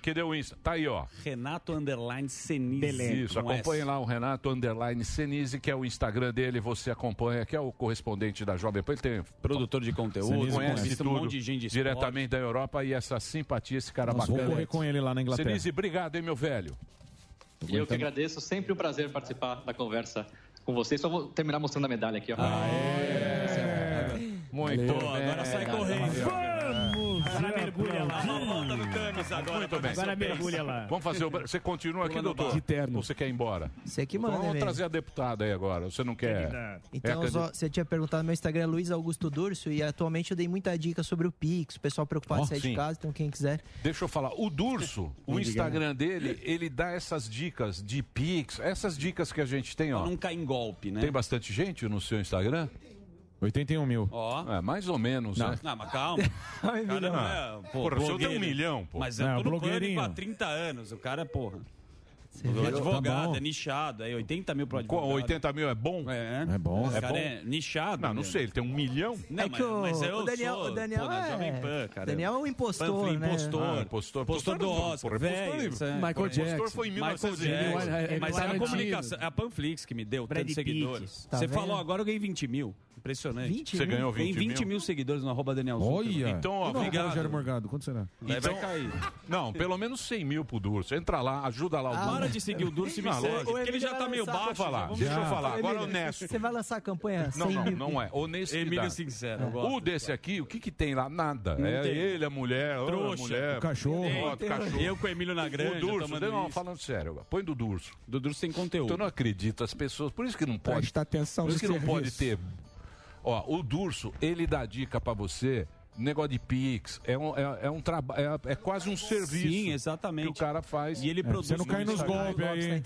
Speaker 9: que deu o Insta? Tá aí, ó.
Speaker 10: Renato Underline Senise.
Speaker 9: Isso,
Speaker 10: com S.
Speaker 9: acompanhe lá o Renato Underline Senise, que é o Instagram dele, você acompanha, que é o correspondente da Jovem Pan. Ele tem
Speaker 10: produtor de conteúdo,
Speaker 9: conhece,
Speaker 10: conhece um
Speaker 9: tudo,
Speaker 10: monte de gente de esporte.
Speaker 9: diretamente da Europa e essa simpatia, esse cara
Speaker 8: Nossa, vou
Speaker 9: bacana.
Speaker 8: correr com ele lá na Inglaterra.
Speaker 9: Senise, obrigado, hein, meu velho.
Speaker 14: E eu que agradeço, sempre um prazer participar da conversa com vocês. Só vou terminar mostrando a medalha aqui. Ó.
Speaker 9: Muito
Speaker 14: Valeu.
Speaker 9: bem.
Speaker 14: Agora sai
Speaker 9: correndo.
Speaker 10: Vamos! Agora mergulha lá. Dá uma volta no Tânis agora. tá
Speaker 9: Muito bem. Vamos fazer o... Você continua aqui, doutor? De terno. Você quer ir embora?
Speaker 4: Você que
Speaker 9: Então
Speaker 4: manda,
Speaker 9: vamos
Speaker 4: velho.
Speaker 9: trazer a deputada aí agora. Você não quer...
Speaker 4: Então,
Speaker 9: é a
Speaker 4: só-
Speaker 9: candid-
Speaker 4: você tinha perguntado no meu Instagram, é Luiz Augusto Dúrcio, e atualmente eu dei muita dica sobre o Pix, o pessoal preocupado
Speaker 9: Ó,
Speaker 4: em sair
Speaker 9: sim.
Speaker 4: de casa, então quem quiser.
Speaker 9: Deixa eu falar, o Durso, o
Speaker 10: né?
Speaker 9: Instagram dele, ele dá essas dicas de Pix, essas dicas que a gente tem, ó.
Speaker 10: Não cai em golpe, né?
Speaker 9: Tem bastante gente no seu Instagram? 81 mil.
Speaker 10: Ó.
Speaker 9: É, mais ou menos,
Speaker 10: Não,
Speaker 9: né?
Speaker 10: não, mas calma. O cara não é,
Speaker 9: Porra, o seu tem um
Speaker 10: blogueiro.
Speaker 9: milhão, pô.
Speaker 10: Mas é eu
Speaker 9: Não,
Speaker 10: tô no pânico
Speaker 9: blogueirinho.
Speaker 10: há 30 anos. O cara, porra. O
Speaker 9: vê?
Speaker 10: advogado
Speaker 9: Tá bom.
Speaker 10: é nichado, aí 80 mil pro
Speaker 9: Qual,
Speaker 10: advogado.
Speaker 9: 80 mil é bom?
Speaker 10: É,
Speaker 9: bom.
Speaker 10: Esse
Speaker 9: É
Speaker 10: cara
Speaker 9: bom?
Speaker 10: é nichado.
Speaker 9: Não, não
Speaker 10: né?
Speaker 9: sei, ele tem um milhão.
Speaker 10: Não,
Speaker 9: É
Speaker 10: mas,
Speaker 9: que o-
Speaker 10: mas eu
Speaker 9: o Daniel-
Speaker 10: sou,
Speaker 9: o Daniel
Speaker 10: pô, da Jovem
Speaker 9: é-
Speaker 10: Pan, cara.
Speaker 4: Daniel é um impostor,
Speaker 10: Panflin,
Speaker 4: né?
Speaker 10: Impostor,
Speaker 9: impostor. é
Speaker 4: Ah,
Speaker 9: um
Speaker 10: Impostor
Speaker 9: Impostor
Speaker 10: do
Speaker 9: não,
Speaker 10: Oscar,
Speaker 9: porra, impostor
Speaker 10: velho.
Speaker 9: livre.
Speaker 10: isso é-
Speaker 9: Michael
Speaker 10: Impostor
Speaker 9: Jackson.
Speaker 10: foi em
Speaker 9: Michael
Speaker 10: 1910.
Speaker 9: Jackson.
Speaker 10: Mas é a
Speaker 9: Tarantino.
Speaker 10: comunicação, é a Panflix que me deu
Speaker 9: Brad
Speaker 10: tantos
Speaker 9: Pitt,
Speaker 10: seguidores.
Speaker 9: tá
Speaker 10: Você
Speaker 9: vendo?
Speaker 10: falou agora eu ganhei 20 mil. Impressionante.
Speaker 9: 20 Você mil? ganhou 20
Speaker 10: Tem 20 mil,
Speaker 9: mil?
Speaker 10: seguidores no arroba Daniel Zuckerman.
Speaker 9: Então, ó,
Speaker 8: Obrigado.
Speaker 9: obrigado.
Speaker 8: é Rogério Morgado, quanto será?
Speaker 9: Então,
Speaker 10: vai cair.
Speaker 9: Não, pelo menos 100 mil pro Durso. Entra lá, ajuda lá o
Speaker 10: Ah,
Speaker 9: Durso.
Speaker 10: para de seguir o Durso e me
Speaker 4: Ah,
Speaker 9: Não,
Speaker 10: segue,
Speaker 9: lógico.
Speaker 10: porque ele já tá meio baixo,
Speaker 9: Deixa eu falar,
Speaker 10: vamos-
Speaker 9: deixa eu
Speaker 10: Já.
Speaker 9: falar. Agora é
Speaker 4: Emílio,
Speaker 9: honesto.
Speaker 4: Você vai lançar a campanha
Speaker 9: Não,
Speaker 4: 100
Speaker 9: não,
Speaker 4: mil.
Speaker 9: não é. Honestidade.
Speaker 10: Emílio Sincero, eu gosto.
Speaker 9: O desse aqui, o que que tem lá? Nada.
Speaker 10: Não
Speaker 9: é
Speaker 10: tem.
Speaker 9: ele, a mulher, ou
Speaker 10: Trouxa.
Speaker 9: a mulher.
Speaker 10: O cachorro.
Speaker 9: Ó, o
Speaker 10: Tem.
Speaker 9: cachorro.
Speaker 10: Eu com o Emílio na granja,
Speaker 9: O Durso,
Speaker 10: tomando
Speaker 9: não,
Speaker 10: isso.
Speaker 9: falando sério. agora. Põe do Durso.
Speaker 10: Do Durso tem conteúdo.
Speaker 9: Eu não acredito, as pessoas. Por isso que não pode.
Speaker 16: Presta atenção
Speaker 9: Por
Speaker 16: no
Speaker 9: isso que não pode ter.
Speaker 16: serviço.
Speaker 9: Ó, o Durso, ele dá dica pra você. Negócio de Pix, é um, é, é um trabalho, é, é quase um serviço. Sim,
Speaker 10: exatamente.
Speaker 9: Que o cara faz. E
Speaker 10: ele É, produz você não cai no nos Instagram. golpes aí.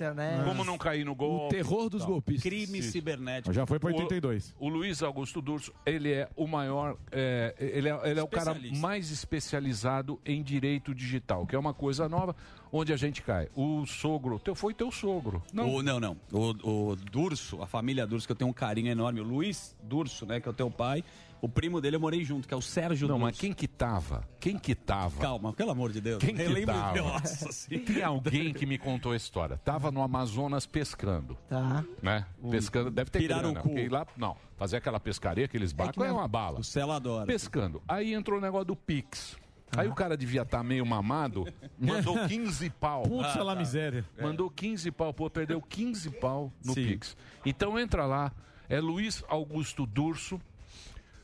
Speaker 9: Como não cair no golpe?
Speaker 10: O terror dos
Speaker 9: Tal.
Speaker 10: golpistas. Então, Crime cibernético.
Speaker 8: Já foi pra 82.
Speaker 9: O Luiz Augusto Durso, ele é o maior, é, ele, é, ele é o cara mais especializado em direito digital, que é uma coisa nova, onde a gente cai. O sogro, teu foi teu sogro.
Speaker 10: Não, o, não. não. O, o Durso, a família Durso, que eu tenho um carinho enorme. O Luiz Durso, né, que é o teu pai. O primo dele eu morei junto, que é o Sérgio
Speaker 9: Não,
Speaker 10: Durso.
Speaker 9: mas quem que tava? Quem que tava?
Speaker 10: Calma, pelo amor de Deus.
Speaker 9: Quem que
Speaker 10: eu lembro
Speaker 9: tava?
Speaker 10: Nossa, assim.
Speaker 9: Tem alguém que me contou a história. Tava no Amazonas pescando.
Speaker 4: Tá.
Speaker 9: Né? Pescando, deve ter
Speaker 10: Um Pirarucu.
Speaker 9: grana, porque lá, não, fazer aquela pescaria, aqueles barcos, é,
Speaker 10: nem-
Speaker 9: uma bala.
Speaker 10: O Cela adora. Ah.
Speaker 9: Pescando. Aí entrou o negócio do Pix. Aí o cara devia estar meio mamado,
Speaker 10: É.
Speaker 9: mandou 15 pau. Ah, tá. É.
Speaker 8: Putz, lá miséria.
Speaker 9: Mandou 15 pau, pô, perdeu 15 pau no Pix. Então entra lá, é Luiz Augusto Durso.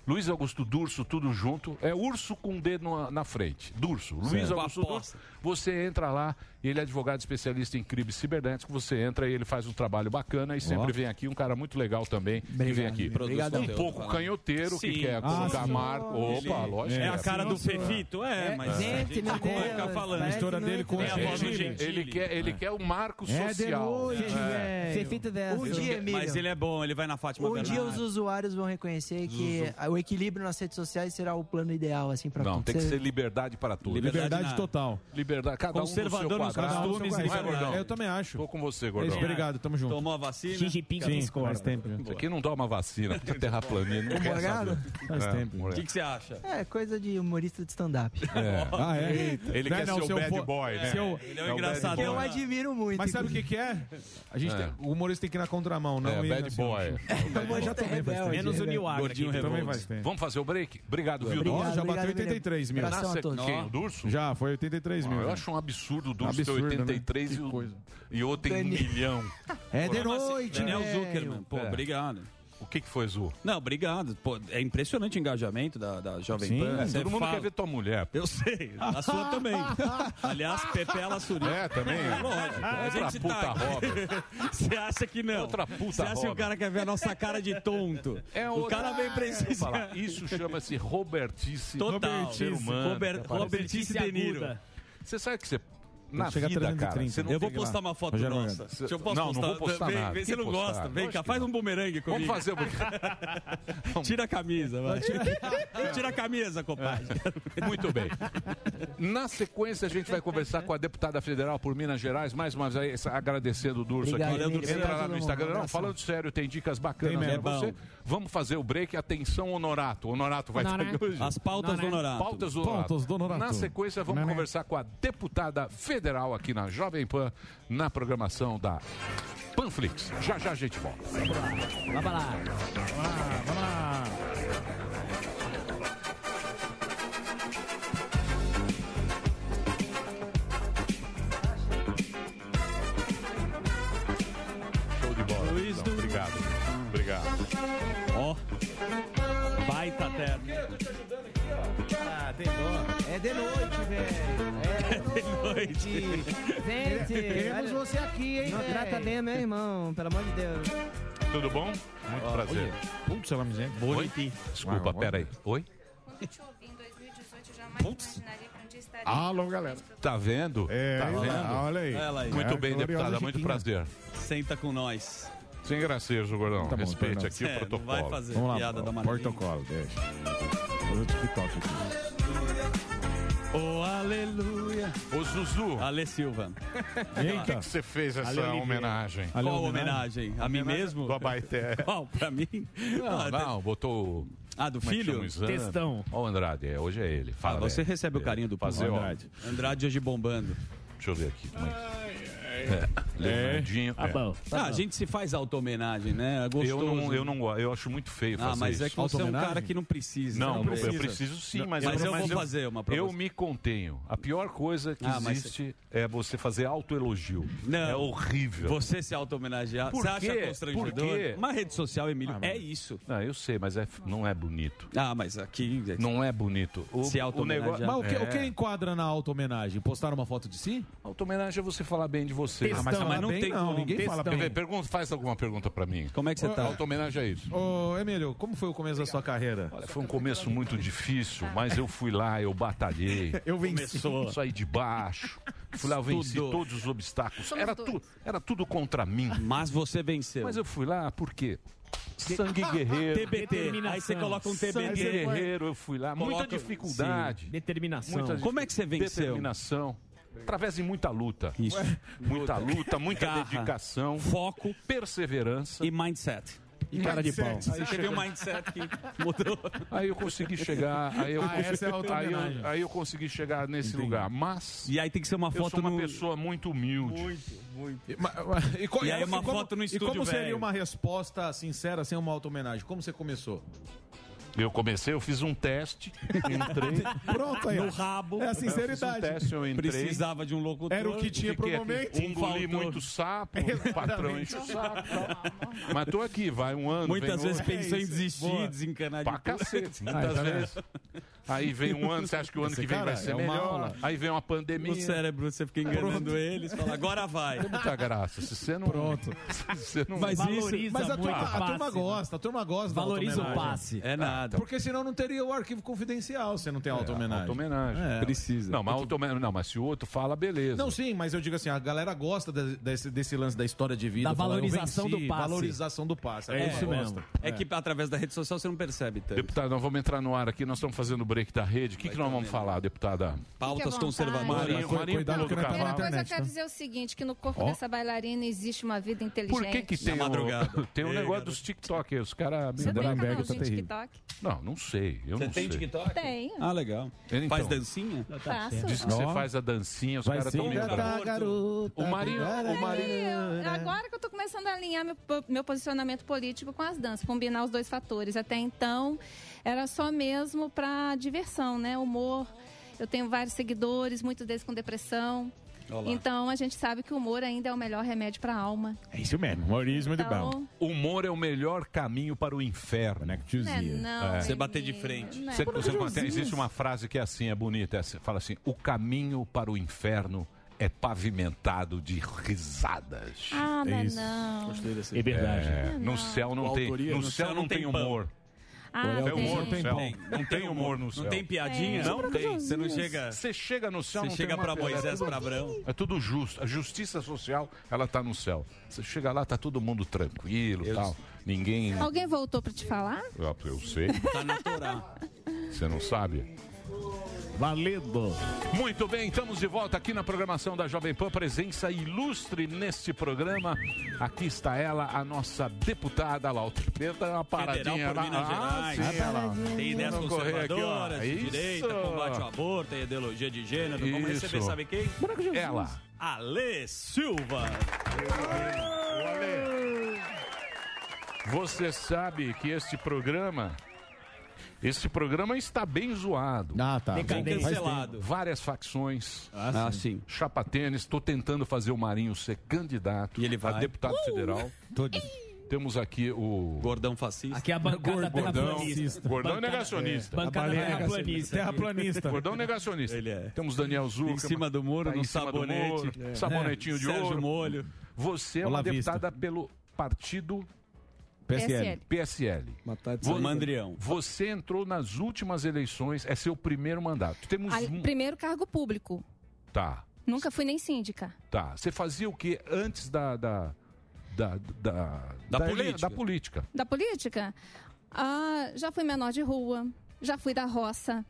Speaker 9: Luiz Augusto Durso, tudo junto. É urso com um D na, na frente. Durso. Luiz
Speaker 10: Certo.
Speaker 9: Augusto
Speaker 10: Aposta.
Speaker 9: Durso. Você entra lá, ele é advogado especialista em crime cibernético. Você entra e ele faz um trabalho bacana e sempre vem aqui. Um cara muito legal também que vem aqui.
Speaker 10: Obrigado.
Speaker 9: Um pouco canhoteiro
Speaker 10: Sim.
Speaker 9: que quer
Speaker 10: Ah,
Speaker 9: colocar
Speaker 10: sim.
Speaker 9: marca.
Speaker 10: Ele-
Speaker 9: Opa, lógico.
Speaker 10: É a cara do
Speaker 9: Sim,
Speaker 10: Fefito, é,
Speaker 9: senhor.
Speaker 10: mas a gente não fica falando. A história dele com
Speaker 9: Tem a
Speaker 10: o
Speaker 9: voz do
Speaker 10: Gentili.
Speaker 9: Gentili. Ele quer, ele quer o
Speaker 8: É
Speaker 9: marco social. É.
Speaker 4: Um dia, Emílio.
Speaker 10: Mas ele é bom, ele vai na Fátima
Speaker 4: Um
Speaker 10: Bernardes.
Speaker 4: dia os usuários vão reconhecer que o equilíbrio nas redes sociais será o plano ideal, assim, pra
Speaker 9: Não,
Speaker 4: tudo.
Speaker 9: tem que
Speaker 4: Você-
Speaker 9: ser liberdade para todos.
Speaker 8: Liberdade Liberdade na- total.
Speaker 9: Liberdade, cada um no seu
Speaker 8: Conservador nos
Speaker 9: quadrado.
Speaker 8: costumes,
Speaker 9: Não é,
Speaker 8: liberdade.
Speaker 9: Gordão?
Speaker 8: Eu também acho.
Speaker 9: Tô com você, Gordão.
Speaker 8: É isso, obrigado, tamo junto.
Speaker 10: Tomou a vacina?
Speaker 8: Xi Jinping Sim, discorda. faz tempo, né?
Speaker 9: Isso aqui não toma vacina, puta terraplanista. Não quer saber.
Speaker 8: Faz
Speaker 9: É,
Speaker 8: tempo.
Speaker 10: O
Speaker 9: moleque.
Speaker 10: que, que você acha?
Speaker 4: É, coisa de humorista de stand-up.
Speaker 9: É.
Speaker 8: Ah, é?
Speaker 9: Ele
Speaker 8: Não é
Speaker 9: quer
Speaker 8: não,
Speaker 9: ser
Speaker 8: se
Speaker 9: o
Speaker 8: eu
Speaker 9: bad
Speaker 8: for-
Speaker 9: boy, né?
Speaker 8: se eu-
Speaker 9: Ele é o
Speaker 8: engraçadão.
Speaker 9: bad boy.
Speaker 8: Eu
Speaker 4: admiro muito.
Speaker 8: Mas sabe o que, que é? A gente
Speaker 9: É.
Speaker 8: tem- o humorista tem que ir na contramão, não
Speaker 9: É,
Speaker 8: ir
Speaker 9: bad
Speaker 8: assim,
Speaker 9: boy.
Speaker 8: já também faz tempo.
Speaker 12: Menos o Newark
Speaker 8: Gordinho
Speaker 12: aqui,
Speaker 8: também
Speaker 12: Revolts.
Speaker 8: faz tempo.
Speaker 9: Vamos fazer o break? Obrigado, viu,
Speaker 8: Ó,
Speaker 9: Durso?
Speaker 8: já bateu 83 mil.
Speaker 9: Nossa, quem? O Durso?
Speaker 8: Já, foi 83 mil.
Speaker 9: eu
Speaker 8: já.
Speaker 9: acho um absurdo o Durso ter
Speaker 8: Absurdo, né?
Speaker 9: 83 e, o, e outro tem um
Speaker 8: Dani-
Speaker 9: milhão.
Speaker 8: É
Speaker 9: Pô,
Speaker 8: de
Speaker 9: mas-
Speaker 8: noite,
Speaker 10: Daniel
Speaker 8: velho.
Speaker 10: Zuckerman, pô,
Speaker 9: É.
Speaker 10: obrigado.
Speaker 9: O que, que foi, Zu?
Speaker 10: Não, obrigado. Pô, é impressionante o engajamento da, da Jovem
Speaker 9: Sim,
Speaker 10: Pan.
Speaker 9: é,
Speaker 10: Você
Speaker 9: todo mundo
Speaker 10: fala-
Speaker 9: quer ver tua mulher.
Speaker 10: Eu sei, a sua também. Aliás, Pepela Surita.
Speaker 9: É, também.
Speaker 10: Lógico. A
Speaker 9: Outra
Speaker 10: gente
Speaker 9: puta
Speaker 10: tá aqui.
Speaker 9: Robert.
Speaker 10: Você acha que não?
Speaker 9: Outra puta
Speaker 10: Você acha que o
Speaker 9: Robert.
Speaker 10: cara quer ver a nossa cara de tonto?
Speaker 9: É
Speaker 10: o
Speaker 9: outra-
Speaker 10: cara vem pra esse...
Speaker 9: Falar, Isso chama-se Robertice.
Speaker 10: Total.
Speaker 9: Ser humano.
Speaker 10: Robert-
Speaker 9: Parece-
Speaker 10: Robertice De Niro.
Speaker 9: Você sabe que você... Na
Speaker 10: Chega a
Speaker 9: vida, cara,
Speaker 10: 330.
Speaker 9: você não
Speaker 10: Eu vou
Speaker 9: tem lá.
Speaker 10: postar uma foto
Speaker 9: Rogério
Speaker 10: nossa.
Speaker 9: Morgado.
Speaker 10: Deixa eu posso
Speaker 9: não,
Speaker 10: postar.
Speaker 9: não vou postar
Speaker 10: Vem-
Speaker 9: nada.
Speaker 10: vem, você
Speaker 9: Que
Speaker 10: não
Speaker 9: postar?
Speaker 10: gosta. Vem
Speaker 9: Lógico
Speaker 10: cá,
Speaker 9: que
Speaker 10: faz
Speaker 9: não.
Speaker 10: um bumerangue comigo.
Speaker 9: Vamos fazer o
Speaker 10: Tira a camisa, vai. Tira a camisa, compadre.
Speaker 9: Muito bem. Na sequência, a gente vai conversar com a deputada federal por Minas Gerais, mais uma vez agradecendo o Durso
Speaker 11: Obrigado,
Speaker 9: aqui.
Speaker 11: Valeu, Durso.
Speaker 9: Entra lá
Speaker 11: Obrigado,
Speaker 9: no
Speaker 11: um
Speaker 9: Instagram. Não,
Speaker 11: abração.
Speaker 9: falando sério, tem dicas bacanas
Speaker 11: Tem
Speaker 9: pra
Speaker 11: mesmo. É
Speaker 9: você.
Speaker 11: bom.
Speaker 9: Vamos fazer o break. Atenção, Honorato. Honorato vai estar aqui
Speaker 10: Honorato.
Speaker 9: hoje.
Speaker 10: As pautas do Honorato.
Speaker 9: Pautas do Honorato.
Speaker 8: Pautas do Honorato.
Speaker 9: Na sequência, vamos
Speaker 8: Honorato.
Speaker 9: conversar com a deputada federal aqui na Jovem Pan, na programação da Panflix. Já, já a gente volta.
Speaker 12: Vamos lá.
Speaker 8: Vamos lá.
Speaker 9: Show de bola. Luiz do... Obrigado. Obrigado.
Speaker 10: Ó. Baita terno.
Speaker 1: Ah, tem dó. É de noite, velho. É de noite.
Speaker 12: Gente,
Speaker 1: Queremos
Speaker 12: olha-
Speaker 1: você aqui, hein,
Speaker 12: Não
Speaker 1: velho?
Speaker 12: trata bem meu irmão, pelo amor de Deus.
Speaker 9: Tudo bom? Muito prazer.
Speaker 8: Putz, ela me dizendo.
Speaker 10: um
Speaker 9: Oi? Desculpa, peraí. Oi?
Speaker 17: Quando eu te ouvi em 2018, eu jamais imaginaria que um dia estaria.
Speaker 9: Alô, galera. Tá vendo?
Speaker 16: É,
Speaker 9: tá
Speaker 16: olha
Speaker 9: vendo?
Speaker 16: lá, olha aí.
Speaker 9: Muito
Speaker 16: É,
Speaker 9: bem,
Speaker 16: gloriosa
Speaker 9: deputada, muito
Speaker 16: Chiquinha.
Speaker 9: prazer.
Speaker 10: Senta com nós.
Speaker 9: Sem gracejo, gordão.
Speaker 16: Tá bom,
Speaker 9: Respeite
Speaker 16: perdão.
Speaker 9: aqui
Speaker 10: É,
Speaker 9: o
Speaker 10: não
Speaker 9: protocolo.
Speaker 10: vai fazer Vamos lá, piada da maneira.
Speaker 16: Protocolo, deixa. Olha o TikTok aqui.
Speaker 10: Oh, aleluia.
Speaker 9: Ô, Zuzu.
Speaker 10: Ale Silva.
Speaker 9: Eita. O que que você fez essa Ale Oliveira. homenagem? Ale
Speaker 10: Qual
Speaker 9: homenagem?
Speaker 10: homenagem? A mim
Speaker 9: Homenagem
Speaker 10: mesmo?
Speaker 9: do Abaeté.
Speaker 10: Qual? Pra mim?
Speaker 9: Não,
Speaker 10: Ah,
Speaker 9: não, botou. é
Speaker 10: Ah, do filho? Textão.
Speaker 9: Ó, o Andrade, é, hoje é ele. Fala,
Speaker 10: Ah, você
Speaker 9: é.
Speaker 10: recebe o carinho do
Speaker 9: Fazer,
Speaker 10: público,
Speaker 9: ó.
Speaker 10: Andrade. Andrade hoje bombando.
Speaker 9: Deixa eu ver aqui. Como é que... É,
Speaker 10: É.
Speaker 9: Leonardinho.
Speaker 10: Tá
Speaker 9: é.
Speaker 10: bom. Ah, a gente se faz auto-homenagem, né? É
Speaker 9: Eu
Speaker 10: gostoso.
Speaker 9: não, eu não gosto, eu acho muito feio fazer
Speaker 10: Ah, mas é
Speaker 9: isso.
Speaker 10: que você é um cara que não precisa. Você
Speaker 9: Não, não
Speaker 10: precisa.
Speaker 9: eu preciso sim,
Speaker 10: Não,
Speaker 9: mas,
Speaker 10: eu vou fazer uma
Speaker 9: Eu
Speaker 10: proposta.
Speaker 9: me contenho. A pior coisa que
Speaker 10: Ah, mas-
Speaker 9: existe é você fazer autoelogio.
Speaker 10: Não.
Speaker 9: É horrível.
Speaker 10: Você se auto-homenagear.
Speaker 9: Por
Speaker 10: Você acha
Speaker 9: quê?
Speaker 10: constrangedor?
Speaker 9: Por quê?
Speaker 10: Uma rede social, Emílio, é isso.
Speaker 9: Não, eu sei, mas é, não é bonito.
Speaker 10: Ah, mas aqui.
Speaker 9: Não é bonito. O,
Speaker 10: Se auto-homenagear.
Speaker 9: negócio-
Speaker 8: Mas o que, o que
Speaker 9: É.
Speaker 8: enquadra na auto-homenagem? Postar uma foto de si?
Speaker 9: Auto-homenagem é você falar bem de você.
Speaker 8: Ah, mas, mas não tem não, ninguém fala
Speaker 9: Quer ver,
Speaker 8: bem.
Speaker 9: Pergunta, faz alguma pergunta pra mim. Como
Speaker 10: é que você tá?
Speaker 9: Auto-homenagem é isso.
Speaker 8: Ô, Emílio, como foi o começo da sua carreira?
Speaker 9: Olha, foi um começo muito difícil, mas eu fui lá, eu batalhei.
Speaker 8: Eu venci.
Speaker 9: Começou. Saí de baixo. Fui lá, eu venci
Speaker 10: Estudou.
Speaker 9: todos os obstáculos.
Speaker 10: Somos
Speaker 9: Era,
Speaker 10: dois.
Speaker 9: tu, era tudo contra mim.
Speaker 10: Mas você venceu.
Speaker 9: Mas eu fui lá porque sangue guerreiro.
Speaker 10: TBT. Aí você coloca um TBT.
Speaker 9: Sangue guerreiro, eu fui lá. Muita
Speaker 10: Coloca-
Speaker 9: dificuldade.
Speaker 10: Sim. Determinação.
Speaker 9: Muita
Speaker 10: Como é que você venceu?
Speaker 9: Determinação. Através de muita luta.
Speaker 10: Isso.
Speaker 9: Muita luta, muita
Speaker 10: Garra,
Speaker 9: dedicação.
Speaker 10: Foco.
Speaker 9: Perseverança.
Speaker 10: E mindset.
Speaker 9: E cara de pau.
Speaker 10: Você teve um mindset que mudou.
Speaker 9: Aí eu consegui chegar. Aí eu,
Speaker 10: Ah,
Speaker 9: consegui-
Speaker 10: essa é a
Speaker 9: aí eu-
Speaker 10: auto-homenagem.
Speaker 9: aí eu consegui chegar nesse lugar. Mas.
Speaker 10: E aí tem que ser uma
Speaker 9: eu
Speaker 10: foto
Speaker 9: sou uma
Speaker 10: no-
Speaker 9: pessoa muito humilde. Muito,
Speaker 8: muito. E, ma- ma- e co-
Speaker 10: E aí
Speaker 8: e
Speaker 10: uma
Speaker 8: como-
Speaker 10: foto no
Speaker 8: E
Speaker 10: estúdio
Speaker 8: como
Speaker 10: velho.
Speaker 8: seria uma resposta sincera sem uma auto-homenagem? Como você começou?
Speaker 9: Eu comecei, eu fiz um teste, entrei.
Speaker 8: Pronto aí. ó.
Speaker 10: No rabo.
Speaker 8: É a
Speaker 9: Eu
Speaker 8: sinceridade.
Speaker 9: fiz um teste, eu entrei.
Speaker 10: Precisava de um locutor.
Speaker 8: Era o que tinha pro
Speaker 9: Fiquei aqui,
Speaker 8: momento.
Speaker 9: Engoli muito sapo, o patrão enche o saco. Mas tô aqui, vai um ano.
Speaker 10: Muitas
Speaker 9: vem
Speaker 10: vezes
Speaker 9: outro.
Speaker 8: É
Speaker 10: pensou em desistir, desencanar de
Speaker 9: Pra
Speaker 10: tudo.
Speaker 9: cacete,
Speaker 10: Aí,
Speaker 9: muitas
Speaker 10: tá vendo?
Speaker 9: vezes. Aí vem um ano, você acha que o ano
Speaker 10: Esse
Speaker 9: que vem
Speaker 10: cara
Speaker 9: vai ser
Speaker 10: é uma
Speaker 9: melhor.
Speaker 10: aula.
Speaker 9: Aí vem uma pandemia.
Speaker 10: No cérebro você fica enganando
Speaker 9: Pronto.
Speaker 10: eles, fala, agora vai.
Speaker 9: Tem muita graça. Se você não. Pronto. Você não
Speaker 8: Mas, isso, mas a, turma, a turma gosta, a turma gosta. da
Speaker 9: Valoriza o
Speaker 8: auto-homenagem.
Speaker 9: passe. É,
Speaker 10: É nada.
Speaker 8: Porque senão não teria o arquivo confidencial se não tem É, auto-homenagem. É.
Speaker 9: Auto-homenagem. É.
Speaker 10: Precisa.
Speaker 9: Não, mas auto-homenagem. Não, mas se o outro fala, beleza.
Speaker 8: Não, sim, mas eu digo assim, a galera gosta de- desse, desse lance da história de vida.
Speaker 10: Da
Speaker 8: falar, eu
Speaker 10: valorização do passe.
Speaker 8: Valorização do passe. A galera gosta.
Speaker 10: É que através da rede social você não percebe tanto.
Speaker 9: Deputado, nós vamos entrar no ar aqui, nós estamos fazendo o break da rede. O que, que nós vamos falar, deputada?
Speaker 10: um Pautas Fique à conservadoras. vontade.
Speaker 9: Marinho,
Speaker 10: Coi-
Speaker 9: Marinho
Speaker 10: cuidado
Speaker 9: pulou
Speaker 10: que
Speaker 9: do
Speaker 10: não tem na
Speaker 9: cavalo.
Speaker 10: internet.
Speaker 17: Mas eu quero dizer o seguinte, que no corpo
Speaker 9: né? Ó.
Speaker 17: dessa bailarina existe uma vida inteligente.
Speaker 9: Por que, que tem, um
Speaker 10: Na
Speaker 9: o,
Speaker 10: é madrugada.
Speaker 9: tem o
Speaker 10: Ei,
Speaker 9: negócio
Speaker 10: garoto.
Speaker 9: dos TikTok aí? Os caras...
Speaker 17: Você tem canal de TikTok?
Speaker 9: tá Não, não sei. Eu
Speaker 10: Você
Speaker 9: não
Speaker 10: tem
Speaker 9: sei.
Speaker 10: TikTok? Tá
Speaker 17: Tenho.
Speaker 10: Ah, legal.
Speaker 9: Então.
Speaker 10: Faz dancinha?
Speaker 17: Faço.
Speaker 9: Diz que você faz a dancinha, os caras estão
Speaker 10: tá,
Speaker 9: lembrando.
Speaker 8: garota.
Speaker 9: O Marinho... O né? Marinho...
Speaker 17: Eu- Agora que eu tô começando a alinhar meu, po- meu posicionamento político com as danças, combinar os dois fatores. Até então, era só mesmo pra diversão, né? Humor. Eu tenho vários seguidores, muitos deles com depressão.
Speaker 9: Olá.
Speaker 17: Então, a gente sabe que o humor ainda é o melhor remédio pra alma.
Speaker 8: É isso mesmo, Maurício
Speaker 17: muito Então- bom.
Speaker 9: Humor é o melhor caminho para o inferno.
Speaker 17: Não é não,
Speaker 10: Você bater de frente.
Speaker 17: Não é.
Speaker 9: Você-
Speaker 17: Por
Speaker 9: você
Speaker 17: que
Speaker 9: mantém-
Speaker 17: Jesus?
Speaker 9: existe uma frase que é assim, é bonita. Essa, fala assim: o caminho para o inferno é pavimentado de risadas.
Speaker 17: Ah, mas não.
Speaker 9: É verdade. no céu não
Speaker 10: Com
Speaker 9: tem,
Speaker 10: autoria,
Speaker 9: no céu não tem
Speaker 10: pão.
Speaker 9: humor.
Speaker 17: Ah,
Speaker 9: Não tem humor no
Speaker 17: tem. É.
Speaker 9: céu. Não tem humor no céu.
Speaker 10: Não tem piadinha?
Speaker 17: tá
Speaker 9: Não tem.
Speaker 10: Você não chega.
Speaker 9: Você chega no céu,
Speaker 10: Você
Speaker 9: não
Speaker 10: chega
Speaker 9: tem uma
Speaker 10: pra
Speaker 9: piada.
Speaker 10: Moisés,
Speaker 9: É tudo-
Speaker 10: pra Abraão.
Speaker 9: É tudo justo. A justiça social, ela tá no céu. Você chega lá, tá todo mundo tranquilo, tal.
Speaker 10: É.
Speaker 9: Ninguém
Speaker 17: Alguém voltou pra te falar?
Speaker 9: Eu, eu sei.
Speaker 10: Tá na Torá.
Speaker 9: Você não sabe? Valendo! Muito bem, estamos de volta aqui na programação da Jovem Pan. Presença ilustre neste programa. Aqui está ela, a nossa deputada Lauter Preta. Uma paradinha Ah,
Speaker 10: Federal por Minas Gerais.
Speaker 9: sim, ela.
Speaker 10: Tem ideias
Speaker 9: Vamos correr aqui, ó. É
Speaker 10: conservadoras, de
Speaker 9: Isso.
Speaker 10: direita, combate ao aborto, a ideologia de gênero. Vamos
Speaker 9: Isso. É
Speaker 10: receber, sabe quem?
Speaker 9: Ela.
Speaker 10: Alê Silva.
Speaker 9: Você sabe que este programa. Este programa está bem zoado.
Speaker 8: Ah, tá.
Speaker 10: Decadente.
Speaker 9: Faz
Speaker 10: Cancelado.
Speaker 9: tempo. Várias facções.
Speaker 10: Ah, sim.
Speaker 9: Chapa tênis. Estou tentando fazer o Marinho ser candidato
Speaker 10: E ele vai. Uh!
Speaker 9: a deputado federal. Temos aqui o.
Speaker 10: Gordão fascista.
Speaker 9: Aqui é a
Speaker 10: bancada
Speaker 9: Gordão,
Speaker 10: terraplanista.
Speaker 9: Gordão
Speaker 10: Bancada- é.
Speaker 9: negacionista.
Speaker 10: Bancada
Speaker 9: A baleia
Speaker 10: terraplanista.
Speaker 9: negacionista.
Speaker 10: Terraplanista.
Speaker 9: Gordão negacionista.
Speaker 10: Ele é.
Speaker 9: Temos Daniel Zucca.
Speaker 10: Em cima do muro,
Speaker 9: tá
Speaker 10: no
Speaker 9: em cima do
Speaker 10: sabonete.
Speaker 9: muro,
Speaker 10: É.
Speaker 9: Sabonetinho de
Speaker 10: Sérgio
Speaker 9: ouro.
Speaker 10: Molho.
Speaker 9: Você é
Speaker 10: Olá,
Speaker 9: uma
Speaker 10: Vista.
Speaker 9: deputada pelo partido
Speaker 8: PSL.
Speaker 9: PSL.
Speaker 8: Matar de
Speaker 9: Vo-
Speaker 8: saída.
Speaker 9: Você entrou nas últimas eleições, é seu primeiro mandato. Temos
Speaker 17: Ali-
Speaker 9: um.
Speaker 17: Primeiro cargo público.
Speaker 9: Tá,
Speaker 17: Nunca fui nem síndica.
Speaker 9: tá. Você fazia o que antes da. da... Da, da,
Speaker 10: Da
Speaker 9: ele-
Speaker 10: política.
Speaker 9: da política.
Speaker 17: Da política? Ah, já fui menor de rua, já fui da roça,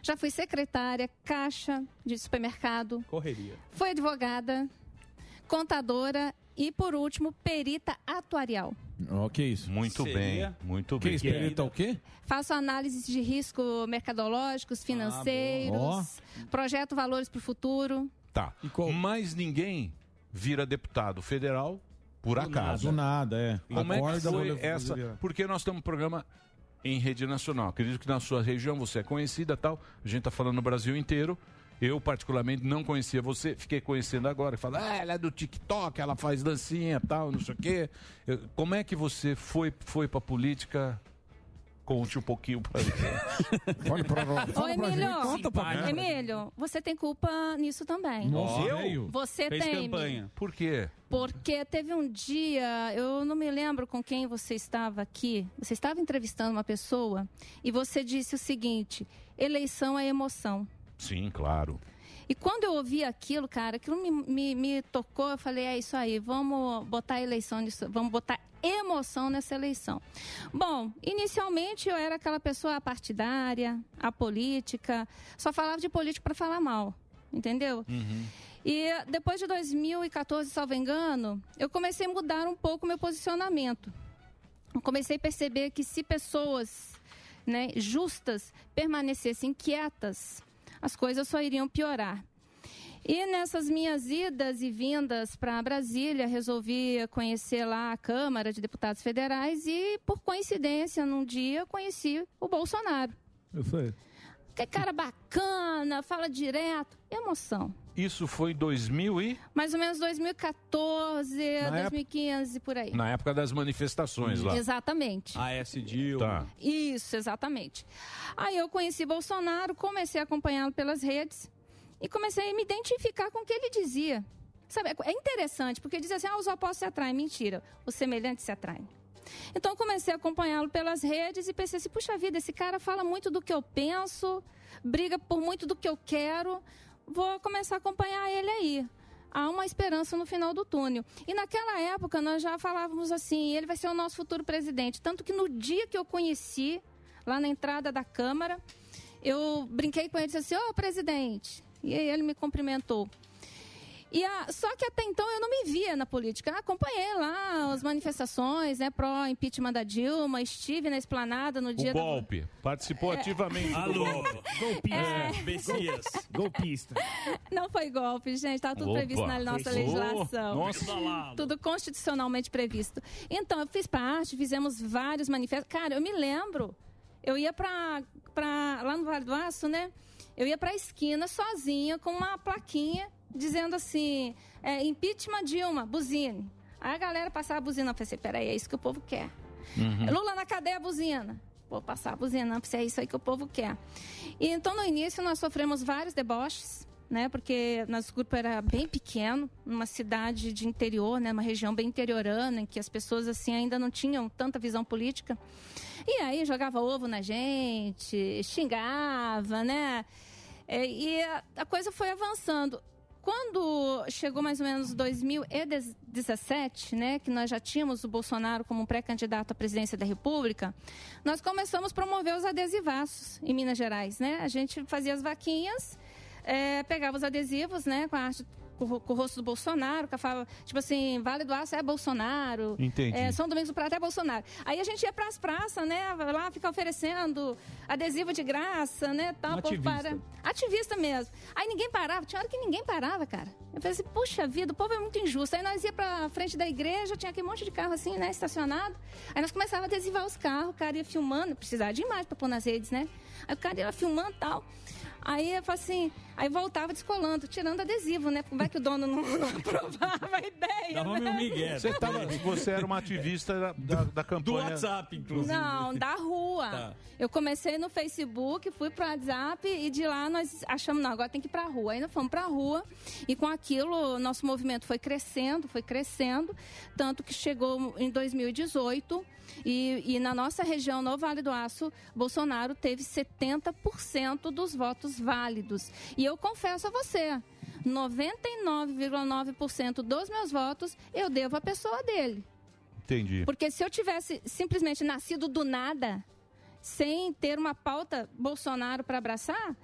Speaker 17: Já fui secretária, caixa de supermercado.
Speaker 10: Correria.
Speaker 17: Foi advogada, contadora e, por último, perita atuarial.
Speaker 8: Ó, que isso?
Speaker 11: Muito
Speaker 10: Seria?
Speaker 11: bem, muito
Speaker 8: que
Speaker 11: bem.
Speaker 8: isso? Perita o quê?
Speaker 17: Faço análises de risco mercadológicos, financeiros, projeto valores para o futuro.
Speaker 11: Tá. Mas ninguém vira deputado federal por acaso.
Speaker 8: Do nada, é.
Speaker 11: Como
Speaker 8: Acorda,
Speaker 11: é
Speaker 8: vou
Speaker 11: que
Speaker 8: fazer
Speaker 11: foi essa?
Speaker 8: virar.
Speaker 11: Porque nós temos um programa em rede nacional. Acredito que na sua região você é conhecida tal. A gente está falando no Brasil inteiro. Eu, particularmente, não conhecia você, fiquei conhecendo agora. Fala, ah, ela é do TikTok, ela faz dancinha tal, não sei o quê. Eu- como é que você foi, foi para política? Conte um pouquinho para gente. Olha para
Speaker 17: Ô, Emílio,
Speaker 11: mim.
Speaker 17: Emílio, você tem culpa nisso também. Você tem. Emílio.
Speaker 11: Por quê?
Speaker 17: Porque teve um dia, eu não me lembro com quem você estava aqui, você estava entrevistando uma pessoa e você disse o seguinte: eleição é emoção.
Speaker 11: Sim, claro.
Speaker 17: E quando eu ouvi aquilo, cara, aquilo me, me, me tocou, eu falei, é isso aí, vamos botar eleição nisso, vamos botar emoção nessa eleição. Bom, inicialmente eu era aquela pessoa partidária, apolítica, só falava de político para falar mal, entendeu? E depois de 2014, salvo engano, eu comecei a mudar um pouco meu posicionamento. Eu comecei a perceber que se pessoas né, justas permanecessem quietas, as coisas só iriam piorar. E nessas minhas idas e vindas para Brasília, resolvi conhecer lá a Câmara de Deputados Federais e, por coincidência, num dia eu conheci o Bolsonaro.
Speaker 8: Eu sei.
Speaker 17: Que cara bacana, fala direto, emoção.
Speaker 11: Isso foi em 2000 e...
Speaker 17: Mais ou menos 2014,
Speaker 11: época-
Speaker 17: 2015, por aí.
Speaker 11: Na época das manifestações lá.
Speaker 17: Exatamente.
Speaker 11: A S. Dil. Tá.
Speaker 17: Isso, exatamente. Aí eu conheci Bolsonaro, comecei a acompanhá-lo pelas redes e comecei a me identificar com o que ele dizia. Sabe, é interessante, porque diz assim, ah, os opostos se atraem. Mentira, os semelhantes se atraem. Então eu comecei a acompanhá-lo pelas redes e pensei assim, puxa vida, esse cara fala muito do que eu penso, briga por muito do que eu quero, vou começar a acompanhar ele aí. Há uma esperança no final do túnel. E naquela época nós já falávamos assim, ele vai ser o nosso futuro presidente. Tanto que no dia que eu conheci, lá na entrada da Câmara, eu brinquei com ele e disse assim, ô presidente. E aí ele me cumprimentou. E a- só que até então eu não me via na política. Eu Acompanhei lá as manifestações, né, pró impeachment da Dilma, estive na esplanada no dia
Speaker 11: O
Speaker 17: da-
Speaker 11: golpe. Participou
Speaker 17: É.
Speaker 11: ativamente. do
Speaker 2: Alô.
Speaker 11: golpe.
Speaker 2: Golpista.
Speaker 17: É.
Speaker 2: Messias.
Speaker 7: Golpista.
Speaker 17: Não foi golpe, gente. Estava tudo
Speaker 11: Opa.
Speaker 17: previsto na nossa
Speaker 11: Foi.
Speaker 17: legislação.
Speaker 11: Oh, nossa.
Speaker 17: Tudo constitucionalmente previsto. Então, eu fiz parte, fizemos vários manifestos. Cara, eu me lembro. Eu ia pra, pra lá no Vale do Aço, né? Eu ia pra esquina sozinha com uma plaquinha dizendo assim: é, impeachment Dilma, buzine. Aí a galera passava a buzina. Eu pensei: peraí, é isso que o povo quer.
Speaker 3: Uhum.
Speaker 17: Lula na cadeia, buzina. Vou passar a buzina, porque é isso aí que o povo quer. E então, no início, nós sofremos vários deboches, né? Porque nosso grupo era bem pequeno, numa cidade de interior, né? Uma região bem interiorana, em que as pessoas, assim, ainda não tinham tanta visão política. E aí, jogava ovo na gente, xingava, né? É, E a- a coisa foi avançando quando chegou mais ou menos 2017, né, que nós já tínhamos o Bolsonaro como um pré-candidato à presidência da República, nós começamos a promover os adesivaços em Minas Gerais, né? A gente fazia as vaquinhas, eh, pegava os adesivos, né, com a arte com o ro- com o rosto do Bolsonaro, com a fala, tipo assim, Vale do Aço é Bolsonaro,
Speaker 11: Entendi.
Speaker 17: eh, são Domingos do Prata é Bolsonaro. Aí a gente ia para as praças, né? vai Lá ficar oferecendo adesivo de graça, né? Tal,
Speaker 16: Um
Speaker 17: o povo
Speaker 16: ativista.
Speaker 17: para- Ativista mesmo. Aí ninguém parava, tinha hora que ninguém parava, cara. Eu falei assim, puxa vida, o povo é muito injusto. Aí nós ia pra frente da igreja, tinha aquele monte de carro assim, né, estacionado. Aí nós começava a adesivar os carros, o cara ia filmando, precisava de imagem pra pôr nas redes, né? Aí o cara ia lá filmando e tal. Aí eu falei assim, aí voltava descolando, tirando adesivo, né? Como é que o dono não, não aprovava a ideia?
Speaker 11: Dava
Speaker 17: né?
Speaker 11: meu migué. Você, tava- você era uma ativista da, da, da campanha.
Speaker 10: WhatsApp,
Speaker 17: Não, da rua.
Speaker 11: Tá.
Speaker 17: Eu comecei no Facebook, fui pro WhatsApp e de lá nós achamos, não, agora tem que ir pra rua. Aí nós fomos pra rua e com aquilo nosso movimento foi crescendo, foi crescendo, tanto que chegou em 2018 e, e na nossa região, no Vale do Aço, Bolsonaro teve 70% dos votos válidos. E eu confesso a você, 99,9% dos meus votos eu devo à pessoa dele.
Speaker 11: Entendi.
Speaker 17: Porque se eu tivesse simplesmente nascido do nada, sem ter uma pauta Bolsonaro para abraçar,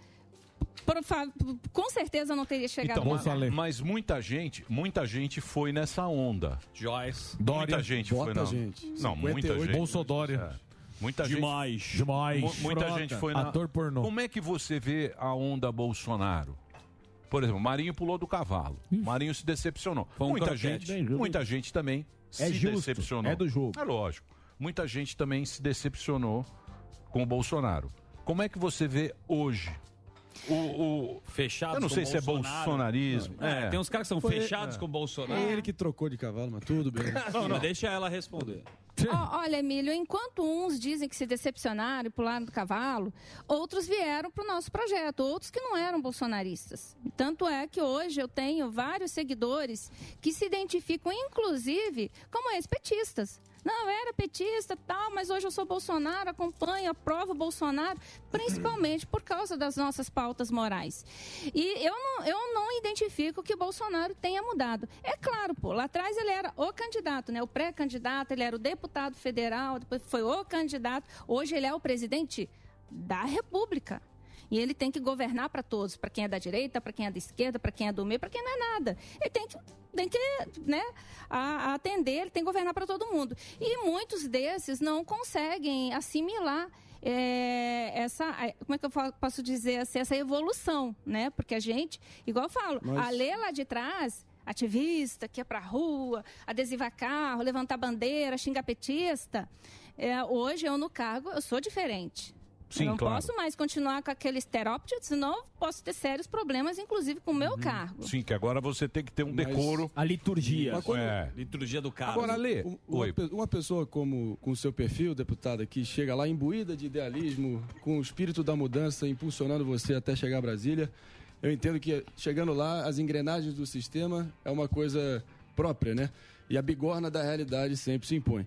Speaker 17: por fa- com certeza eu não teria chegado
Speaker 9: Então, mas,
Speaker 17: lá.
Speaker 9: mas muita gente, muita gente foi nessa onda.
Speaker 10: Joyce.
Speaker 9: Muita
Speaker 8: Dória.
Speaker 9: gente
Speaker 8: Bota
Speaker 9: foi na
Speaker 8: gente.
Speaker 9: Não, muita
Speaker 8: 58.
Speaker 9: gente.
Speaker 8: Bolsodória.
Speaker 9: É. Muita
Speaker 8: Demais.
Speaker 9: gente.
Speaker 8: Demais.
Speaker 9: Mu- Muita
Speaker 8: Frota.
Speaker 9: gente foi na
Speaker 8: Ator pornô.
Speaker 9: Como é que você vê a onda Bolsonaro? Por exemplo, Marinho pulou do cavalo. Marinho se decepcionou.
Speaker 11: Foi um
Speaker 9: muita
Speaker 11: croquete.
Speaker 9: gente, muita gente também
Speaker 11: É
Speaker 9: se
Speaker 11: justo,
Speaker 9: decepcionou.
Speaker 11: é do jogo.
Speaker 9: É lógico. Muita gente também se decepcionou com o Bolsonaro. Como é que você vê hoje o, o
Speaker 10: fechado?
Speaker 9: Eu não sei se é bolsonarismo.
Speaker 10: É, tem uns caras que são
Speaker 6: Foi-
Speaker 10: fechados
Speaker 6: é.
Speaker 10: com o Bolsonaro.
Speaker 6: É ele que trocou de cavalo, mas tudo bem.
Speaker 10: Não, não, Deixa ela responder.
Speaker 17: Ó, olha, Emílio, enquanto uns dizem que se decepcionaram e pularam do cavalo, outros vieram para o nosso projeto, outros que não eram bolsonaristas. Tanto é que hoje eu tenho vários seguidores que se identificam, inclusive, como ex-petistas. Não, eu era petista tal, mas hoje eu sou Bolsonaro, acompanho, aprovo o Bolsonaro, principalmente por causa das nossas pautas morais. E eu não, eu não identifico que Bolsonaro tenha mudado. É claro, pô, lá atrás ele era o candidato, né? O pré-candidato, ele era o deputado federal, depois foi o candidato, hoje ele é o presidente da República. E ele tem que governar para todos, para quem é da direita, para quem é da esquerda, para quem é do meio, para quem não é nada. Ele tem que, tem que né, a- a atender, ele tem que governar para todo mundo. E muitos desses não conseguem assimilar é, essa, a- como é que eu fa- posso dizer assim, essa evolução, né? Porque a gente, igual eu falo,
Speaker 16: Mas-
Speaker 17: a Lê lá de trás, ativista, que ia pra rua, adesivar carro, levantar bandeira, xingar petista, é, hoje eu no cargo, eu sou diferente. Eu
Speaker 16: Sim,
Speaker 17: não
Speaker 16: claro.
Speaker 17: posso mais continuar com aquele estereótipo, senão eu posso ter sérios problemas, inclusive com o
Speaker 6: Uhum.
Speaker 17: meu cargo.
Speaker 9: Sim, que agora você tem que ter um decoro.
Speaker 12: A liturgia.
Speaker 6: Mas quando-
Speaker 9: É.
Speaker 10: Liturgia do cara.
Speaker 6: Agora, Lê,
Speaker 10: O- o-
Speaker 6: uma, pe- uma pessoa como com o seu perfil, deputada, que chega lá imbuída de idealismo, com o espírito da mudança, impulsionando você até chegar a Brasília, eu entendo que chegando lá, as engrenagens do sistema é uma coisa própria, né? E a bigorna da realidade sempre se impõe.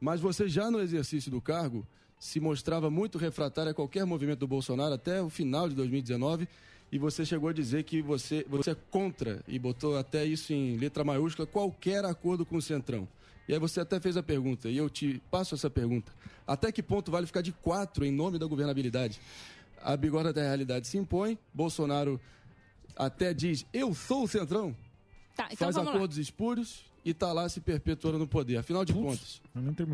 Speaker 6: Mas você já no exercício do cargo se mostrava muito refratário a qualquer movimento do Bolsonaro até o final de 2019 e você chegou a dizer que você, você é contra e botou até isso em letra maiúscula qualquer acordo com o Centrão. E aí você até fez a pergunta e eu te passo essa pergunta. Até que ponto vale ficar de quatro em nome da governabilidade? A bigorna da realidade se impõe, Bolsonaro até diz, eu sou o Centrão,
Speaker 17: Tá, então
Speaker 6: faz
Speaker 17: vamos lá.
Speaker 6: acordos espúrios e tá lá se perpetuando no poder. Afinal de contas,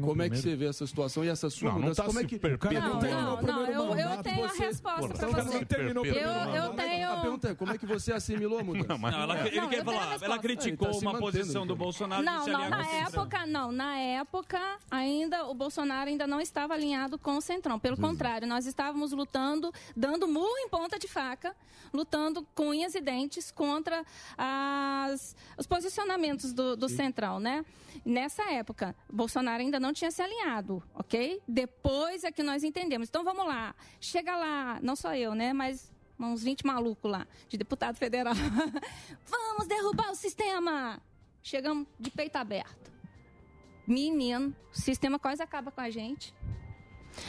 Speaker 6: como é que você vê essa situação e essa sua
Speaker 9: Não, não
Speaker 6: mudança?
Speaker 9: tá
Speaker 6: como é
Speaker 9: se
Speaker 6: que
Speaker 9: perpetuando.
Speaker 17: Não, não, não, eu, eu
Speaker 6: mandato,
Speaker 17: tenho
Speaker 6: você-
Speaker 17: a resposta
Speaker 6: Porra,
Speaker 17: para
Speaker 6: então
Speaker 17: você.
Speaker 6: não terminou o
Speaker 17: eu,
Speaker 6: primeiro
Speaker 17: eu
Speaker 6: mandato. A
Speaker 17: tenho.
Speaker 6: pergunta é, como é que você assimilou tá a mudança?
Speaker 10: Não, ela- ele quer falar. Ela criticou uma posição do Bolsonaro. de
Speaker 17: Não,
Speaker 10: se
Speaker 17: não, é,
Speaker 10: aliar com
Speaker 17: na
Speaker 10: o Centrão.
Speaker 17: época, não. Na época, ainda o Bolsonaro ainda não estava alinhado com o Centrão. Pelo contrário, nós estávamos lutando, dando murro em ponta de faca, lutando com unhas e dentes contra as- os posicionamentos do, do Centrão, né? Nessa época, Bolsonaro ainda não tinha se alinhado, ok? Depois é que nós entendemos. Então vamos lá. Chega lá, não só eu, né? Mas uns 20 malucos lá, de deputado federal. Vamos derrubar o sistema! Chegamos de peito aberto. Menino, o sistema quase acaba com a gente.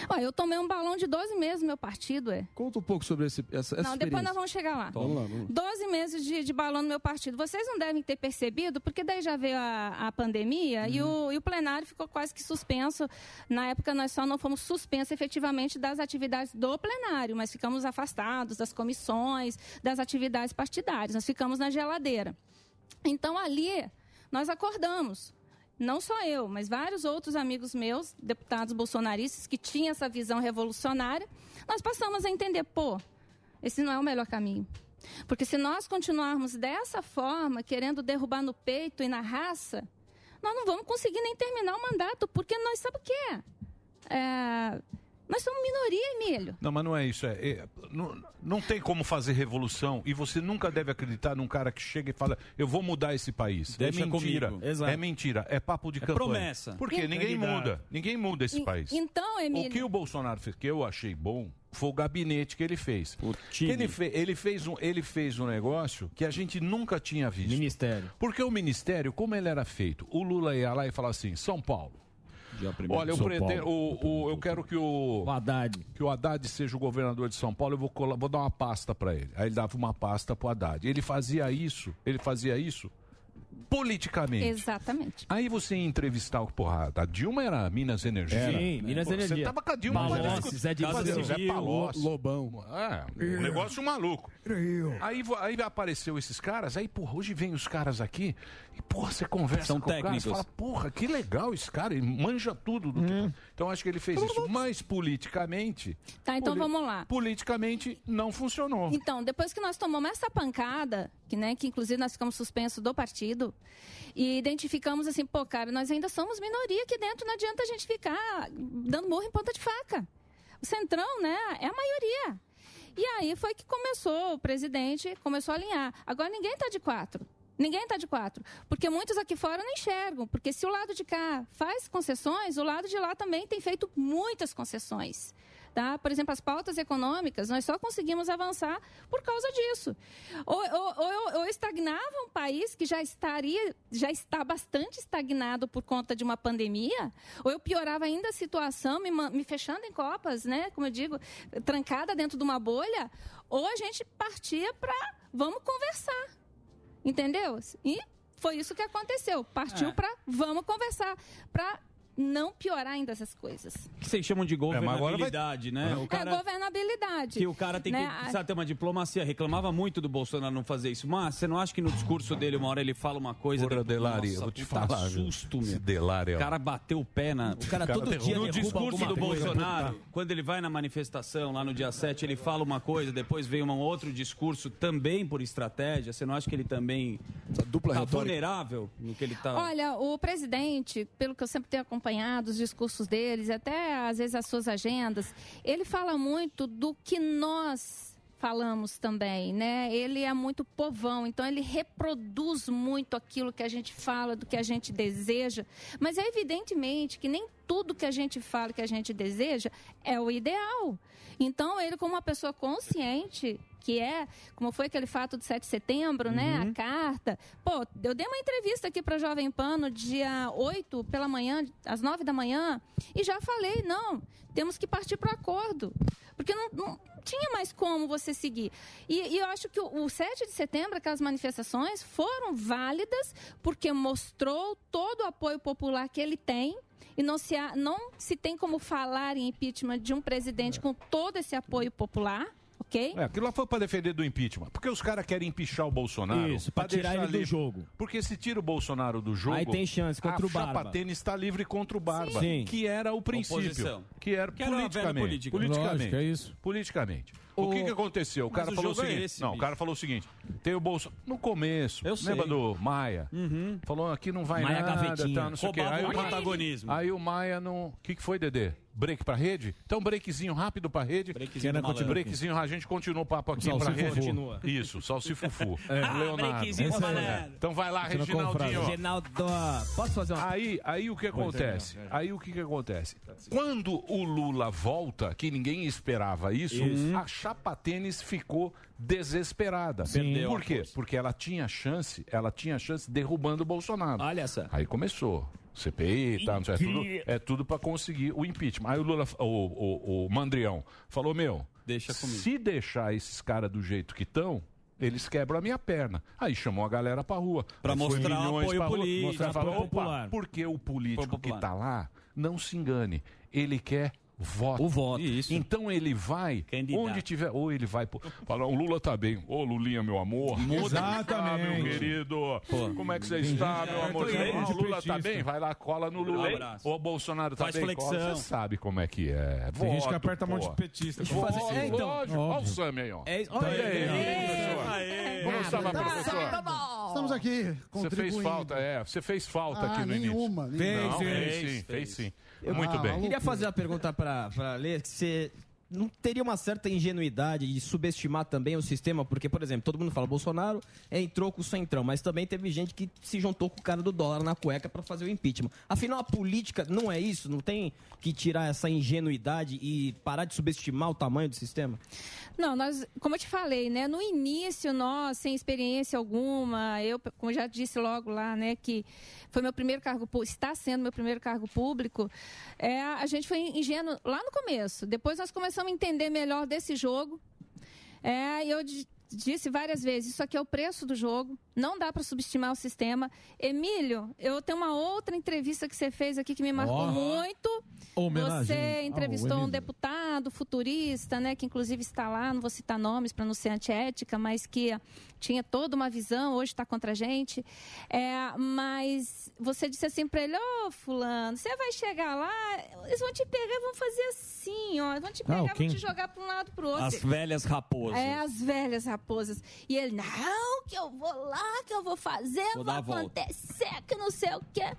Speaker 17: Ó, eu tomei um balão de 12 meses no meu partido, é.
Speaker 6: Conta um pouco sobre esse, essa, essa
Speaker 17: Não,
Speaker 6: experiência.
Speaker 17: depois nós vamos chegar lá.
Speaker 6: Vamos lá, vamos lá.
Speaker 17: 12 meses de, de balão no meu partido. Vocês não devem ter percebido, porque daí já veio a, a pandemia e, o, e o plenário ficou quase que suspenso. Na época, nós só não fomos suspensos efetivamente das atividades do plenário, mas ficamos afastados das comissões, das atividades partidárias. Nós ficamos na geladeira. Então, ali, nós acordamos. Não só eu, mas vários outros amigos meus, deputados bolsonaristas, que tinham essa visão revolucionária, nós passamos a entender, pô, esse não é o melhor caminho. Porque se nós continuarmos dessa forma, querendo derrubar no peito e na raça, nós não vamos conseguir nem terminar o mandato, porque nós sabe o quê? É, nós somos minoria, Emílio.
Speaker 9: Não, mas não é isso. É, é, não, não tem como fazer revolução e você nunca deve acreditar num cara que chega e fala: eu vou mudar esse país.
Speaker 10: Deixa
Speaker 9: é mentira.
Speaker 10: comigo. Exato.
Speaker 9: É mentira. É papo de campanha.
Speaker 10: promessa.
Speaker 9: Porque
Speaker 10: Tem
Speaker 9: ninguém
Speaker 10: candidato.
Speaker 9: muda. Ninguém muda esse
Speaker 17: E-
Speaker 9: país.
Speaker 17: então, Emílio-
Speaker 9: O que o Bolsonaro fez, que eu achei bom, foi o gabinete que ele fez. Que Ele, fe- ele fez um, ele fez um negócio que a gente nunca tinha visto.
Speaker 12: Ministério.
Speaker 9: Porque o ministério, como ele era feito, o Lula ia lá e falava assim: São Paulo. Olha, eu,
Speaker 11: São
Speaker 9: pretendo,
Speaker 11: Paulo.
Speaker 9: o- o- eu quero que o,
Speaker 12: Haddad.
Speaker 9: que o Haddad seja o governador de São Paulo, eu vou, cola- vou dar uma pasta para ele. Aí ele dava uma pasta pro Haddad. Ele fazia isso, ele fazia isso politicamente.
Speaker 17: Exatamente.
Speaker 9: Aí você ia entrevistar o porra, a Dilma era Minas Energia.
Speaker 12: Sim,
Speaker 9: Era.
Speaker 12: Minas Energia.
Speaker 9: Você tava com a Dilma
Speaker 12: Palocci,
Speaker 9: lá discutindo.
Speaker 12: Zé de
Speaker 9: Fazer
Speaker 12: Civil,
Speaker 9: Zé Palocci.
Speaker 3: Lobão.
Speaker 9: É, um negócio maluco. Aí, vo- aí apareceu esses caras, aí, porra, hoje vem os caras aqui e, porra, você conversa
Speaker 10: São
Speaker 9: com o cara,
Speaker 10: técnicos. Hum.
Speaker 9: você fala, porra, que legal esse cara, ele manja tudo do que- Então acho que ele fez
Speaker 10: Uhum.
Speaker 9: isso. Mas politicamente.
Speaker 17: Tá, então vamos lá.
Speaker 9: Politicamente não funcionou.
Speaker 17: Então, depois que nós tomamos essa pancada, que, né, que inclusive nós ficamos suspensos do partido, e identificamos assim, pô, cara, nós ainda somos minoria aqui dentro, não adianta a gente ficar dando morro em ponta de faca. O Centrão, né, é a maioria. E aí foi que começou, o presidente começou a alinhar. Agora ninguém está de quatro. Ninguém está de quatro. Porque muitos aqui fora não enxergam. Porque se o lado de cá faz concessões, o lado de lá também tem feito muitas concessões. Tá? Por exemplo, as pautas econômicas, nós só conseguimos avançar por causa disso. Ou, ou, ou- ou estagnava um país que já estaria, já está bastante estagnado por conta de uma pandemia, ou eu piorava ainda a situação, me, man- me fechando em copas, né? Como eu digo, trancada dentro de uma bolha, ou a gente partia para vamos conversar. Entendeu? E foi isso que aconteceu. Partiu
Speaker 10: É.
Speaker 17: para vamos conversar, para não piorar ainda essas coisas.
Speaker 10: que vocês chamam de
Speaker 9: É, mas agora vai-
Speaker 10: governabilidade, né? O cara-
Speaker 17: É governabilidade.
Speaker 10: Que o cara tem que
Speaker 17: né?
Speaker 10: precisar ter uma diplomacia. Reclamava muito do Bolsonaro não fazer isso. Mas você não acha que no discurso dele, uma hora ele fala uma coisa.
Speaker 9: Porra,
Speaker 10: depois,
Speaker 9: Delari,
Speaker 10: nossa,
Speaker 9: eu vou te
Speaker 10: puta
Speaker 9: falar. viu?
Speaker 10: susto, meu.
Speaker 9: Esse Delari, ó.
Speaker 10: O cara bateu o pé na.
Speaker 9: O cara um todo dia
Speaker 10: No
Speaker 9: derruba
Speaker 10: discurso
Speaker 9: alguma
Speaker 10: do
Speaker 9: coisa,
Speaker 10: Bolsonaro,
Speaker 9: puta.
Speaker 10: quando ele vai na manifestação lá no dia 7, ele fala uma coisa, depois vem um outro discurso também por estratégia. Você não acha que ele também
Speaker 3: dupla
Speaker 10: tá
Speaker 3: retórica.
Speaker 10: vulnerável no que ele tá.
Speaker 17: Olha, o presidente, pelo que eu sempre tenho acompanhado, os discursos deles, até às vezes as suas agendas, ele fala muito do que nós falamos também, né? Ele é muito povão, então ele reproduz muito aquilo que a gente fala, do que a gente deseja, mas é evidentemente que nem tudo que a gente fala, que a gente deseja, é o ideal. Então, ele como uma pessoa consciente, que é, como foi aquele fato do 7 de setembro, né? A carta. Pô, eu dei uma entrevista aqui para Jovem Pan no dia 8 pela manhã, às 9 da manhã, e já falei, não, temos que partir para acordo. Porque não, não tinha mais como você seguir. E, e eu acho que o, o 7 de setembro, aquelas manifestações, foram válidas porque mostrou todo o apoio popular que ele tem. E não se, há- não se tem como falar em impeachment de um presidente com todo esse apoio popular, ok?
Speaker 9: É, aquilo lá foi para defender do impeachment. Porque os caras querem empichar o Bolsonaro.
Speaker 12: Isso, pra tirar
Speaker 9: deixar
Speaker 12: ele do jogo.
Speaker 9: Porque se tira o Bolsonaro do jogo.
Speaker 12: Aí tem chance
Speaker 9: a
Speaker 12: contra o Barba.
Speaker 9: chapa tênis está livre contra o Barba.
Speaker 12: Sim.
Speaker 9: Que era o princípio.
Speaker 12: Oposição.
Speaker 9: Que era
Speaker 12: Que era uma velha
Speaker 9: politicamente.
Speaker 12: política.
Speaker 9: Politicamente.
Speaker 12: Lógico, é isso.
Speaker 9: Politicamente. O, que, que aconteceu? O
Speaker 12: Mas
Speaker 9: cara
Speaker 12: o
Speaker 9: falou o
Speaker 12: jogo é
Speaker 9: seguinte.
Speaker 12: esse,
Speaker 9: não, o
Speaker 12: bicho.
Speaker 9: cara falou o seguinte. Tem o Bolsonaro. No começo.
Speaker 10: Eu sei.
Speaker 9: Lembra do
Speaker 12: Hum.
Speaker 9: Maia?
Speaker 12: Uhum.
Speaker 9: Falou aqui não vai
Speaker 10: Maia
Speaker 9: nada.
Speaker 10: Gavetinha.
Speaker 9: Tá, não sei o quê.
Speaker 10: Roubava
Speaker 9: Aí
Speaker 10: o
Speaker 9: Maia-
Speaker 10: protagonismo.
Speaker 9: Aí o Maia não. O que, que foi, Dedê? Break pra rede? Então, breakzinho rápido pra rede.
Speaker 10: Breakzinho
Speaker 9: Quem
Speaker 10: do
Speaker 9: não continua?
Speaker 10: malandro.
Speaker 9: Breakzinho, a gente continua o papo aqui
Speaker 10: Salsifufu.
Speaker 9: pra rede.
Speaker 10: Continua.
Speaker 9: Isso, salsifufu.
Speaker 12: É.
Speaker 9: Ah, Leonardo.
Speaker 12: breakzinho do
Speaker 9: Esse aí.
Speaker 12: malandro.
Speaker 9: Então vai lá,
Speaker 12: Continua com o Fran.
Speaker 9: Reginaldinho. ó.
Speaker 12: Reginaldo,
Speaker 8: Então, ah,
Speaker 12: posso fazer uma...
Speaker 9: Aí, aí o que
Speaker 8: é,
Speaker 9: acontece?
Speaker 8: né,
Speaker 10: É.
Speaker 9: Aí o que, que acontece?
Speaker 10: Tá
Speaker 9: Quando o Lula volta, que ninguém esperava isso,
Speaker 10: Isso.
Speaker 9: a chapa tênis ficou desesperada.
Speaker 10: Sim. Perdeu
Speaker 9: Por
Speaker 10: a
Speaker 9: quê? Porque ela tinha chance, ela tinha chance derrubando o Bolsonaro. Olha essa. Aí começou. CPI e tal, não sei, é tudo, é tudo para conseguir o impeachment. Aí o Lula, o, o, o Mandrião, falou: meu,
Speaker 10: Deixa comigo.
Speaker 9: se deixar esses caras do jeito que estão, eles quebram a minha perna. Aí chamou a galera pra rua.
Speaker 10: Pra
Speaker 9: Aí foi
Speaker 10: mostrar o
Speaker 9: milhões
Speaker 10: apoio
Speaker 9: pra rua.
Speaker 10: político,
Speaker 9: Mostrar, falar,
Speaker 10: apoio
Speaker 9: "Opa,
Speaker 10: popular."
Speaker 9: Porque o político
Speaker 10: Apoio
Speaker 9: que
Speaker 10: popular.
Speaker 9: tá lá, não se engane, ele quer voto. O voto. Então ele vai onde tiver. Ou ele vai. pro- Falar, o Lula tá bem. Ô, Lulinha, meu amor.
Speaker 8: Muda.
Speaker 9: Ah, meu
Speaker 8: Exatamente.
Speaker 9: querido.
Speaker 8: Pô.
Speaker 9: Como é que você
Speaker 8: Tem
Speaker 9: está,
Speaker 8: gente
Speaker 9: meu
Speaker 8: que
Speaker 9: amor?
Speaker 8: é
Speaker 9: Ah,
Speaker 8: de
Speaker 9: o Lula tá
Speaker 8: petista.
Speaker 9: bem? Vai lá, cola no
Speaker 8: Um
Speaker 9: Lula.
Speaker 8: abraço.
Speaker 9: Ô, Bolsonaro tá
Speaker 8: Faz
Speaker 9: bem?
Speaker 8: flexão.
Speaker 9: Cola. Você sabe como é que é.
Speaker 8: Tem gente que
Speaker 9: Voto,
Speaker 8: aperta a mão de
Speaker 9: pô.
Speaker 8: petista.
Speaker 9: Voto,
Speaker 8: Deixa eu fazer- É, então,
Speaker 9: lógico. Olha o
Speaker 8: óbvio.
Speaker 9: Sam aí, ó.
Speaker 8: É isso-
Speaker 9: Tá aí,
Speaker 8: Olha aí.
Speaker 9: professor. Como estava, professor?
Speaker 18: Estamos aqui
Speaker 8: Tá
Speaker 9: Você
Speaker 18: contribuindo.
Speaker 9: fez falta, é. Você fez falta
Speaker 18: Ah,
Speaker 9: aqui no início.
Speaker 18: nenhuma,
Speaker 9: Fez,
Speaker 18: nenhuma.
Speaker 9: Não,
Speaker 18: Fez,
Speaker 9: fez,
Speaker 18: fez,
Speaker 9: sim, fez sim.
Speaker 12: Eu-
Speaker 9: Muito
Speaker 12: Ah,
Speaker 9: bem.
Speaker 12: Eu queria fazer uma pergunta para Lê, que você não teria uma certa ingenuidade de subestimar também o sistema, porque, por exemplo, todo mundo fala Bolsonaro é entrou com o Centrão, mas também teve gente que se juntou com o cara do dólar na cueca para fazer o impeachment. Afinal, a política não é isso? Não tem que tirar essa ingenuidade e parar de subestimar o tamanho do sistema?
Speaker 17: Não, nós, como eu te falei, né, no início nós, sem experiência alguma, eu, como já disse logo lá, né, que foi meu primeiro cargo, pú- está sendo meu primeiro cargo público, é, a gente foi ingênuo lá no começo. Depois nós começamos a entender melhor desse jogo. É, e eu de- disse várias vezes, isso aqui é o preço do jogo, não dá para subestimar o sistema. Emílio, eu tenho uma outra entrevista que você fez aqui que me marcou
Speaker 8: Ó.
Speaker 17: muito.
Speaker 8: Homenagem
Speaker 17: Você
Speaker 8: ao
Speaker 17: entrevistou um
Speaker 8: Ah, Emílio.
Speaker 17: deputado futurista, né, que inclusive está lá, não vou citar nomes para não ser antiética, mas que tinha toda uma visão, hoje está contra a gente. É, mas você disse assim para ele, ô fulano, você vai chegar lá, eles vão te pegar e vão fazer assim, ó, vão te pegar,
Speaker 10: Não,
Speaker 17: e
Speaker 10: quem-
Speaker 17: vão te jogar para um lado para o outro.
Speaker 10: As velhas raposas.
Speaker 17: É, as velhas raposas. E ele, não, que eu vou lá, que eu vou fazer,
Speaker 10: Vou
Speaker 17: vou,
Speaker 10: dar a volta.
Speaker 17: acontecer, que não sei o quê.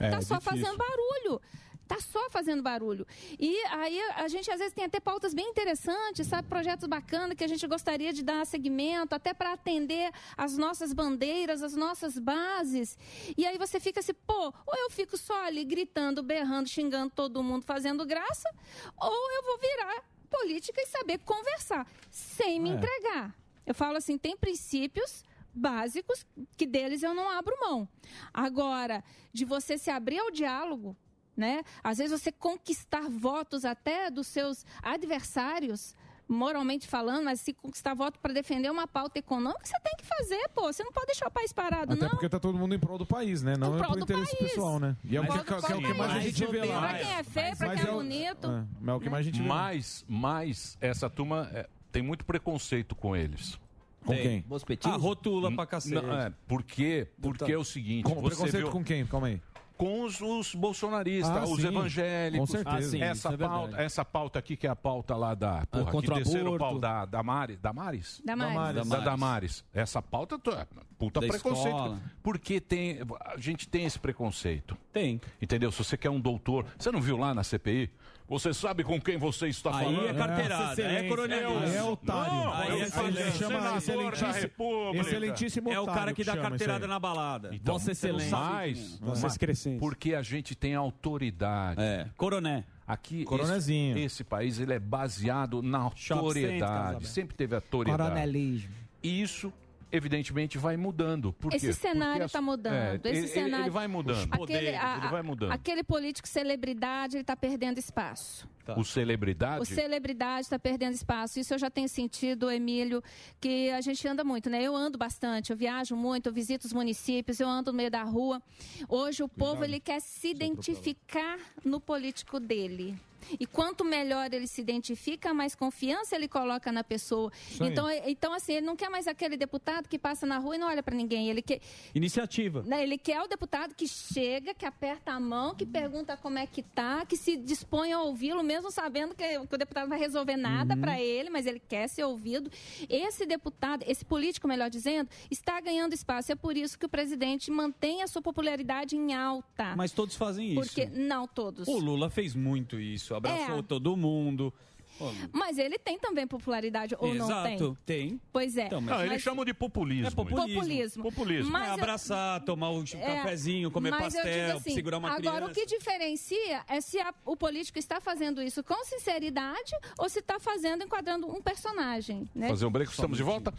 Speaker 9: É,
Speaker 17: tá
Speaker 9: é
Speaker 17: só
Speaker 9: difícil.
Speaker 17: fazendo barulho. Tá só fazendo barulho. E aí a gente às vezes tem até pautas bem interessantes, sabe? Projetos bacanas que a gente gostaria de dar seguimento, até para atender as nossas bandeiras, as nossas bases. E aí você fica assim, pô, ou eu fico só ali gritando, berrando, xingando todo mundo, fazendo graça, ou eu vou virar política e saber conversar, sem me
Speaker 19: É.
Speaker 17: entregar. Eu falo assim, tem princípios básicos que deles eu não abro mão. Agora, de você se abrir ao diálogo, né? Às vezes você conquistar votos até dos seus adversários, moralmente falando, mas se conquistar voto para defender uma pauta econômica, você tem que fazer, pô. Você não pode deixar o país parado,
Speaker 8: Até
Speaker 17: não.
Speaker 8: porque tá todo mundo em prol do país, né? Não
Speaker 17: Em
Speaker 8: é
Speaker 17: prol
Speaker 8: pro
Speaker 17: do
Speaker 8: interesse
Speaker 17: país.
Speaker 8: pessoal, né? E é o
Speaker 17: Mas
Speaker 8: que,
Speaker 17: o que
Speaker 8: que é o que mais a gente vê lá.
Speaker 17: Pra quem é feio, pra
Speaker 8: Mas
Speaker 17: quem é
Speaker 8: é o-
Speaker 17: bonito.
Speaker 8: É, é o que mais a gente vê.
Speaker 9: Mas, mas essa turma é, tem muito preconceito com eles.
Speaker 8: Com Tem. quem?
Speaker 9: Bospetismo?
Speaker 8: Ah, rotula pra cacete. Então
Speaker 9: é, por quê? Porque é o seguinte...
Speaker 8: Com,
Speaker 9: você
Speaker 8: preconceito
Speaker 9: viu-
Speaker 8: com quem? Calma aí.
Speaker 9: Com os, os bolsonaristas,
Speaker 8: Ah,
Speaker 9: os
Speaker 8: sim.
Speaker 9: evangélicos.
Speaker 8: Com certeza. Ah, sim,
Speaker 9: essa,
Speaker 8: isso é verdade. Ah,
Speaker 9: pauta, essa pauta aqui, que é a pauta lá da. Porra, que
Speaker 8: contra o
Speaker 9: desceram o
Speaker 8: aborto.
Speaker 9: pau da, da Mari, Damares?
Speaker 17: Damares. Damares.
Speaker 9: Da Damares. Essa pauta, tu- é puta
Speaker 10: Da
Speaker 9: preconceito.
Speaker 10: escola.
Speaker 9: Porque tem, a gente tem esse preconceito. Tem. Entendeu? Se você quer um doutor, você não viu lá na CPI? Você sabe com quem você está
Speaker 10: Aí
Speaker 9: falando?
Speaker 10: é
Speaker 8: Ah,
Speaker 10: carteirada, Nossa, é coronel. excelência. Aí é otário.
Speaker 9: Não,
Speaker 10: Aí
Speaker 9: eu
Speaker 10: é
Speaker 9: falei,
Speaker 10: excelência.
Speaker 9: senador
Speaker 10: Chama
Speaker 9: da
Speaker 10: excelentíssimo-
Speaker 9: República.
Speaker 10: excelentíssimo É o otário cara que que dá chama carteirada isso aí. Então, na balada. Vossa
Speaker 9: você Então, não
Speaker 10: Excelência.
Speaker 9: sabe
Speaker 10: Mas,
Speaker 9: quem é.
Speaker 10: Vossa
Speaker 9: Mas
Speaker 10: Excrescência.
Speaker 9: Porque a gente tem autoridade. É.
Speaker 10: Coroné.
Speaker 9: Aqui,
Speaker 10: Coronezinho.
Speaker 9: Esse, esse país ele é baseado na autoridade.
Speaker 10: center,
Speaker 9: Sempre teve autoridade.
Speaker 20: Coronelismo.
Speaker 9: E isso, evidentemente, vai mudando. Por quê?
Speaker 17: Esse
Speaker 9: Porque
Speaker 17: cenário
Speaker 9: as-
Speaker 17: está mudando.
Speaker 9: É,
Speaker 17: esse
Speaker 9: ele, ele-
Speaker 17: cenário...
Speaker 9: ele vai mudando.
Speaker 17: Aquele, a-
Speaker 9: ele vai mudando.
Speaker 17: Aquele político celebridade, ele está perdendo espaço.
Speaker 9: O celebridade.
Speaker 17: O celebridade está perdendo espaço. Isso eu já tenho sentido, Emílio, que a gente anda muito, né? Eu ando bastante, eu viajo muito, eu visito os municípios, eu ando no meio da rua. Hoje o povo ele quer se identificar no político dele. E quanto melhor ele se identifica, mais confiança ele coloca na pessoa.
Speaker 10: Isso aí.
Speaker 17: Então, é- então assim, ele não quer mais aquele deputado que passa na rua e não olha para ninguém. Ele quer,
Speaker 10: Iniciativa.
Speaker 17: né, Ele quer o deputado que chega, que aperta a mão, que pergunta como é que tá, que se dispõe a ouvi-lo, mesmo sabendo que, que o deputado não vai resolver nada
Speaker 19: Uhum.
Speaker 17: para ele, mas ele quer ser ouvido. Esse deputado, esse político, melhor dizendo, está ganhando espaço. É por isso que o presidente mantém a sua popularidade em alta.
Speaker 10: Mas todos fazem isso.
Speaker 17: Porque não todos.
Speaker 10: O Lula fez muito isso, abraçou
Speaker 17: É.
Speaker 10: todo mundo. Ó,
Speaker 17: Mas ele tem também popularidade, ou não tem?
Speaker 10: Exato, tem.
Speaker 17: Pois é.
Speaker 10: Então, mas-
Speaker 9: Não, eles
Speaker 17: Mas-
Speaker 9: chamam de populismo.
Speaker 10: É populismo.
Speaker 17: Populismo.
Speaker 9: Populismo.
Speaker 17: Mas
Speaker 10: É
Speaker 17: eu-
Speaker 10: abraçar, tomar um
Speaker 17: É,
Speaker 10: cafezinho, comer
Speaker 17: mas eu
Speaker 10: pastel,
Speaker 17: digo assim,
Speaker 10: segurar uma
Speaker 17: agora,
Speaker 10: criança.
Speaker 17: o que diferencia é se a- o político está fazendo isso com sinceridade ou se está fazendo enquadrando um personagem. Né?
Speaker 9: Fazer um break, estamos de volta?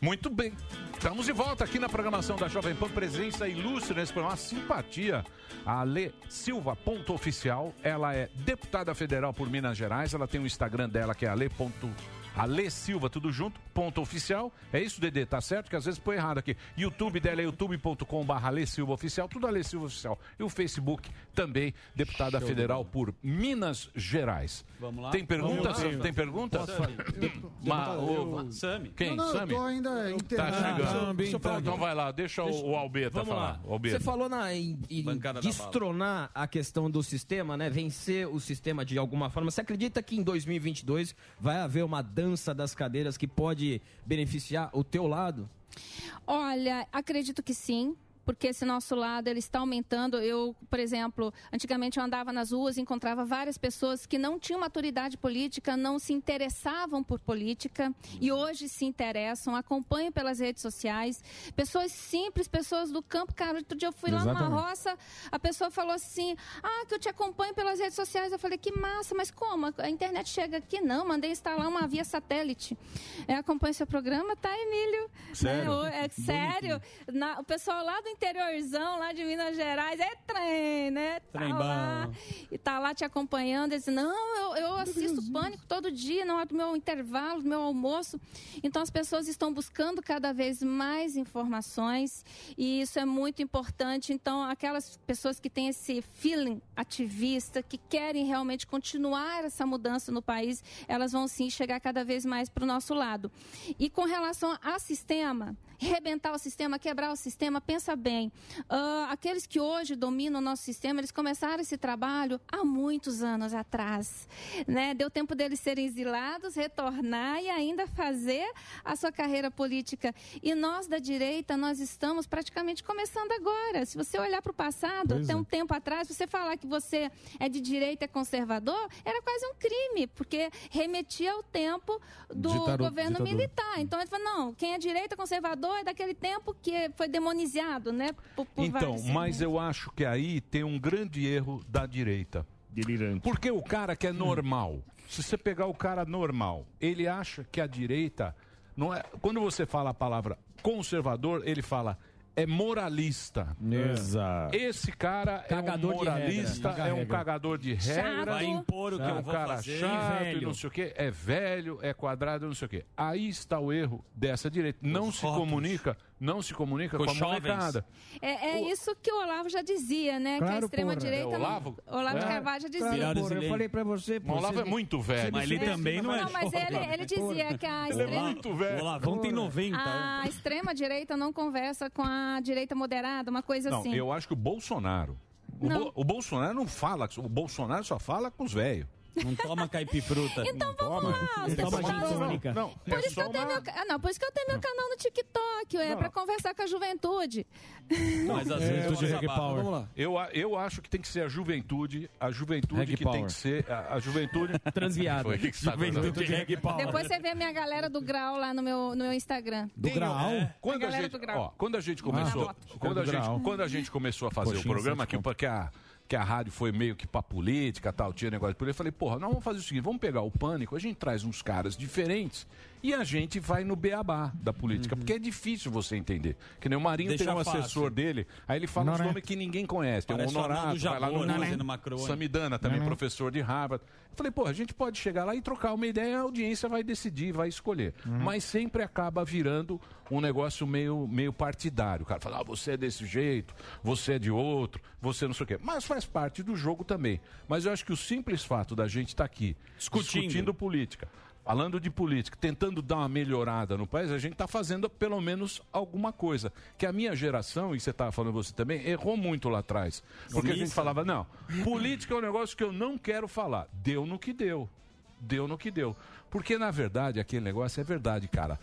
Speaker 9: Muito bem. Estamos de volta aqui na programação da Jovem Pan. Presença ilustre nesse programa, uma simpatia. A Ale Silva, ponto oficial. Ela é deputada federal por Minas Gerais. Ela tem o Instagram dela, que é Ale. Ponto... Ale Silva, tudo junto, ponto oficial. É isso, Dedê, tá certo? Que às vezes põe errado aqui. YouTube dela é youtube.com.br Ale Silva Oficial, tudo Ale Silva Oficial. E o Facebook também, deputada
Speaker 10: Show de
Speaker 9: federal por Minas Gerais.
Speaker 10: Vamos lá?
Speaker 9: Tem pergunta?
Speaker 10: Vamos lá.
Speaker 9: Tem pergunta?
Speaker 10: Posso fazer?
Speaker 9: Ma-
Speaker 10: Eu-
Speaker 9: o-
Speaker 10: Sami.
Speaker 21: Não,
Speaker 9: Quem?
Speaker 21: não,
Speaker 9: Sami?
Speaker 21: eu tô ainda
Speaker 9: Tá
Speaker 21: internado.
Speaker 9: chegando.
Speaker 21: Sami,
Speaker 9: Deixa eu falar,
Speaker 21: então.
Speaker 9: então vai lá, deixa
Speaker 21: Deixa-
Speaker 9: o, o Albeta
Speaker 12: Vamos
Speaker 9: falar.
Speaker 12: lá.
Speaker 9: O Albeta.
Speaker 12: Você falou na em, em
Speaker 9: Bancada da
Speaker 12: destronar a questão do sistema, né? Vencer o sistema de alguma forma. Você acredita que em 2022 vai haver uma dança das cadeiras que pode beneficiar o teu lado?
Speaker 17: Olha, acredito que sim. Porque esse nosso lado ele está aumentando. Eu, por exemplo, antigamente eu andava nas ruas e encontrava várias pessoas que não tinham maturidade política, não se interessavam por política e hoje se interessam, acompanham pelas redes sociais. Pessoas simples, pessoas do campo. Cara, outro dia eu fui lá numa
Speaker 19: Exatamente.
Speaker 17: roça, a pessoa falou assim: Ah, que eu te acompanho pelas redes sociais. Eu falei: Que massa, mas como? A internet chega aqui? Não, mandei instalar uma via satélite. É, acompanho seu programa, tá, Emílio?
Speaker 19: Sério?
Speaker 17: Né, o- é sério. Na- o pessoal lá do interiorzão, lá de Minas Gerais, é trem. também, né? Tá
Speaker 10: Trembão.
Speaker 17: lá e tá lá te acompanhando. Ele disse, não, eu, eu assisto Pânico todo dia, na hora do meu intervalo, do meu almoço. Então as pessoas estão buscando cada vez mais informações e isso é muito importante. Então, aquelas pessoas que têm esse feeling ativista, que querem realmente continuar essa mudança no país, elas vão sim chegar cada vez mais para o nosso lado. E com relação a sistema, rebentar o sistema, quebrar o sistema, pensa bem. Ah, aqueles que hoje dominam o nosso sistema, eles começaram esse trabalho há muitos anos atrás. Né? Deu tempo deles serem exilados, retornar e ainda fazer a sua carreira política. E nós da direita, nós estamos praticamente começando agora. Se você olhar para o passado,
Speaker 16: Pois
Speaker 17: até
Speaker 16: é.
Speaker 17: um tempo atrás, você falar que você é de direita é conservador, era quase um crime, porque remetia ao tempo do
Speaker 16: Ditaro-
Speaker 17: governo
Speaker 16: ditador.
Speaker 17: militar. Então ele falou, não, quem é direita conservador é daquele tempo que foi demonizado, né? Por, por
Speaker 9: Então,
Speaker 17: vários
Speaker 9: mas eu acho que aí tem um grande erro da direita. Delirante. Porque o cara que é normal, se você pegar o cara normal, ele acha que a direita não é. Quando você fala a palavra conservador, ele fala é moralista.
Speaker 7: Exato.
Speaker 9: Esse cara
Speaker 7: Cagador
Speaker 9: é
Speaker 7: de
Speaker 9: um moralista,
Speaker 7: regra.
Speaker 9: é um
Speaker 7: Caga regra.
Speaker 9: cagador de regra.
Speaker 7: Chato. Vai impor o que
Speaker 9: é
Speaker 7: eu
Speaker 9: um
Speaker 7: vou
Speaker 9: cara
Speaker 7: fazer.
Speaker 9: chato,
Speaker 7: E velho.
Speaker 9: e não sei o quê. É velho, é quadrado, não sei o quê. Aí está o erro dessa direita. Não se comunica, não se comunica
Speaker 10: Com
Speaker 9: com a
Speaker 10: jovens.
Speaker 9: molecada.
Speaker 17: É, é isso que o Olavo já dizia, né? que
Speaker 9: Claro,
Speaker 17: a extrema-direita.
Speaker 9: porra. É, Olavo?
Speaker 17: Olavo de
Speaker 9: É.
Speaker 17: Carvalho já dizia.
Speaker 9: Claro, porra, eu
Speaker 17: eu
Speaker 9: Brasileiro. falei pra
Speaker 12: você,
Speaker 9: Mas o Olavo é muito velho.
Speaker 10: Mas ele também não é
Speaker 17: Não, mas ele, ele dizia que a
Speaker 10: Ele é
Speaker 17: extrema.
Speaker 10: muito velho. O Olavão tem 90.
Speaker 17: A extrema direita não conversa com a direita moderada, uma coisa
Speaker 9: Não,
Speaker 17: assim.
Speaker 9: eu acho que o Bolsonaro. O,
Speaker 17: Não.
Speaker 9: Bo- o Bolsonaro não fala, o Bolsonaro só fala com os velhos.
Speaker 10: Não toma caipifruta.
Speaker 17: Então vamos lá,
Speaker 9: tá
Speaker 17: os deputados- Por
Speaker 9: é
Speaker 17: isso, que eu tenho meu... ca- ah, não, por isso que eu tenho meu canal no TikTok, é pra conversar com a juventude.
Speaker 10: Mas às
Speaker 9: É,
Speaker 10: vezes
Speaker 9: eu
Speaker 10: elas
Speaker 9: diria que
Speaker 10: abafam.
Speaker 9: power. Eu, a- eu acho que tem que ser a juventude, a juventude
Speaker 10: Reg
Speaker 9: que
Speaker 10: power.
Speaker 9: tem que ser a, a juventude
Speaker 10: Transviada.
Speaker 9: Foi, que que você tá
Speaker 10: Juventude
Speaker 9: guardando?
Speaker 10: reg power.
Speaker 17: Depois você vê a minha galera do grau lá no meu, no meu Instagram.
Speaker 9: Tem, ó,
Speaker 17: né?
Speaker 9: é. Quando a,
Speaker 17: galera
Speaker 9: gente,
Speaker 17: do grau.
Speaker 9: ó, quando a gente
Speaker 17: Ah,
Speaker 9: começou, quando, a
Speaker 11: do grau.
Speaker 9: gente, quando a gente começou a fazer
Speaker 11: Coxinha,
Speaker 9: o
Speaker 10: é
Speaker 9: programa
Speaker 11: sete
Speaker 9: que, que a que a rádio foi meio que pra política, tal, tinha negócio de política, eu falei, porra, nós vamos fazer o seguinte, vamos pegar o pânico, a gente traz uns caras diferentes e a gente vai no beabá da política, porque é difícil você entender. Que nem o Marinho
Speaker 10: Uhum. Deixa
Speaker 9: tem um
Speaker 10: fácil.
Speaker 9: assessor dele, aí ele fala uns
Speaker 10: Noné.
Speaker 9: nomes que ninguém conhece, tem
Speaker 10: Parece
Speaker 9: o Honorato,
Speaker 10: Arnaldo
Speaker 9: vai lá no
Speaker 10: Jabbour, né,
Speaker 9: Noné.
Speaker 10: fazendo Macron.
Speaker 9: Samidana também,
Speaker 10: Noné.
Speaker 9: professor de Harvard. Eu falei, porra, a gente pode chegar lá e trocar uma ideia, a audiência vai decidir, vai escolher. Mas sempre acaba virando um negócio meio, meio partidário. O cara fala, ah, você é desse jeito, você é de outro, você não sei o quê. Mas faz parte do jogo também. Mas eu acho que o simples fato da gente estar aqui discutindo, política. Falando de política, tentando dar uma melhorada no país, a gente está fazendo pelo menos alguma coisa. Que a minha geração, e você estava falando você também, errou muito lá atrás. Porque a gente
Speaker 11: Missa.
Speaker 9: falava, não, política é um negócio que eu não quero falar. Deu no que deu. Deu no que deu. Porque, na verdade, aquele negócio é verdade, cara.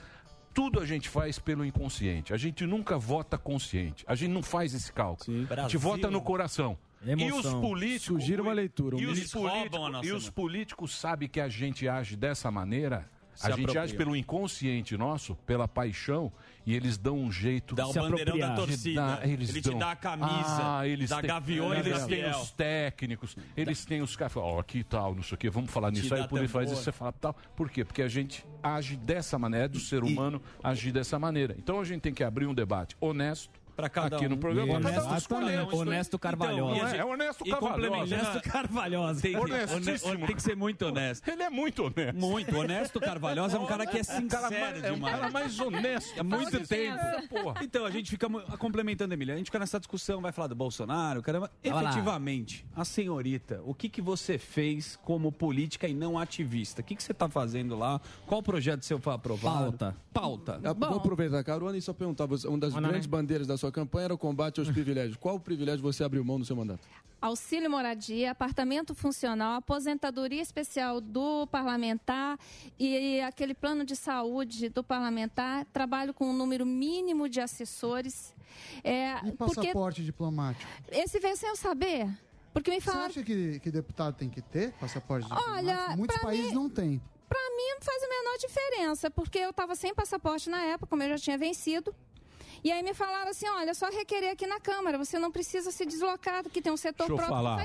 Speaker 9: Tudo a gente faz pelo inconsciente. A gente nunca vota consciente. A gente não faz esse cálculo. A gente
Speaker 11: Brasil.
Speaker 9: vota no coração. E os
Speaker 11: Emoção.
Speaker 9: políticos.
Speaker 11: Sugira uma leitura, um
Speaker 9: E os
Speaker 11: ministro. Eles roubam a
Speaker 9: políticos,
Speaker 11: nossa
Speaker 9: e os
Speaker 11: mão.
Speaker 9: políticos sabem que a gente age dessa maneira.
Speaker 11: Se
Speaker 9: a gente
Speaker 11: apropria.
Speaker 9: age pelo inconsciente nosso, pela paixão, e eles dão um jeito
Speaker 10: Dá o
Speaker 9: se
Speaker 10: bandeirão da
Speaker 9: apropriar.
Speaker 10: torcida.
Speaker 9: De dar- eles
Speaker 10: Ele te
Speaker 9: dão.
Speaker 10: dá a camisa
Speaker 9: ah, eles
Speaker 10: da
Speaker 9: têm,
Speaker 10: Gaviões
Speaker 9: Eles
Speaker 10: da
Speaker 9: têm
Speaker 10: Fiel.
Speaker 9: os técnicos, eles têm os caras. Ó, aqui tal, não sei o quê, vamos falar
Speaker 11: Te
Speaker 9: nisso.
Speaker 11: dá
Speaker 9: Aí o político faz
Speaker 11: tambor.
Speaker 9: isso, você fala tal. Por quê? Porque a gente age dessa maneira, é do ser humano agir dessa maneira. Então a gente tem que abrir um debate honesto.
Speaker 10: cada
Speaker 9: aqui
Speaker 10: um.
Speaker 9: no programa.
Speaker 10: Honesto,
Speaker 9: Cada um escolheu.
Speaker 10: exatamente. Honesto Carvalhosa.
Speaker 9: Então,
Speaker 10: E a gente-
Speaker 9: é, é honesto
Speaker 10: e
Speaker 9: Carvalhosa.
Speaker 10: complementando- Honesto Carvalhosa. Tem que-
Speaker 9: Honestíssimo.
Speaker 10: hone- tem que ser muito honesto.
Speaker 9: Ele é muito honesto.
Speaker 10: Muito. Honesto Carvalhosa é um cara que é sincero
Speaker 9: mais- é um
Speaker 10: demais.
Speaker 9: cara mais honesto.
Speaker 10: Há
Speaker 9: Fala
Speaker 10: muito
Speaker 9: que
Speaker 10: tempo.
Speaker 9: pensa. Porra.
Speaker 10: Então, a gente fica mu- complementando, Emília. A gente fica nessa discussão, vai falar do Bolsonaro, caramba.
Speaker 12: Vai lá.
Speaker 10: Efetivamente, a senhorita, o que, que você fez como política e não ativista? O que, que você está fazendo lá? Qual projeto seu foi aprovado?
Speaker 12: Pauta.
Speaker 10: Pauta.
Speaker 6: Ah, Vou aproveitar a carona e só perguntar, você- uma das
Speaker 10: Olha,
Speaker 6: grandes bandeiras da sua campanha era o combate aos privilégios. Qual privilégio você abriu mão no seu mandato?
Speaker 17: auxílio moradia, apartamento funcional, aposentadoria especial do parlamentar e aquele plano de saúde do parlamentar. Trabalho com um número mínimo de assessores. É, porque
Speaker 18: E Um passaporte diplomático?
Speaker 17: esse veio sem eu saber. Porque me falaram.
Speaker 18: Você acha que, que deputado tem que ter passaporte
Speaker 17: Olha,
Speaker 18: diplomático? Muitos
Speaker 17: pra
Speaker 18: países
Speaker 17: mim-
Speaker 18: não têm.
Speaker 17: Pra mim não faz a menor diferença, porque eu tava sem passaporte na época, como eu já tinha vencido. E aí me falaram assim, olha, é só requerer aqui na Câmara, você não precisa se deslocar, que tem um setor
Speaker 9: Deixa eu
Speaker 17: próprio
Speaker 10: É,
Speaker 17: que
Speaker 9: falar.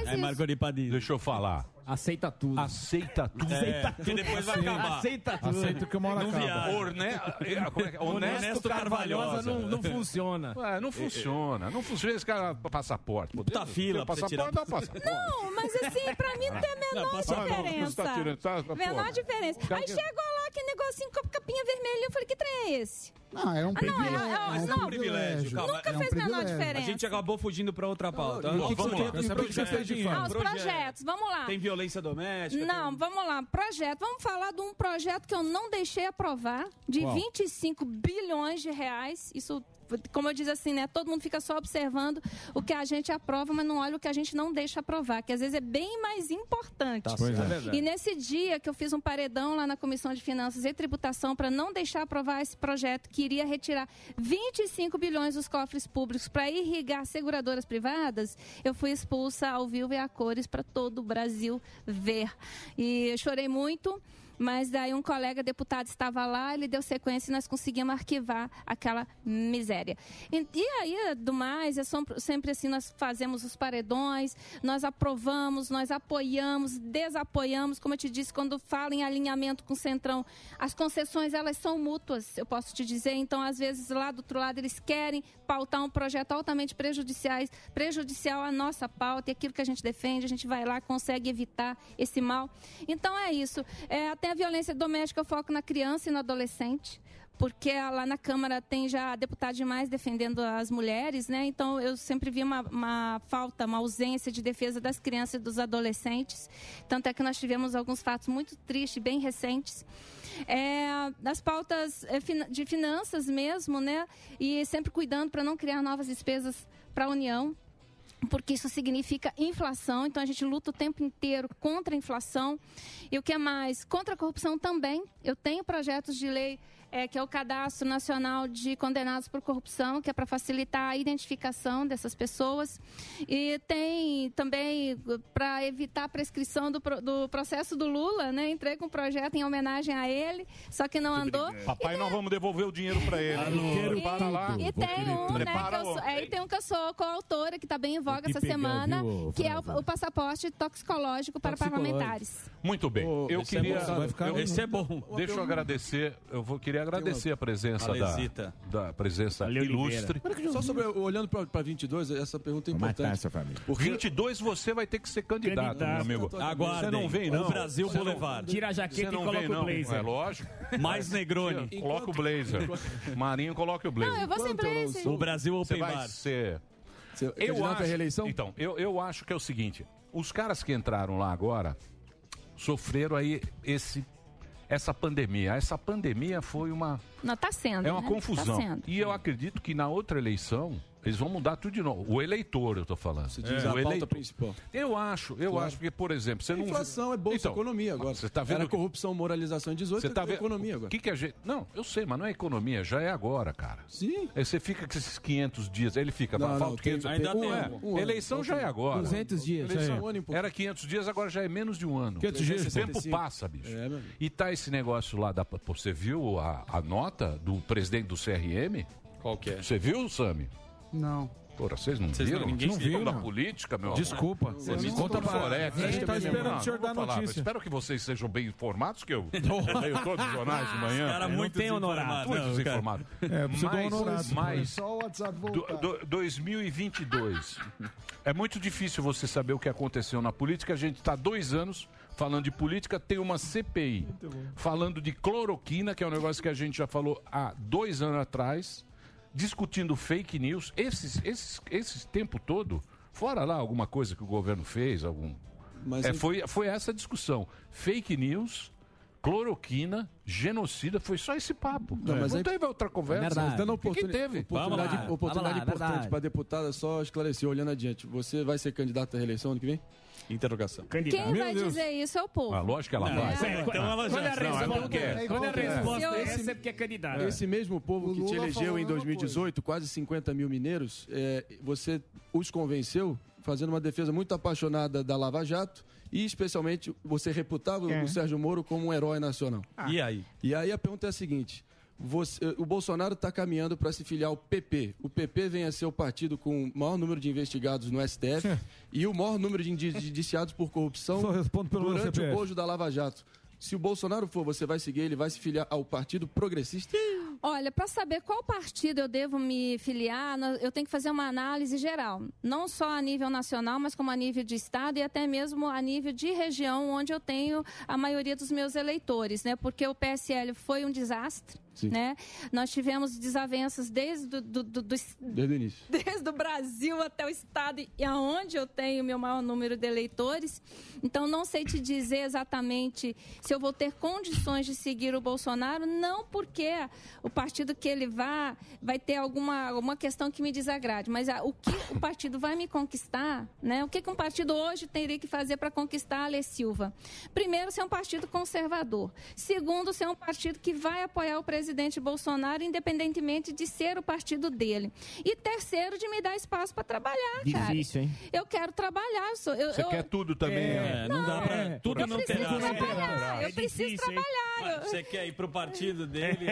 Speaker 17: faz isso.
Speaker 9: Deixa eu falar.
Speaker 3: Aceita tudo.
Speaker 9: Aceita tudo.
Speaker 10: É, que depois vai acabar.
Speaker 3: Aceita tudo.
Speaker 8: Aceita que uma hora
Speaker 10: Não
Speaker 8: acaba.
Speaker 10: viaja.
Speaker 9: Orne- é, como é que é?
Speaker 10: Então, Honesto
Speaker 9: Honesto
Speaker 10: Carvalhosa
Speaker 9: Carvalhosa.
Speaker 10: não- não É,
Speaker 3: funciona.
Speaker 9: Ué, não funciona. Não funciona esse cara passaporte. Pô,
Speaker 10: Puta
Speaker 9: Deus,
Speaker 10: fila
Speaker 9: tem
Speaker 10: pra você
Speaker 9: passaporte,
Speaker 10: tirar.
Speaker 9: dá passaporte.
Speaker 17: Não, mas assim, pra mim não tem a menor
Speaker 9: Não, passa-
Speaker 17: diferença.
Speaker 9: Ah, não, não está tirando, tá?
Speaker 17: menor
Speaker 9: Pô,
Speaker 17: diferença.
Speaker 9: cara
Speaker 17: Aí
Speaker 9: que-
Speaker 17: chegou lá que negocinho com a capinha vermelha, eu falei, que trem é esse?
Speaker 18: Não, é um
Speaker 17: Ah, não, é- é-
Speaker 18: privilégio.
Speaker 17: mas
Speaker 10: Mas é um privilégio, calma. é um
Speaker 17: Nunca fez menor
Speaker 10: A
Speaker 17: diferença.
Speaker 10: gente é. acabou fugindo pra outra pauta.
Speaker 3: e o que que você-
Speaker 10: Eu
Speaker 3: e o
Speaker 10: sabia
Speaker 3: que que você fez de
Speaker 10: tinha.
Speaker 17: Ah, os projetos, vamos lá.
Speaker 10: Tem violência doméstica.
Speaker 17: Não, vamos lá, projeto. Vamos falar de um projeto que eu não deixei aprovar, de
Speaker 10: Qual?
Speaker 17: 25 bilhões de reais. Isso, como eu disse assim, né? Todo mundo fica só observando o que a gente aprova, mas não olha o que a gente não deixa aprovar, que às vezes é bem mais importante.
Speaker 4: Tá Pois certo. é. É verdade.
Speaker 17: E nesse dia que eu fiz um paredão lá na Comissão de Finanças e Tributação para não deixar aprovar esse projeto que iria retirar 25 bilhões dos cofres públicos para irrigar seguradoras privadas, eu fui expulsa ao vivo e a cores para todo o Brasil ver. E eu chorei muito. Mas daí um colega deputado estava lá, ele deu sequência e nós conseguimos arquivar aquela miséria. E, e aí, do mais, é som- sempre assim, nós fazemos os paredões, nós aprovamos, nós apoiamos, desapoiamos. Como eu te disse, quando fala em alinhamento com o Centrão, as concessões, elas são mútuas, eu posso te dizer. Então, às vezes, lá do outro lado, eles querem pautar um projeto altamente prejudiciais, prejudicial à nossa pauta e aquilo que a gente defende, a gente vai lá, consegue evitar esse mal. Então é isso. É, até a violência doméstica eu foco na criança e no adolescente. Porque lá na Câmara tem já deputado demais defendendo as mulheres, né? Então eu sempre vi uma, uma falta, uma ausência de defesa das crianças e dos adolescentes. Tanto é que nós tivemos alguns fatos muito tristes, bem recentes. É, das pautas é, fin- de finanças mesmo, né? E sempre cuidando para não criar novas despesas para a União porque isso significa inflação, então a gente luta o tempo inteiro contra a inflação. E o que é mais? Contra a corrupção também. Eu tenho projetos de lei, eh, que é o Cadastro Nacional de Condenados por Corrupção, que é para facilitar a identificação dessas pessoas. E tem também para evitar a prescrição do, pro- do processo do Lula, né? Entrei com um projeto em homenagem a ele, só que não andou.
Speaker 9: Papai, nós vamos devolver o dinheiro pra ele.
Speaker 22: Alô.
Speaker 9: Quero
Speaker 17: E,
Speaker 9: Prepara lá.
Speaker 17: e tem um, né, que
Speaker 9: Prepara
Speaker 17: eu sou,
Speaker 9: logo.
Speaker 17: é, e tem um que eu sou coautora, que está bem em voga
Speaker 9: que
Speaker 17: essa
Speaker 9: pegar,
Speaker 17: semana,
Speaker 9: viu, ô,
Speaker 17: que é o, o passaporte toxicológico para
Speaker 9: Toxicológico.
Speaker 17: parlamentares.
Speaker 9: Muito bem. eu
Speaker 10: Então, esse é
Speaker 9: queria.
Speaker 10: bom, vai ficar
Speaker 9: eu-
Speaker 10: bom. Esse é bom.
Speaker 9: Deixa eu agradecer. Eu vou, queria agradecer a presença da,
Speaker 10: Alesita.
Speaker 9: da presença ilustre.
Speaker 6: Só sobre, olhando pra, pra 22, essa pergunta é
Speaker 9: matar
Speaker 6: importante.
Speaker 9: essa família. 22 você vai ter que ser candidato,
Speaker 6: Candidato.
Speaker 9: meu amigo.
Speaker 6: Aguardem.
Speaker 9: Você não vem,
Speaker 6: O
Speaker 9: não.
Speaker 6: Brasil
Speaker 9: Você não-
Speaker 6: Boulevard.
Speaker 10: Tira a
Speaker 9: você
Speaker 10: jaqueta e
Speaker 9: não
Speaker 10: coloca
Speaker 9: vem,
Speaker 10: o
Speaker 9: não.
Speaker 10: blazer.
Speaker 9: É lógico.
Speaker 10: Mais Negroni.
Speaker 9: Coloca o blazer. Marinho, coloca o blazer.
Speaker 17: Não, eu vou sem Enquanto eu não blazer. sou-
Speaker 10: O Brasil
Speaker 9: Você
Speaker 10: Open
Speaker 9: vai
Speaker 10: Bar.
Speaker 9: ser- Eu
Speaker 6: candidato à
Speaker 9: acho... é reeleição? Então, eu, eu acho que é o seguinte. Os caras que entraram lá agora sofreram aí esse... Essa pandemia. Essa pandemia foi uma...
Speaker 17: Não está sendo.
Speaker 9: É uma
Speaker 17: né?
Speaker 9: confusão.
Speaker 17: Tá sendo.
Speaker 9: E eu acredito que na outra eleição eles vão mudar tudo de novo. O eleitor, eu tô falando.
Speaker 6: Você diz a
Speaker 9: o
Speaker 6: pauta
Speaker 9: eleitor.
Speaker 6: principal.
Speaker 9: Eu acho, eu
Speaker 6: Claro.
Speaker 9: acho que, por exemplo, você não. Então,
Speaker 6: Inflação é bolsa, economia agora.
Speaker 9: Você tá vendo
Speaker 6: Era
Speaker 9: que-
Speaker 6: corrupção, moralização em 18,
Speaker 9: Você tá vendo
Speaker 6: economia
Speaker 9: O
Speaker 6: agora.
Speaker 9: que, que a gente. Não, eu sei, mas não é economia, já é agora, cara.
Speaker 6: Sim.
Speaker 9: Aí você fica com esses 500 dias, aí ele fica,
Speaker 6: Não,
Speaker 9: não,
Speaker 6: não,
Speaker 9: falta
Speaker 6: tem-
Speaker 9: 500
Speaker 6: ainda
Speaker 9: Não
Speaker 6: tem
Speaker 9: é.
Speaker 6: um ano.
Speaker 9: Eleição já é agora.
Speaker 3: 200 dias,
Speaker 9: Eleição
Speaker 3: já é.
Speaker 9: um ano e pouco. Era 500 dias, agora já é menos de um ano.
Speaker 3: 500 dias,
Speaker 9: O tempo
Speaker 3: 65.
Speaker 9: passa, bicho. E tá esse negócio lá da. pô, Você viu a, a nota do presidente do CRM? Qual que é? Você viu, Sami?
Speaker 18: Não.
Speaker 9: Porra, vocês não
Speaker 10: Vocês não-
Speaker 9: viram?
Speaker 10: ninguém
Speaker 9: Vocês
Speaker 10: viu,
Speaker 9: ficam
Speaker 10: não.
Speaker 9: na política, meu
Speaker 10: Desculpa.
Speaker 9: amor?
Speaker 10: Vocês não
Speaker 9: Conta
Speaker 10: estão
Speaker 9: para
Speaker 10: falando. A gente tá esperando o senhor dar notícia.
Speaker 9: Espero que vocês sejam bem informados, que eu
Speaker 10: Porra.
Speaker 9: leio todos os jornais de manhã.
Speaker 10: Os cara
Speaker 9: Não
Speaker 10: muito
Speaker 9: tem
Speaker 10: desinformado.
Speaker 9: Muito
Speaker 10: Não, cara.
Speaker 9: desinformado.
Speaker 10: É, eu preciso do
Speaker 9: Mas-
Speaker 10: honorado.
Speaker 9: mas
Speaker 18: Só o WhatsApp
Speaker 9: do-
Speaker 18: voltar.
Speaker 9: do- 2022. É muito difícil você saber o que aconteceu na política. A gente está dois anos falando de política, tem uma CPI falando de cloroquina, que é um negócio que a gente já falou há dois anos atrás, discutindo fake news. Esses, esses, esses tempo todo, fora lá alguma coisa que o governo fez, algum.
Speaker 6: Mas
Speaker 9: É,
Speaker 6: eu-
Speaker 9: foi, foi essa discussão. Fake news. Cloroquina, genocida, foi só esse papo.
Speaker 6: Não, mas é
Speaker 9: não
Speaker 6: aí-
Speaker 9: teve outra conversa.
Speaker 6: Mas dando
Speaker 9: O que, que
Speaker 6: oportuni-
Speaker 9: teve?
Speaker 6: Oportunidade,
Speaker 9: Vamos lá,
Speaker 6: oportunidade
Speaker 9: vamos lá,
Speaker 6: importante
Speaker 9: verdade.
Speaker 6: para deputada, só esclarecer, olhando adiante. Você vai ser candidato à reeleição ano que vem?
Speaker 9: Interrogação.
Speaker 17: Quem vai dizer isso é o povo.
Speaker 9: Ah, lógico que ela vai.
Speaker 17: É.
Speaker 9: Então ela já-
Speaker 17: Olha a
Speaker 9: Não, ela não
Speaker 17: resposta.
Speaker 9: quer. é
Speaker 17: Olha é a resposta.
Speaker 3: Esse é porque é candidato.
Speaker 6: Esse mesmo povo
Speaker 3: O
Speaker 6: que te
Speaker 3: Lula falou
Speaker 6: elegeu
Speaker 3: a
Speaker 6: em
Speaker 3: mesma
Speaker 6: 2018, quase 50 mil mineiros, é, você os convenceu fazendo uma defesa muito apaixonada da Lava Jato e, especialmente, você reputava
Speaker 10: É.
Speaker 6: o Sérgio Moro como um herói nacional.
Speaker 10: E aí?
Speaker 6: E aí a pergunta é a seguinte: você- o Bolsonaro está caminhando para se filiar ao PP. O PP vem a ser o partido com o maior número de investigados no STF e o maior número de indi- de indiciados por corrupção
Speaker 8: Só respondo pelo meu
Speaker 6: durante o
Speaker 8: CPF.
Speaker 6: bojo da Lava Jato. Se o Bolsonaro for, você vai seguir, ele vai se filiar ao Partido Progressista?
Speaker 17: Olha, para saber qual partido eu devo me filiar, no- eu tenho que fazer uma análise geral. Não só a nível nacional, mas como a nível de estado e até mesmo a nível de região, onde eu tenho a maioria dos meus eleitores, né? Porque o PSL foi um desastre.
Speaker 6: Sim.
Speaker 17: Né? Nós tivemos desavenças desde do, do, do, do,
Speaker 6: Desde o início.
Speaker 17: desde o Brasil até o estado e aonde eu tenho o meu maior número de eleitores. Então não sei te dizer exatamente se eu vou ter condições de seguir o Bolsonaro, não porque o partido que ele vá vai ter alguma, alguma questão que me desagrade, mas ah, o que o partido vai me conquistar, né? O que, que um partido hoje teria que fazer para conquistar a Ale Silva? Primeiro, ser um partido conservador. Segundo, ser um partido que vai apoiar o presidente Bolsonaro, independentemente de ser o partido dele. E terceiro, de me dar espaço para trabalhar, cara.
Speaker 12: É Difícil, hein?
Speaker 17: Eu quero trabalhar. eu sou- eu-
Speaker 9: Você
Speaker 17: eu-
Speaker 9: quer tudo também, né?
Speaker 10: É, não dá pra-
Speaker 9: É.
Speaker 10: tudo
Speaker 9: Eu
Speaker 10: não
Speaker 9: preciso
Speaker 10: terá.
Speaker 9: trabalhar,
Speaker 17: eu preciso trabalhar. eu-
Speaker 10: Você quer ir pro partido dele?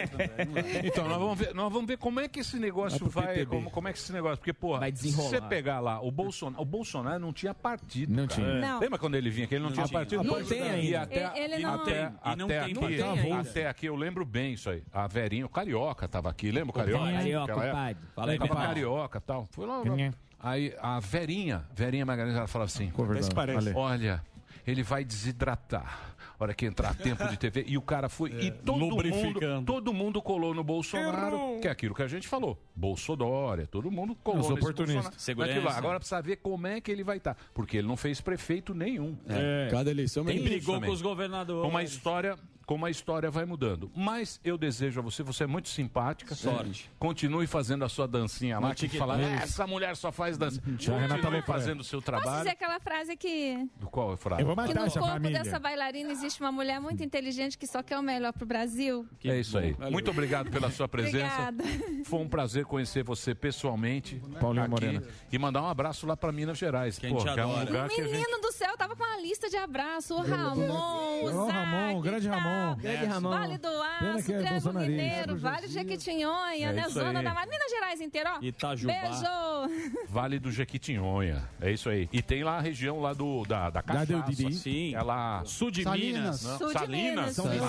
Speaker 9: Então, nós vamos ver, nós vamos ver como é que esse negócio
Speaker 10: Vai pro
Speaker 9: vai.
Speaker 10: PTB.
Speaker 9: Como, como é que esse negócio. Porque, porra, se
Speaker 10: desenrolar.
Speaker 9: você pegar lá, o Bolsonaro, o Bolsonaro não tinha partido.
Speaker 8: Não
Speaker 9: cara. É.
Speaker 8: tinha. Não.
Speaker 9: Lembra quando ele vinha aqui? Ele não,
Speaker 8: Não
Speaker 9: tinha,
Speaker 8: tinha.
Speaker 9: partido.
Speaker 8: Não tem ainda.
Speaker 9: E até,
Speaker 17: Ele- ele
Speaker 9: e
Speaker 17: não-
Speaker 9: até,
Speaker 17: E
Speaker 10: não
Speaker 9: até
Speaker 10: tem
Speaker 9: aqui,
Speaker 10: partido. Não tem ainda.
Speaker 9: até aqui, eu lembro bem isso aí. A Verinha, o Carioca tava aqui. Lembra o Carioca?
Speaker 10: Compadre.
Speaker 9: Naquela
Speaker 10: Carioca,
Speaker 9: época?
Speaker 10: compadre. Fala aí,
Speaker 9: Tava
Speaker 10: compadre.
Speaker 9: Carioca e tal. Foi lá.
Speaker 10: Quem é?
Speaker 9: Aí a Verinha, Verinha Magalhães, ela falava assim:
Speaker 8: verdade. parece.
Speaker 9: Olha, ele vai desidratar. A hora que entrar tempo de TV. E o cara foi. E todo mundo,
Speaker 10: É, lubrificando.
Speaker 9: todo mundo colou no Bolsonaro. Que é aquilo que a gente falou. Bolsodória, todo mundo colou
Speaker 8: Os
Speaker 9: nesse
Speaker 8: oportunistas.
Speaker 9: Bolsonaro.
Speaker 10: Segurança.
Speaker 9: Naquilo lá. Agora precisa ver como é que ele vai estar. Porque ele não fez prefeito nenhum.
Speaker 10: É. Cada
Speaker 6: eleição
Speaker 10: Quem brigou com os governadores?
Speaker 9: Como a história, como a história vai mudando. Mas eu desejo a você, você é muito simpática.
Speaker 10: Sorte.
Speaker 9: Continue fazendo a sua dancinha lá.
Speaker 10: No
Speaker 9: Que
Speaker 10: TikTok.
Speaker 9: falaram, "Ah, essa mulher só faz dança.
Speaker 8: Uhum.
Speaker 9: Continue fazendo o seu
Speaker 17: Posso dizer
Speaker 9: trabalho.
Speaker 17: aquela frase que,
Speaker 9: Do qual é frase?
Speaker 8: Eu vou
Speaker 17: que no corpo dessa bailarina existe uma mulher muito inteligente que só quer o melhor pro Brasil?
Speaker 9: é isso aí. Muito obrigado pela sua presença.
Speaker 17: Obrigada.
Speaker 9: Foi um prazer conhecer você pessoalmente. Paulinho
Speaker 8: Moreno.
Speaker 9: E mandar um abraço lá para Minas Gerais.
Speaker 10: Que a gente
Speaker 9: que é um
Speaker 10: adora.
Speaker 9: lugar que a gente...
Speaker 17: Menino do céu, eu tava com uma lista de abraços. O Ramon, o
Speaker 8: Ô,
Speaker 17: Zac,
Speaker 8: Ramon, Um grande Ramon.
Speaker 17: Grande Ramon. Vale do
Speaker 8: Pena
Speaker 17: Aço,
Speaker 8: que é
Speaker 17: Triângulo
Speaker 8: bolsonarista.
Speaker 17: Mineiro, Vale do Jequitinhonha,
Speaker 9: É
Speaker 17: né?
Speaker 9: isso
Speaker 17: Zona
Speaker 9: aí.
Speaker 17: da Mata, Minas Gerais inteiro, ó.
Speaker 9: Itajubá.
Speaker 17: Beijo!
Speaker 9: Vale do Jequitinhonha. É isso aí. E tem lá a região lá do, da, da
Speaker 8: Lá
Speaker 9: Cachaça.
Speaker 8: do Didi.
Speaker 9: Sim. É lá... Sul
Speaker 8: de Minas.
Speaker 9: Não,
Speaker 8: Sul de
Speaker 9: Salinas.
Speaker 8: Minas. São Vicente.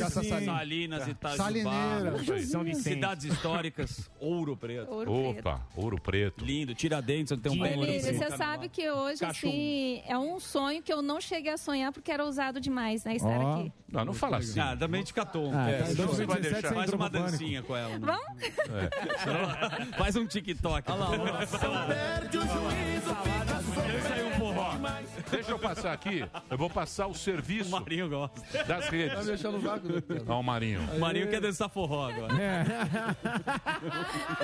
Speaker 8: Caça Salinas.
Speaker 9: É.
Speaker 10: Salinas, Itajubá.
Speaker 8: Salineira.
Speaker 10: Isso aí.
Speaker 8: São Vicente.
Speaker 10: Cidades históricas, Ouro Preto.
Speaker 17: Ouro
Speaker 9: Opa, Ouro Preto.
Speaker 10: Lindo, Tiradentes, onde tem um belo
Speaker 17: Emílio,
Speaker 10: Ouro
Speaker 17: você
Speaker 10: Preto.
Speaker 17: sabe que hoje,
Speaker 10: Cachum.
Speaker 17: assim, é um sonho que eu não cheguei a sonhar porque era ousado demais, né? Estar aqui.
Speaker 9: Não, não fala assim.
Speaker 10: Ah, também te catou.
Speaker 9: Ah,
Speaker 10: É,
Speaker 9: tá,
Speaker 10: senão você vai
Speaker 9: 2017
Speaker 10: deixar.
Speaker 9: você
Speaker 10: Faz
Speaker 9: entrou
Speaker 10: uma
Speaker 9: no pânico.
Speaker 10: dancinha com ela. né?
Speaker 17: Vamos?
Speaker 1: É.
Speaker 9: É.
Speaker 10: Faz um TikTok.
Speaker 9: Deixa eu passar aqui. Eu vou passar o serviço.
Speaker 10: Marinho gosta.
Speaker 9: Das redes.
Speaker 10: Tá me deixando vago, né, cara?
Speaker 9: Ó, o Marinho. É.
Speaker 10: O Marinho quer dançar forró agora.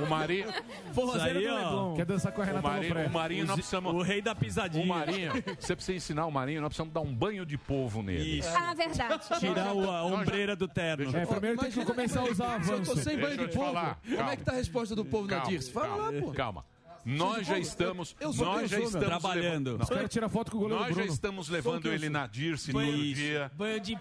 Speaker 9: O Marinho.
Speaker 10: Forrozeiro é Isso aí,
Speaker 9: é
Speaker 10: do ó. Leblon. Quer dançar com a Renata
Speaker 9: o Marinho,
Speaker 10: Lopré.
Speaker 9: o Marinho nós
Speaker 10: O-
Speaker 9: precisamos.
Speaker 10: o rei da pisadinha.
Speaker 9: O Marinho, você precisa ensinar o Marinho, nós precisamos dar um banho de povo nele.
Speaker 17: Ah, verdade.
Speaker 10: Tirar o- a ombreira do terno.
Speaker 9: É, primeiro
Speaker 6: tem que começar a usar
Speaker 9: avanço.
Speaker 6: Se eu tô sem
Speaker 9: Deixa
Speaker 6: banho
Speaker 9: eu
Speaker 6: de
Speaker 9: te
Speaker 6: povo,
Speaker 9: falar.
Speaker 6: como
Speaker 9: Calma.
Speaker 6: é que tá a resposta do povo na
Speaker 9: Calma,
Speaker 6: DIRS? Fala
Speaker 9: calma,
Speaker 6: lá, pô.
Speaker 9: Calma.
Speaker 6: Vocês
Speaker 9: Nós já
Speaker 6: vão-
Speaker 9: estamos.
Speaker 6: eu sou
Speaker 9: Nós
Speaker 6: quem
Speaker 9: já
Speaker 6: eu sou,
Speaker 9: estamos
Speaker 6: meu. Trabalhando.
Speaker 9: levando-
Speaker 8: Os caras tiram foto com o goleiro
Speaker 9: Nós já
Speaker 8: Bruno.
Speaker 9: estamos
Speaker 8: Sou
Speaker 9: levando
Speaker 8: quem eu
Speaker 9: ele
Speaker 8: sou.
Speaker 9: na Dirce todo dia.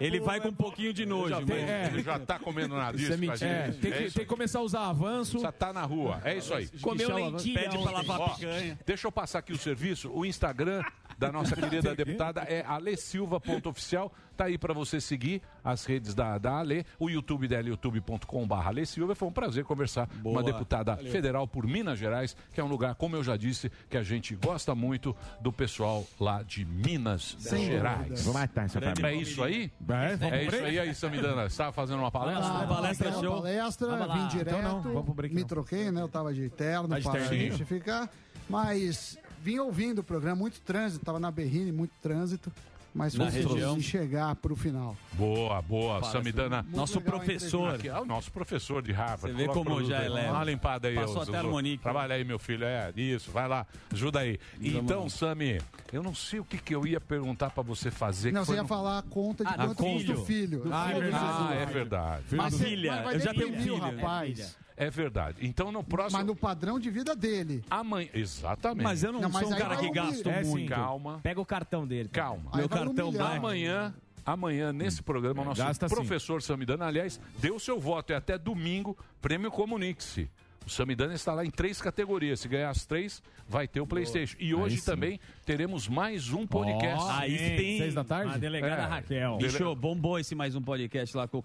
Speaker 10: Ele vai com um pouquinho de nojo,
Speaker 9: Já
Speaker 10: mas...
Speaker 9: tem- é. Ele já tá comendo na
Speaker 8: Isso é
Speaker 9: Dirce com a
Speaker 8: mentira. É,
Speaker 9: gente.
Speaker 8: tem,
Speaker 9: É
Speaker 8: que,
Speaker 9: isso
Speaker 8: tem que começar a usar avanço.
Speaker 9: Já tá na rua. É isso aí.
Speaker 8: Comeu Michel Avan- lentilha
Speaker 9: Pede pra
Speaker 8: ontem.
Speaker 9: lavar
Speaker 8: Ó,
Speaker 9: picanha. Deixa eu passar aqui o serviço. O Instagram da nossa querida deputada é alesilva.oficial. Tá aí pra você seguir as redes da, da Ale. O YouTube dela é youtube.com.br alesilva. Foi um prazer conversar com uma deputada
Speaker 10: Valeu.
Speaker 9: federal por Minas Gerais, que é um lugar, como eu já disse, que a gente gosta muito do pessoal lá de Minas
Speaker 8: Sem
Speaker 9: Gerais.
Speaker 8: dúvida. Vou matar essa família.
Speaker 9: É isso aí?
Speaker 8: Vai, vamos
Speaker 9: É
Speaker 8: pro
Speaker 9: isso
Speaker 8: break?
Speaker 9: aí, aí, Samidana. Você estava fazendo uma palestra?
Speaker 18: Ah,
Speaker 10: palestra
Speaker 18: uma
Speaker 10: show.
Speaker 18: palestra,
Speaker 10: Vamos lá.
Speaker 18: vim direto,
Speaker 10: Então não, vamos
Speaker 18: me troquei, né? Eu tava de terno
Speaker 10: Tá de
Speaker 18: para
Speaker 10: terninho.
Speaker 18: justificar, mas vim ouvindo o programa, muito trânsito, tava na Berrine, muito trânsito, mas
Speaker 9: Na
Speaker 18: consegui
Speaker 9: região.
Speaker 18: chegar pro final.
Speaker 9: Boa, boa,
Speaker 10: Fala,
Speaker 9: Samidana.
Speaker 10: Samidana. Nosso Muito legal a professor. entrevista.
Speaker 9: Aqui, é o nosso professor de Harvard.
Speaker 10: Você vê
Speaker 9: Coloca
Speaker 10: como
Speaker 9: o
Speaker 10: já
Speaker 9: produto aí.
Speaker 10: eleva.
Speaker 9: Dá uma limpada aí.
Speaker 10: Passou
Speaker 9: ô,
Speaker 10: até
Speaker 9: Zuzu.
Speaker 10: harmonique.
Speaker 9: Trabalha aí, meu filho. É, isso, vai lá. Ajuda aí. então, Sami, eu não sei o que, que eu ia perguntar pra você fazer.
Speaker 18: Não,
Speaker 9: que
Speaker 18: você
Speaker 9: foi
Speaker 18: ia
Speaker 9: no-
Speaker 18: falar a conta de
Speaker 9: Ah,
Speaker 18: quanto custa o filho. Do
Speaker 9: Ah, é
Speaker 18: filho do
Speaker 9: verdade.
Speaker 18: Zuzu.
Speaker 9: Ah, é verdade.
Speaker 18: Mas você- mas vai deprimir o rapaz.
Speaker 9: É verdade. Então, no próximo...
Speaker 18: Mas no padrão de vida dele.
Speaker 9: Amanhã. Exatamente.
Speaker 18: Mas
Speaker 16: um
Speaker 18: tá
Speaker 9: um
Speaker 18: eu não Não, sou mas um aí cara vai que humilhar. gasto
Speaker 9: É, sim.
Speaker 18: muito.
Speaker 9: Calma. um
Speaker 16: Pega o tá? cartão dele.
Speaker 9: Calma.
Speaker 16: Meu cartão
Speaker 9: Amanhã. Amanhã, nesse programa, o nosso
Speaker 8: gasta sim.
Speaker 9: professor Samidana, aliás, deu seu voto. É até domingo, prêmio Comunique-se. O Samidana está lá em três categorias. Se ganhar as três, vai ter o Playstation. E
Speaker 11: Aí
Speaker 9: hoje
Speaker 11: sim.
Speaker 9: também teremos mais um podcast.
Speaker 11: Ó, Aí sim. sim. Seis da tarde?
Speaker 10: A delegada
Speaker 11: É.
Speaker 10: Raquel.
Speaker 11: Dele-
Speaker 10: Bicho, bombou esse mais um podcast lá com o
Speaker 11: bom,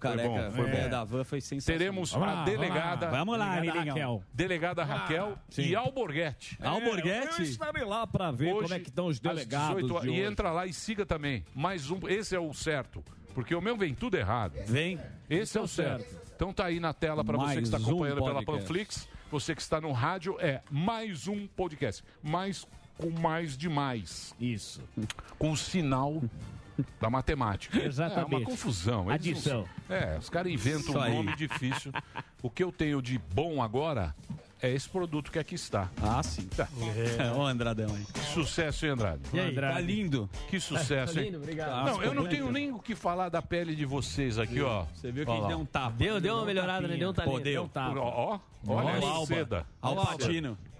Speaker 11: foi
Speaker 10: Careca. Foi
Speaker 11: bom.
Speaker 10: bom. da van, foi sensacional.
Speaker 9: é. Teremos a delegada.
Speaker 10: Vamos lá, Ah,
Speaker 9: delegada
Speaker 10: Iringão.
Speaker 9: Raquel. Delegada Raquel e Alborguete.
Speaker 2: É, Alborguete? eu estarei lá pra ver como é que estão os
Speaker 9: às
Speaker 2: delegados
Speaker 9: 18 horas.
Speaker 2: de
Speaker 9: e
Speaker 2: hoje.
Speaker 9: entra lá e siga também. Mais um. Esse é o certo. Porque o meu vem tudo errado. Vem. Esse é o certo. Então tá aí na tela para você que
Speaker 11: Mais
Speaker 9: está
Speaker 11: um
Speaker 9: acompanhando pela
Speaker 11: podcast.
Speaker 9: Panflix. Você que está no rádio, é mais um podcast. Mais com mais demais.
Speaker 8: Isso.
Speaker 9: Com o sinal da matemática.
Speaker 11: Exatamente.
Speaker 9: É uma confusão. Eles não-
Speaker 11: Adição.
Speaker 9: É, os caras inventam
Speaker 11: Isso
Speaker 9: um
Speaker 11: aí.
Speaker 9: nome difícil. O que eu tenho de bom agora é esse produto que aqui está.
Speaker 10: Ah, sim.
Speaker 9: Tá.
Speaker 10: É. Ó, Andradão aí.
Speaker 9: Que sucesso, hein, Andrade?
Speaker 10: E aí, Andrade. tá lindo?
Speaker 9: Que sucesso,
Speaker 10: Tá
Speaker 9: hein?
Speaker 10: lindo, obrigado.
Speaker 9: Não, eu não
Speaker 10: Bonito.
Speaker 9: tenho nem o que falar da pele de vocês aqui, ó.
Speaker 10: é? Você viu que
Speaker 9: Ó
Speaker 10: a gente
Speaker 9: lá.
Speaker 10: deu um tapa.
Speaker 16: Deu- deu uma melhorada, né? Deu um talento,
Speaker 10: Pô, deu.
Speaker 16: deu um tapa.
Speaker 9: Ó, ó, olha
Speaker 10: Olha o
Speaker 9: a
Speaker 10: Alba.
Speaker 9: seda.
Speaker 10: Al
Speaker 9: Olha a
Speaker 10: Pacino.
Speaker 9: seda.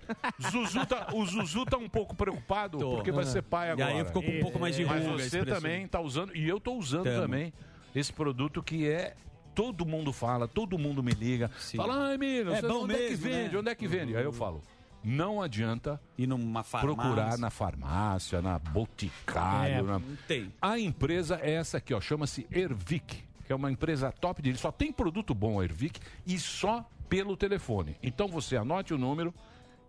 Speaker 9: Zuzu tá, o Zuzu tá um pouco preocupado porque vai
Speaker 10: Ah.
Speaker 9: ser pai
Speaker 10: E aí
Speaker 9: agora.
Speaker 10: ficou com um pouco mais de
Speaker 9: Mas
Speaker 10: ruga,
Speaker 9: você
Speaker 10: expressão.
Speaker 9: também tá usando, e eu tô usando
Speaker 10: Tamo.
Speaker 9: também, esse produto que é... Todo mundo ffala, todo mundo me liga. Fala, ai, menino,
Speaker 10: É
Speaker 9: você-
Speaker 10: bom
Speaker 9: onde é que
Speaker 10: mesmo,
Speaker 9: vende?
Speaker 10: né?
Speaker 9: Onde é que vende? Aí eu falo, não adianta
Speaker 10: ir numa
Speaker 9: procurar na farmácia, na Boticário.
Speaker 10: É,
Speaker 9: na-
Speaker 10: não tem.
Speaker 9: A empresa é essa aqui, ó, chama-se Ervic, que é uma empresa top dele. Só tem produto bom a Ervic e só pelo telefone. Então você anote o número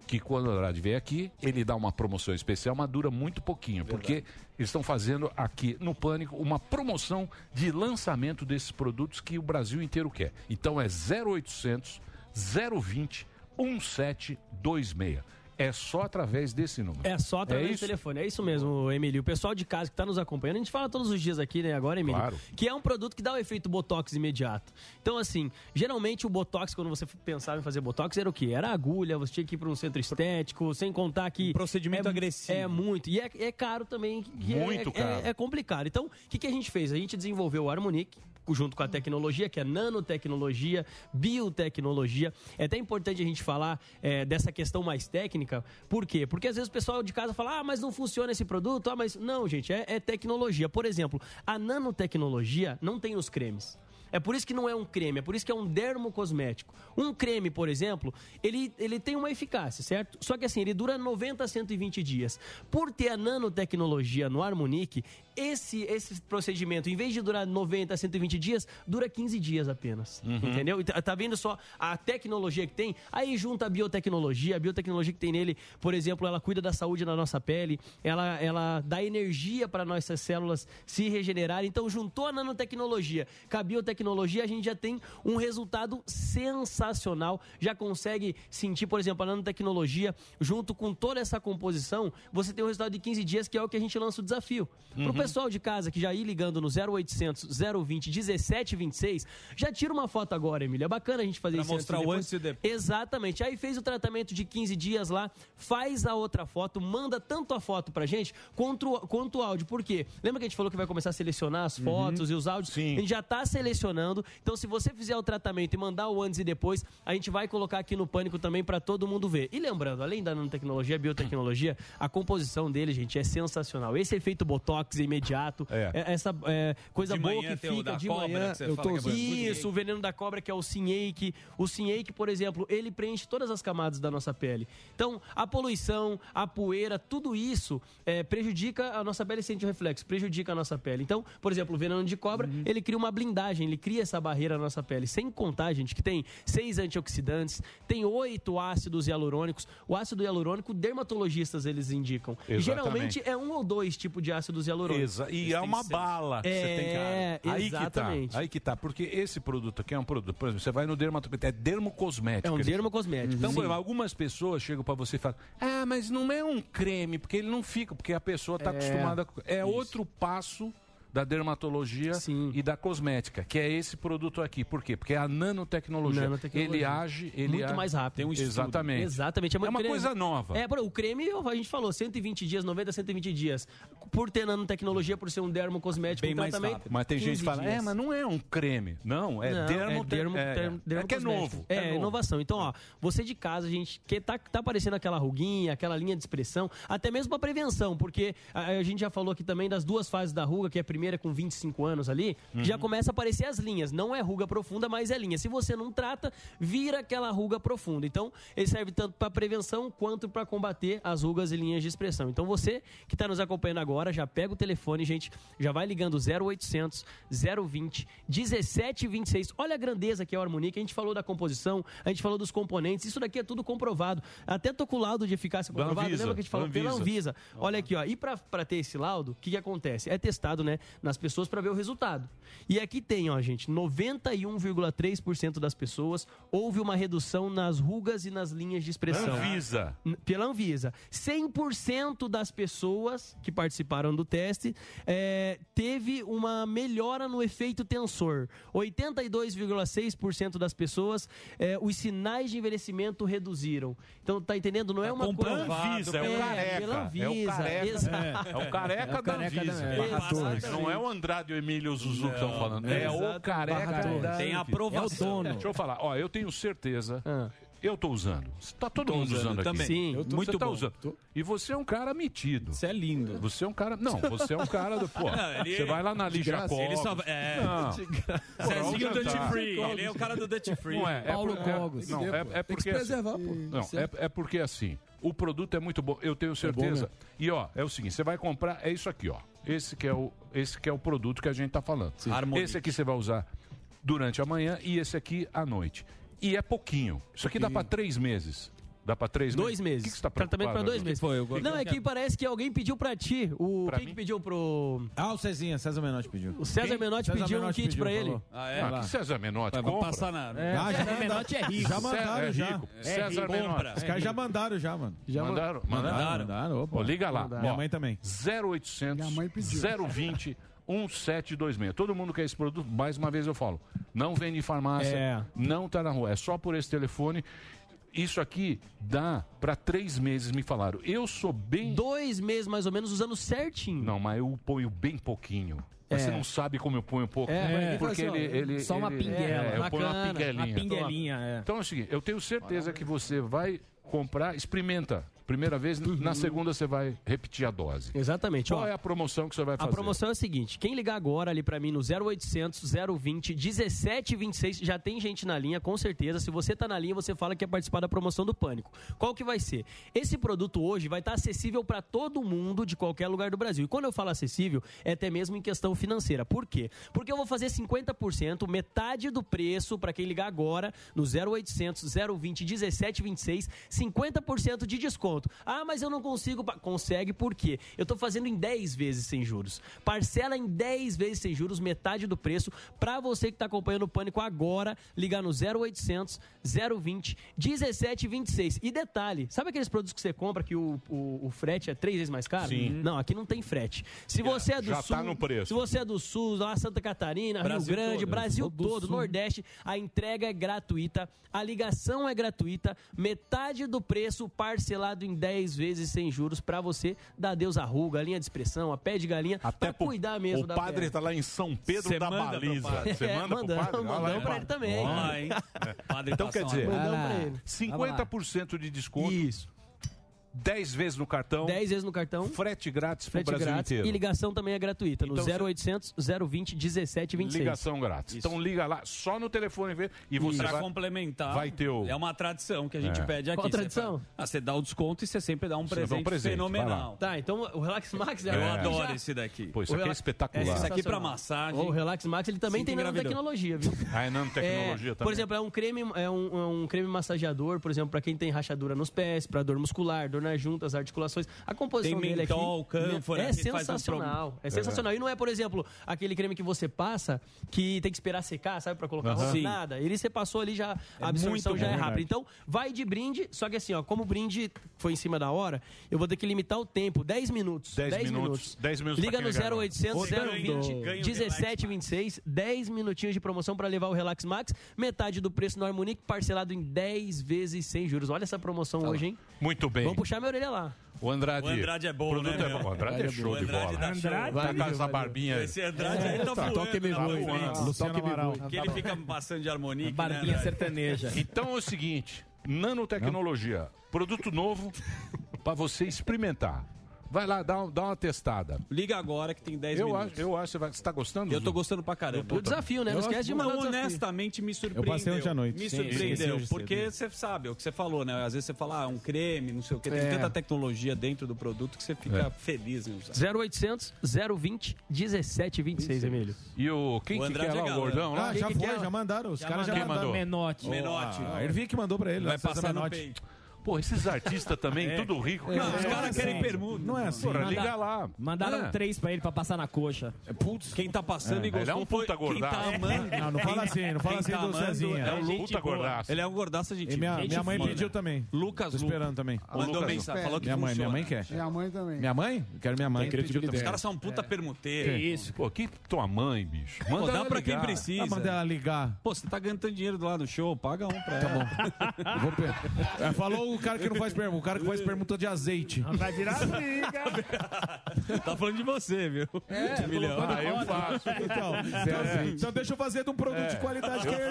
Speaker 9: que quando o Andrade vem aqui, ele dá uma promoção especial, mas dura muito
Speaker 10: É
Speaker 9: pouquinho, porque eles estão fazendo aqui no Pânico uma promoção de lançamento desses produtos que o Brasil inteiro quer. Então é 0800 020 1726. É só através desse número.
Speaker 16: É só através
Speaker 9: É
Speaker 16: do
Speaker 9: isso?
Speaker 16: telefone. É isso mesmo, Emílio. O pessoal de casa que está nos acompanhando, a gente fala todos os dias aqui, né, agora, Emílio?
Speaker 9: Claro.
Speaker 16: Que é um produto que dá o efeito Botox imediato. Então, assim, geralmente o Botox, quando você pensava em fazer Botox, era o quê? Era agulha, você tinha que ir para um centro estético, sem contar
Speaker 9: Um
Speaker 16: que... procedimento agressivo. É muito. E é, é caro também. que é-
Speaker 9: Muito
Speaker 16: é-
Speaker 9: caro.
Speaker 16: É, é complicado. Então, o que, que a gente fez? A gente desenvolveu o Harmonic junto com a tecnologia, que é nanotecnologia, biotecnologia. É até importante a gente falar eh, dessa questão mais técnica. Por quê? Porque às vezes o pessoal de casa fala, ah, mas não funciona esse produto. Ah, mas não, gente, é, é tecnologia. Por exemplo, a nanotecnologia não tem nos cremes. É por isso que não é um creme, é por isso que é um dermocosmético. Um creme, por exemplo, ele, ele tem uma eficácia, certo? Só que assim, ele dura 90 a 120 dias. Por ter a nanotecnologia no Harmonique, esse, esse procedimento, em vez de durar 90 a 120 dias, dura 15 dias apenas. Entendeu? E tá- Tá vendo só a tecnologia que tem? Aí junta a biotecnologia, a biotecnologia que tem nele, por exemplo, ela cuida da saúde na nossa pele, ela, ela dá energia para nossas células se regenerarem. Então, juntou a nanotecnologia com a biotecnologia, a gente já tem um resultado sensacional. Já consegue sentir, por exemplo, a nanotecnologia junto com toda essa composição, você tem um resultado de 15 dias, que é o que a gente lança o desafio.
Speaker 10: Uhum.
Speaker 16: Pro pessoal de casa que já ir ligando no 0800 020 1726, já tira uma foto agora, Emília. É bacana a gente fazer
Speaker 10: Pra
Speaker 16: isso.
Speaker 10: mostrar o
Speaker 16: depois.
Speaker 10: antes e depois.
Speaker 16: Exatamente. Aí fez o tratamento de 15 dias lá, faz a outra foto, manda tanto a foto pra gente quanto, o- quanto o áudio. Por quê? Lembra que a gente falou que vai começar a selecionar
Speaker 10: Uhum.
Speaker 16: as fotos e os áudios? Sim. A gente já tá selecionando. Então, se você fizer o tratamento e mandar o antes e depois, a gente vai colocar aqui no Pânico também pra todo mundo ver. E lembrando, além da nanotecnologia, biotecnologia, a composição dele, gente, é sensacional. Esse efeito Botox imediato, é- essa é, coisa
Speaker 10: De
Speaker 16: boa
Speaker 10: manhã
Speaker 16: que
Speaker 10: tem o
Speaker 16: fica
Speaker 10: da
Speaker 16: de
Speaker 10: cobra,
Speaker 16: manhã.
Speaker 10: que você fala que é muito bom.
Speaker 16: Isso, o veneno da cobra, que é o Cineake. O Cineake, por exemplo, ele preenche todas as camadas da nossa pele. Então, a poluição, a poeira, tudo isso eh, prejudica a nossa pele sente o reflexo, prejudica a nossa pele. Então, por exemplo, o veneno de cobra,
Speaker 9: Uhum.
Speaker 16: ele cria uma blindagem, ele cria essa barreira na nossa pele. Sem contar, gente, que tem seis antioxidantes, tem oito ácidos hialurônicos. O ácido hialurônico, dermatologistas eles indicam.
Speaker 9: Exatamente.
Speaker 16: Geralmente é um ou dois tipos de ácidos hialurônicos.
Speaker 9: Exa- E
Speaker 16: Eles
Speaker 9: é
Speaker 16: têm
Speaker 9: uma
Speaker 16: seis.
Speaker 9: bala que você tem
Speaker 16: É,
Speaker 9: cara. Aí que
Speaker 16: exatamente.
Speaker 9: tá. Aí que tá. Porque esse produto aqui é um produto. Por exemplo, você vai no dermatologista. É dermocosmético.
Speaker 16: É um
Speaker 9: Ele-
Speaker 16: dermocosmético,
Speaker 9: Então, por
Speaker 16: sim.
Speaker 9: exemplo, algumas pessoas chegam pra você e falam: Ah, mas não é um creme, porque ele não fica, porque a pessoa tá
Speaker 11: É.
Speaker 9: acostumada. com- É outro passo da dermatologia e da cosmética, que é esse produto aqui. Por quê? Porque é a nanotecnologia.
Speaker 16: Nanotecnologia.
Speaker 9: Ele age, ele
Speaker 16: muito
Speaker 9: age- um
Speaker 16: mais rápido. um
Speaker 9: Exatamente.
Speaker 16: Exatamente.
Speaker 9: É,
Speaker 16: muito
Speaker 9: uma
Speaker 16: creme.
Speaker 9: coisa nova.
Speaker 16: É, por- o creme, a gente falou, 120 dias, 90 a 120 dias. Por ter nanotecnologia, por ser um dermo cosmético,
Speaker 9: Bem
Speaker 16: um
Speaker 9: mais
Speaker 16: tratamento,
Speaker 9: rápido. Mas tem gente que
Speaker 16: 15
Speaker 9: fala,
Speaker 16: dias.
Speaker 9: é, mas não é um creme. Não, é
Speaker 16: Não,
Speaker 9: dermo...
Speaker 16: é dermo-
Speaker 9: é,
Speaker 16: termo-
Speaker 9: é que é
Speaker 16: dermocosmético.
Speaker 9: novo.
Speaker 16: É,
Speaker 9: novo.
Speaker 16: inovação. Então, ó, você de casa, gente, que tá, tá aparecendo aquela ruguinha, aquela linha de expressão, até mesmo pra prevenção, porque a, a gente já falou aqui também das duas fases da ruga, que é a primeira primeira com 25 anos ali, que
Speaker 9: Uhum.
Speaker 16: já começa a aparecer as linhas. Não é ruga profunda, mas é linha. Se você não trata, vira aquela ruga profunda. Então, ele serve tanto para prevenção quanto para combater as rugas e linhas de expressão. Então, você que está nos acompanhando agora, já pega o telefone, gente, já vai ligando 0800 020 1726. Olha a grandeza que é o Harmonique. A gente falou da composição, a gente falou dos componentes. Isso daqui é tudo comprovado. Até tô com o laudo de eficácia
Speaker 9: Da
Speaker 16: comprovada.
Speaker 9: Anvisa.
Speaker 16: Lembra que a gente falou pela
Speaker 9: Anvisa.
Speaker 16: Anvisa? Olha aqui, ó. E pra pra ter esse laudo, o que, que acontece? É testado, né, nas pessoas pra ver o resultado. E aqui tem, ó, gente, 91,3% das pessoas houve uma redução nas rugas e nas linhas de expressão.
Speaker 9: Anvisa.
Speaker 16: N- Pela Anvisa. 100% das pessoas que participaram do teste é, teve uma melhora no efeito tensor. 82,6% das pessoas, é, os sinais de envelhecimento reduziram. Então, tá entendendo? Não é uma coisa...
Speaker 9: Anvisa, é o careca.
Speaker 16: pela
Speaker 9: É o
Speaker 16: Anvisa,
Speaker 9: careca,
Speaker 16: exato.
Speaker 9: é o careca da Anvisa.
Speaker 16: Exatamente.
Speaker 9: Não é o Andrade e o Emílio Zuzu que estão
Speaker 23: Não,
Speaker 9: falando.
Speaker 23: não.
Speaker 9: É o
Speaker 23: Exatamente.
Speaker 9: careca
Speaker 23: Barra
Speaker 9: da
Speaker 23: Torres. Tem
Speaker 9: Anvisa.
Speaker 23: aprovação.
Speaker 9: É o
Speaker 23: dono.
Speaker 9: Deixa eu falar. Ó, eu tenho certeza. Eu tô usando. Tá todo
Speaker 23: Tô
Speaker 9: mundo
Speaker 23: usando
Speaker 9: usando, aqui.
Speaker 23: também. Sim,
Speaker 9: Eu tô-
Speaker 23: muito
Speaker 9: você tá
Speaker 23: bom.
Speaker 9: usando. E você é um cara metido. Você
Speaker 10: é lindo.
Speaker 9: Você é um cara. Não, você é um cara do. Pô,
Speaker 10: Não, ele-
Speaker 9: você vai lá na
Speaker 10: De
Speaker 9: Lígia
Speaker 10: graça. Ele só- é.
Speaker 9: Não.
Speaker 10: De
Speaker 9: Pô,
Speaker 10: Zezinho
Speaker 9: vamos
Speaker 10: Duty
Speaker 9: jantar.
Speaker 10: Free, ele é o cara do Duty Free.
Speaker 9: Não é, é
Speaker 10: Paulo
Speaker 9: porque-
Speaker 10: Cogos.
Speaker 9: Não, é, é
Speaker 10: Tem que
Speaker 9: porque
Speaker 10: se preservar,
Speaker 9: assim-
Speaker 10: pô.
Speaker 9: Não, é, é porque assim, o produto é muito bom, eu tenho certeza.
Speaker 23: mesmo.
Speaker 9: e ó, é o seguinte, você vai comprar, é isso aqui, ó. Esse que é o, esse que é o produto que a gente tá falando.
Speaker 23: Harmonic.
Speaker 9: Esse aqui você vai usar durante a manhã e esse aqui à noite. E é pouquinho. Isso aqui dá pra três meses. Dá pra três
Speaker 16: Dois
Speaker 9: O
Speaker 16: meses.
Speaker 9: que, que você tá
Speaker 16: Tratamento para dois meses. não, é que parece que alguém pediu para ti. O
Speaker 9: Pra
Speaker 16: quem
Speaker 9: mim?
Speaker 16: que pediu pro
Speaker 8: Ah, o Cezinha, César Menotti pediu.
Speaker 16: O César Menotti pediu um kit pra ele.
Speaker 9: Ah, é? Ah, que César Menotti,
Speaker 8: Vai, vamos
Speaker 9: compra.
Speaker 8: passar na-
Speaker 16: É,
Speaker 8: Ah,
Speaker 16: César
Speaker 8: já
Speaker 16: Menotti é rico.
Speaker 8: Já mandaram,
Speaker 9: César é
Speaker 8: já.
Speaker 9: rico. César
Speaker 8: rico.
Speaker 9: Menotti.
Speaker 8: Os caras já mandaram, já, mano.
Speaker 9: Já mandaram? Mandaram.
Speaker 8: mandaram, opa.
Speaker 9: Ó, liga lá.
Speaker 8: Mandaram. Minha
Speaker 9: Ó,
Speaker 8: mãe também.
Speaker 9: 0800 020 1726. Todo mundo quer esse produto, mais uma vez eu falo. Não vende em farmácia,
Speaker 23: É.
Speaker 9: não tá na rua, é só por esse telefone. Isso aqui dá pra três meses, me falaram. Eu sou bem.
Speaker 16: Dois meses mais ou menos usando certinho.
Speaker 9: Não, mas eu ponho bem pouquinho.
Speaker 16: É.
Speaker 9: Mas Você não sabe como eu ponho pouco.
Speaker 16: É, mas ele
Speaker 9: porque
Speaker 16: fala
Speaker 9: ele,
Speaker 16: assim, ó,
Speaker 9: ele.
Speaker 16: só uma
Speaker 9: ele-
Speaker 16: pinguela.
Speaker 9: É, eu ponho uma
Speaker 16: Bacana,
Speaker 9: pinguelinha.
Speaker 16: uma pinguelinha, é.
Speaker 9: Então é o seguinte: eu tenho certeza que você vai comprar, experimenta. Primeira vez, na segunda você vai repetir a dose.
Speaker 16: Exatamente.
Speaker 9: Qual é a promoção que você vai fazer?
Speaker 16: A promoção é a seguinte: quem ligar agora ali pra mim no 0800 020 1726, já tem gente na linha, com certeza. Se você tá na linha, você fala que é participar da promoção do Pânico. Qual que vai ser? Esse produto hoje vai estar acessível pra todo mundo de qualquer lugar do Brasil. E quando eu falo acessível, é até mesmo em questão financeira. Por quê? Porque eu vou fazer 50%, metade do preço pra quem ligar agora no 0800 020 1726, 50% de desconto. Ah, mas eu não consigo. pa- Consegue por quê? Eu tô fazendo em 10 vezes sem juros. Parcela em 10 vezes sem juros, metade do preço. Pra você que tá acompanhando o Pânico agora, ligar no 0800 020 1726. E detalhe, sabe aqueles produtos que você compra que o, o, o frete é três vezes mais caro?
Speaker 9: Sim.
Speaker 16: Não, aqui não tem frete. Se você é do
Speaker 9: já
Speaker 16: Sul,
Speaker 9: tá no preço.
Speaker 16: se você é do Sul, lá Santa Catarina,
Speaker 9: Brasil
Speaker 16: Rio Grande,
Speaker 9: todo. né?
Speaker 16: Brasil
Speaker 9: Do
Speaker 16: todo,
Speaker 9: Sul.
Speaker 16: Nordeste, a entrega é gratuita, a ligação é gratuita, metade do preço parcelado em 10 vezes sem juros pra você dar Deus à ruga, a linha de expressão, a pé de galinha, Até pra cuidar mesmo
Speaker 9: o
Speaker 16: da
Speaker 9: padre
Speaker 16: pele.
Speaker 9: tá lá em São Pedro
Speaker 16: Cê
Speaker 9: da
Speaker 16: manda pro
Speaker 9: Baliza.
Speaker 16: padre.
Speaker 9: Você
Speaker 16: É,
Speaker 9: manda
Speaker 16: mandamos,
Speaker 9: pro padre? Olha lá,
Speaker 16: mandamos
Speaker 9: hein,
Speaker 16: pra
Speaker 9: padre?
Speaker 16: ele também.
Speaker 9: Olha
Speaker 16: Olha
Speaker 9: lá, hein?
Speaker 10: Padre
Speaker 9: então
Speaker 10: passa
Speaker 9: quer
Speaker 10: uma
Speaker 9: dizer,
Speaker 10: mão. Mandamos pra ele.
Speaker 9: 50% de desconto.
Speaker 16: Isso.
Speaker 9: 10 vezes no cartão.
Speaker 16: 10 vezes no cartão.
Speaker 9: Frete grátis pro
Speaker 16: Frete
Speaker 9: Brasil
Speaker 16: grátis
Speaker 9: inteiro.
Speaker 16: e ligação também é gratuita,
Speaker 9: Então, cê-
Speaker 16: no 0800 020 1726.
Speaker 9: Ligação grátis. Então liga lá, só no telefone vê, e você
Speaker 10: Pra
Speaker 9: vai...
Speaker 10: complementar,
Speaker 9: vai ter o-
Speaker 10: é uma tradição que a gente
Speaker 9: É.
Speaker 10: pede aqui.
Speaker 9: Qual a
Speaker 10: Você
Speaker 9: tradição?
Speaker 10: fala- ah, você dá o desconto e você sempre dá um,
Speaker 9: Você
Speaker 10: presente,
Speaker 9: dá um presente, vai lá.
Speaker 10: fenomenal.
Speaker 16: Tá, então o Relax Max é
Speaker 10: Eu
Speaker 16: agora
Speaker 10: adoro
Speaker 16: já-
Speaker 10: esse daqui.
Speaker 9: Pô, isso aqui é espetacular.
Speaker 10: Esse aqui pra
Speaker 16: sensacional.
Speaker 10: massagem.
Speaker 16: O Relax Max ele também
Speaker 10: Sim,
Speaker 16: tem
Speaker 10: engravidou.
Speaker 16: nanotecnologia, viu?
Speaker 9: Ah, é nanotecnologia
Speaker 16: É,
Speaker 9: também.
Speaker 16: Por exemplo, é um creme, é um, é um creme massageador, por exemplo, pra quem tem rachadura nos pés, pra dor muscular, dor nas juntas, articulações. A composição
Speaker 10: Tem
Speaker 16: dele aqui
Speaker 10: mentol, cânfora,
Speaker 16: é
Speaker 10: que faz um
Speaker 16: sensacional.
Speaker 10: pro-
Speaker 16: É sensacional. E não é, por exemplo, aquele creme que você passa que tem que esperar secar, sabe, pra colocar
Speaker 10: Aham.
Speaker 16: roupa,
Speaker 10: Sim.
Speaker 16: nada. Ele você passou ali já a
Speaker 10: É
Speaker 16: absorção
Speaker 10: muito
Speaker 16: já
Speaker 10: bom,
Speaker 16: é rápida.
Speaker 10: verdade.
Speaker 16: Então, vai de brinde, só que assim, ó, como o brinde foi em cima da hora, eu vou ter que limitar o tempo, 10 minutos.
Speaker 9: 10
Speaker 16: 10,
Speaker 9: minutos.
Speaker 16: minutos.
Speaker 9: 10 minutos
Speaker 16: Liga
Speaker 9: pra
Speaker 16: no
Speaker 9: quem ligar.
Speaker 16: 0800
Speaker 9: Ganho,
Speaker 16: 020
Speaker 9: ganho,
Speaker 16: 1726, 10 minutinhos de promoção para levar o Relax Max, metade do preço no Harmonic, parcelado em 10 vezes sem juros. Olha essa promoção hoje, hein?
Speaker 9: Tá Muito bem.
Speaker 16: Vamos puxar minha orelha lá.
Speaker 9: O Andrade.
Speaker 10: O Andrade é bom,
Speaker 9: produto
Speaker 10: né,
Speaker 9: é bom.
Speaker 10: meu?
Speaker 9: O Andrade é
Speaker 10: Andrade é
Speaker 9: show
Speaker 10: bom.
Speaker 9: de
Speaker 10: Andrade
Speaker 9: bola.
Speaker 10: dá show.
Speaker 9: Tá com essa barbinha aí.
Speaker 10: Esse Andraade aí tá voando. tá voando. Que ele fica né, passando de harmonia.
Speaker 9: Barbinha
Speaker 10: sertaneja.
Speaker 9: Então é o seguinte: nanotecnologia, produto novo para você experimentar. Vai lá, dá, um- dá uma testada.
Speaker 10: Liga agora que tem 10
Speaker 9: eu
Speaker 10: minutos.
Speaker 9: Acho, eu acho, você vai- você tá gostando?
Speaker 10: Eu tô gostando pra caramba.
Speaker 9: O desafio, né? Não esquece de mandar o desafio.
Speaker 10: honestamente me surpreendeu.
Speaker 8: passei ontem à noite.
Speaker 10: Me
Speaker 8: Sim, esqueci
Speaker 10: surpreendeu.
Speaker 8: hoje cedo.
Speaker 10: porque você sabe, é o que você falou, né? Às vezes você fala, ah, um creme, não sei o quê. Tem
Speaker 16: É.
Speaker 10: tanta tecnologia dentro do produto que você fica feliz em usar.
Speaker 16: 0800 020 1726, Emílio.
Speaker 9: E o quem
Speaker 16: O
Speaker 9: que
Speaker 16: Andrade
Speaker 9: quer lá,
Speaker 16: é
Speaker 9: o
Speaker 16: galo,
Speaker 9: gordão?
Speaker 16: né?
Speaker 9: lá?
Speaker 16: Ah,
Speaker 9: Quem
Speaker 16: já
Speaker 9: que
Speaker 16: foi,
Speaker 9: quer?
Speaker 16: já mandaram, os caras já
Speaker 9: Quem
Speaker 16: mandaram.
Speaker 9: mandou?
Speaker 12: Menotti.
Speaker 9: Oh,
Speaker 12: Menotti.
Speaker 9: ah, A Ervi que mandou pra ele.
Speaker 12: Vai
Speaker 9: ó, César
Speaker 12: passar no
Speaker 9: Menotti. É.
Speaker 12: peito.
Speaker 9: Pô, esses artistas também, tudo rico.
Speaker 12: Não, os caras querem
Speaker 10: permuta.
Speaker 9: Não é assim. Porra, liga lá.
Speaker 12: Mandaram
Speaker 9: É.
Speaker 12: três pra ele pra passar na coxa.
Speaker 9: Putz.
Speaker 10: Quem tá passando
Speaker 12: É.
Speaker 10: e gostou
Speaker 12: Ele é um puta
Speaker 10: foi- quem
Speaker 12: gordaço.
Speaker 10: tá amando-
Speaker 12: Não, não fala
Speaker 10: quem-
Speaker 12: assim, não fala
Speaker 10: quem
Speaker 12: assim
Speaker 10: tá
Speaker 12: do
Speaker 10: amando
Speaker 12: Zezinha.
Speaker 10: É o
Speaker 12: Gente
Speaker 10: Luca
Speaker 12: boa.
Speaker 10: gordaço. Ele é um gordaço de
Speaker 8: E minha, minha mãe pediu também.
Speaker 10: Lucas
Speaker 8: Tô esperando também.
Speaker 10: Ah, Mandou Lucas mensagem, Luca. falou que
Speaker 8: minha mãe,
Speaker 10: funciona.
Speaker 8: Minha mãe quer.
Speaker 18: Minha mãe também.
Speaker 8: Minha mãe? Quero minha mãe.
Speaker 10: Os caras são um puta permuteiro.
Speaker 8: Que
Speaker 9: É. isso? Pô, que tua mãe, bicho?
Speaker 10: Pô,
Speaker 9: Manda
Speaker 10: dá
Speaker 9: ela
Speaker 10: pra
Speaker 9: ligar.
Speaker 10: quem precisa.
Speaker 9: Ah, manda ela
Speaker 8: ligar.
Speaker 10: Pô, você tá ganhando tanto dinheiro lá no show, paga um pra ela.
Speaker 8: Eu vou pe- É, falou o cara que não faz permuta, o cara que faz permuta de azeite.
Speaker 10: Vai virar assim. tá falando de você, viu?
Speaker 8: É,
Speaker 10: de milhão.
Speaker 8: colocou no Ah, eu rótulo. faço. Então, então- então deixa eu fazer de um produto de qualidade que é a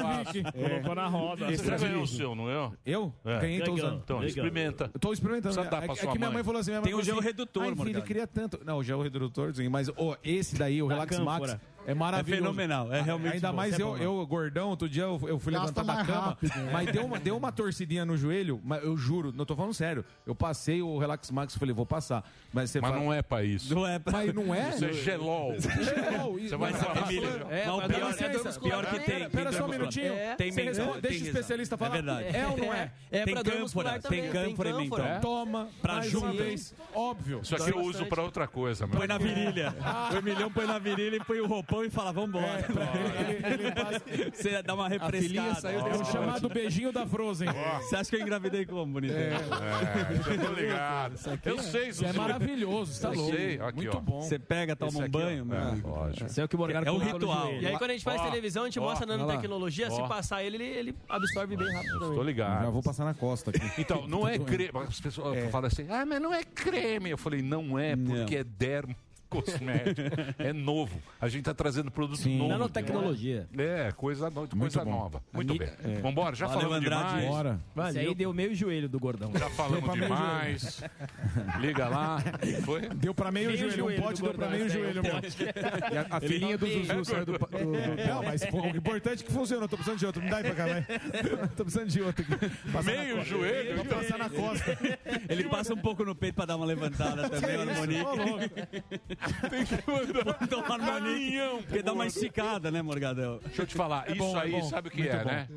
Speaker 9: Você
Speaker 8: Ervic.
Speaker 9: ganhou o
Speaker 8: Extravic.
Speaker 9: seu, não é?
Speaker 8: Eu?
Speaker 9: É.
Speaker 8: Ganhei, tô
Speaker 9: Legal.
Speaker 8: usando.
Speaker 9: Então,
Speaker 8: Legal.
Speaker 9: experimenta.
Speaker 8: Eu tô experimentando.
Speaker 9: Precisa dar
Speaker 8: é,
Speaker 9: pra
Speaker 8: é
Speaker 9: sua
Speaker 8: que minha
Speaker 9: mãe.
Speaker 8: mãe falou assim: minha mãe
Speaker 9: Tem
Speaker 10: um
Speaker 9: o
Speaker 8: falou
Speaker 9: gel
Speaker 8: assim,
Speaker 9: redutor,
Speaker 8: Ai, filho, eu
Speaker 9: Morgado."
Speaker 8: queria tanto. Não, o gel redutor, sim, mas ó, esse daí, o
Speaker 10: Da
Speaker 8: Relax Max,
Speaker 10: cânfora.
Speaker 8: é maravilhoso.
Speaker 10: É fenomenal, é realmente
Speaker 8: Ainda
Speaker 10: bom.
Speaker 8: mais
Speaker 10: É
Speaker 8: eu,
Speaker 10: bom.
Speaker 8: eu, gordão, outro dia eu, eu fui
Speaker 10: Gasta
Speaker 8: levantar da
Speaker 10: mais
Speaker 8: cama,
Speaker 10: rápido, né?
Speaker 8: mas deu um uma, deu uma torcidinha no joelho, mas eu juro, não tô falando sério. Eu passei o Relax Max e falei, vou passar. Mas, você
Speaker 9: Mas
Speaker 8: fala-
Speaker 9: não é pra isso.
Speaker 8: Não é pra- Mas não é?
Speaker 9: Isso é gelol.
Speaker 8: Gelol, isso-
Speaker 9: Você vai
Speaker 8: Mas é
Speaker 9: falar.
Speaker 8: família.
Speaker 9: É,
Speaker 8: Não,
Speaker 9: mas
Speaker 8: o
Speaker 9: dá
Speaker 8: pior-
Speaker 9: licença.
Speaker 8: é dor muscular.
Speaker 10: Pior que tem.
Speaker 8: Pera-
Speaker 10: tem
Speaker 8: pera só um
Speaker 10: dor muscular.
Speaker 8: minutinho.
Speaker 10: É.
Speaker 8: Tem
Speaker 10: Você
Speaker 8: mesmo.
Speaker 10: responde-
Speaker 8: Deixa
Speaker 10: tem
Speaker 8: o
Speaker 10: razão.
Speaker 8: especialista
Speaker 10: É
Speaker 8: falar.
Speaker 10: verdade.
Speaker 8: É ou não é?
Speaker 10: É
Speaker 8: Tem
Speaker 10: pra dor
Speaker 8: cânfora,
Speaker 10: muscular também,
Speaker 8: Tem
Speaker 10: tem
Speaker 8: cânfora em mim,
Speaker 10: cânfora.
Speaker 8: então. Toma.
Speaker 10: Pra
Speaker 8: mais
Speaker 10: junto.
Speaker 8: uma vez. Óbvio.
Speaker 9: Isso aqui eu uso pra outra coisa, meu.
Speaker 10: Põe na virilha. O Emilhão põe na virilha e põe o roupão e fala, vambora. É, Você dá uma refrescada. um
Speaker 8: filhinha saiu desse É o ótimo. chamado beijinho da Frozen.
Speaker 10: É.
Speaker 8: É.
Speaker 10: Você acha que eu engravidei como, bonito?
Speaker 9: É, eu tô ligado. eu sei,
Speaker 10: isso é maravilhoso, você tá
Speaker 9: Eu
Speaker 10: louco.
Speaker 9: sei, aqui,
Speaker 10: Muito
Speaker 9: ó.
Speaker 10: bom. Você pega, toma
Speaker 9: Esse
Speaker 10: um
Speaker 9: aqui,
Speaker 10: banho,
Speaker 9: ó.
Speaker 10: meu
Speaker 9: É,
Speaker 10: amigo.
Speaker 9: Lógico.
Speaker 10: Isso é o que o Morgado É o colocou no ritual. joelho.
Speaker 16: E aí, quando a gente faz
Speaker 10: Ó,
Speaker 16: televisão, a gente
Speaker 10: ó,
Speaker 16: mostra
Speaker 10: olha lá.
Speaker 16: nanotecnologia. Se
Speaker 9: Ó.
Speaker 16: passar ele, ele, ele absorve bem rápido também.
Speaker 9: Tô ligado.
Speaker 8: Já vou passar na costa aqui.
Speaker 9: Então, não é
Speaker 8: doendo.
Speaker 9: creme. As pessoas falam assim, ah, mas não é creme. Eu falei, não é, porque é dermo. Cosmético. é novo. A gente tá trazendo produto novo.
Speaker 12: Nanotecnologia.
Speaker 9: É, coisa, no- coisa
Speaker 12: bom.
Speaker 9: nova. Muito
Speaker 12: Ami-
Speaker 9: bem.
Speaker 12: é.
Speaker 9: Vambora, já
Speaker 12: Valeu,
Speaker 9: falamos
Speaker 12: Andrade.
Speaker 9: demais.
Speaker 12: Bora. Esse aí
Speaker 9: Valeu.
Speaker 12: deu meio joelho do gordão.
Speaker 9: Já falamos
Speaker 12: Deu pra meio
Speaker 9: demais. Liga lá. Foi?
Speaker 8: Deu pra meio,
Speaker 12: Meio
Speaker 8: joelho.
Speaker 12: joelho
Speaker 8: Um pote
Speaker 12: do
Speaker 8: deu pra
Speaker 12: Gordão,
Speaker 8: meio
Speaker 12: esse aí,
Speaker 8: joelho,
Speaker 12: um
Speaker 8: meu.
Speaker 12: pote.
Speaker 8: E a,
Speaker 12: Ele não tem.
Speaker 8: Não, mas pô, o importante é que funcionou. Eu Tô precisando de outro. Me dá aí pra cá, vai. Tô precisando de outro aqui. Passar na
Speaker 9: Meio
Speaker 8: costa.
Speaker 9: joelho?
Speaker 8: Vou passar na costa.
Speaker 10: Ele passa um pouco no peito pra dar uma levantada também, o harmonique. Tem que mandar um harmonique. Porque dá uma esticada, né, Morgadão?
Speaker 9: Deixa eu te falar,
Speaker 10: É
Speaker 9: isso
Speaker 10: bom, é
Speaker 9: aí
Speaker 10: bom.
Speaker 9: sabe o que
Speaker 10: Muito
Speaker 9: é,
Speaker 10: bom.
Speaker 9: né?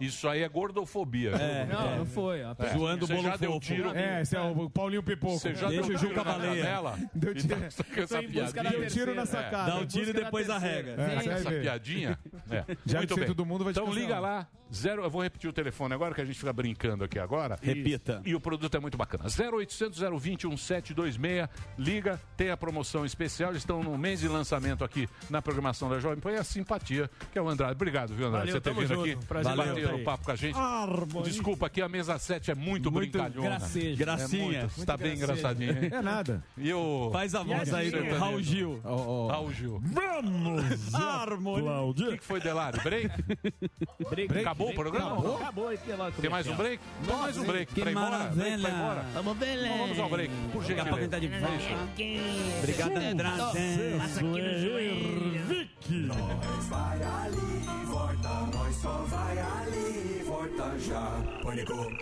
Speaker 9: Isso aí é gordofobia.
Speaker 10: É,
Speaker 9: viu?
Speaker 10: não,
Speaker 9: É.
Speaker 10: não foi, a pessoa- Zoando o
Speaker 9: Você
Speaker 10: bolo
Speaker 9: já deu
Speaker 10: fofo.
Speaker 9: tiro.
Speaker 8: É, esse é o Paulinho Pipoco.
Speaker 9: Você já deu tiro na canela?
Speaker 8: Deu
Speaker 9: E
Speaker 8: tiro.
Speaker 9: dá essa- é essa
Speaker 8: Tô em busca da
Speaker 9: piadinha.
Speaker 8: Deu tiro na
Speaker 9: É.
Speaker 8: sacada. Dá o tiro e depois arrega. É, você vai
Speaker 9: essa
Speaker 8: ver.
Speaker 9: piadinha? É.
Speaker 8: Já
Speaker 9: Muito
Speaker 8: que sei,
Speaker 9: bem.
Speaker 8: todo mundo vai te
Speaker 9: Então
Speaker 8: cancelar.
Speaker 9: liga lá. Zero, eu vou repetir o telefone agora, que a gente fica brincando aqui agora.
Speaker 10: Repita.
Speaker 9: E, e o produto é muito bacana. 0800 020 1726. Liga, tem a promoção especial. Estão no mês de lançamento aqui na programação da Jovem Pan. E a simpatia, que é o Andrade. Obrigado, viu, Andrade? Você
Speaker 16: Valeu,
Speaker 9: ter
Speaker 16: tamo
Speaker 9: vindo
Speaker 16: junto.
Speaker 9: aqui.
Speaker 16: Prazer
Speaker 9: bater
Speaker 16: em estar
Speaker 9: o
Speaker 16: aí.
Speaker 9: papo com a gente.
Speaker 16: Harmonia.
Speaker 9: Desculpa, aqui a mesa 7 é muito,
Speaker 10: Muito
Speaker 9: brincalhona.
Speaker 10: gracejo.
Speaker 9: É
Speaker 10: Gracinha.
Speaker 9: muito, tá
Speaker 10: Muito gracejo.
Speaker 9: bem engraçadinho, hein?
Speaker 10: É nada.
Speaker 9: E o...
Speaker 10: Faz a
Speaker 9: é
Speaker 10: voz aí do Raul Gil.
Speaker 9: Raul Gil.
Speaker 10: Vamos!
Speaker 9: O
Speaker 10: Harmonia.
Speaker 9: que, que foi, Delari? Break? Acabou o programa?
Speaker 12: Acabou, acabou. aí, sei lá como
Speaker 9: Tem
Speaker 12: é
Speaker 9: mais
Speaker 12: que
Speaker 9: um
Speaker 12: é.
Speaker 9: break? Tem mais um break.
Speaker 12: Que
Speaker 9: Pra ir embora? Break, pra ir embora?
Speaker 12: maravilha. Vamos ver,
Speaker 9: Então Vamos ao break, por
Speaker 12: Daqui a pouco
Speaker 9: gentileza.
Speaker 12: tá de
Speaker 9: Beijo.
Speaker 12: Obrigado,
Speaker 10: é
Speaker 12: Andrade.
Speaker 1: Passa aqui no joelho. Nós vai ali e volta, nós só vai ali e volta já. Pânico.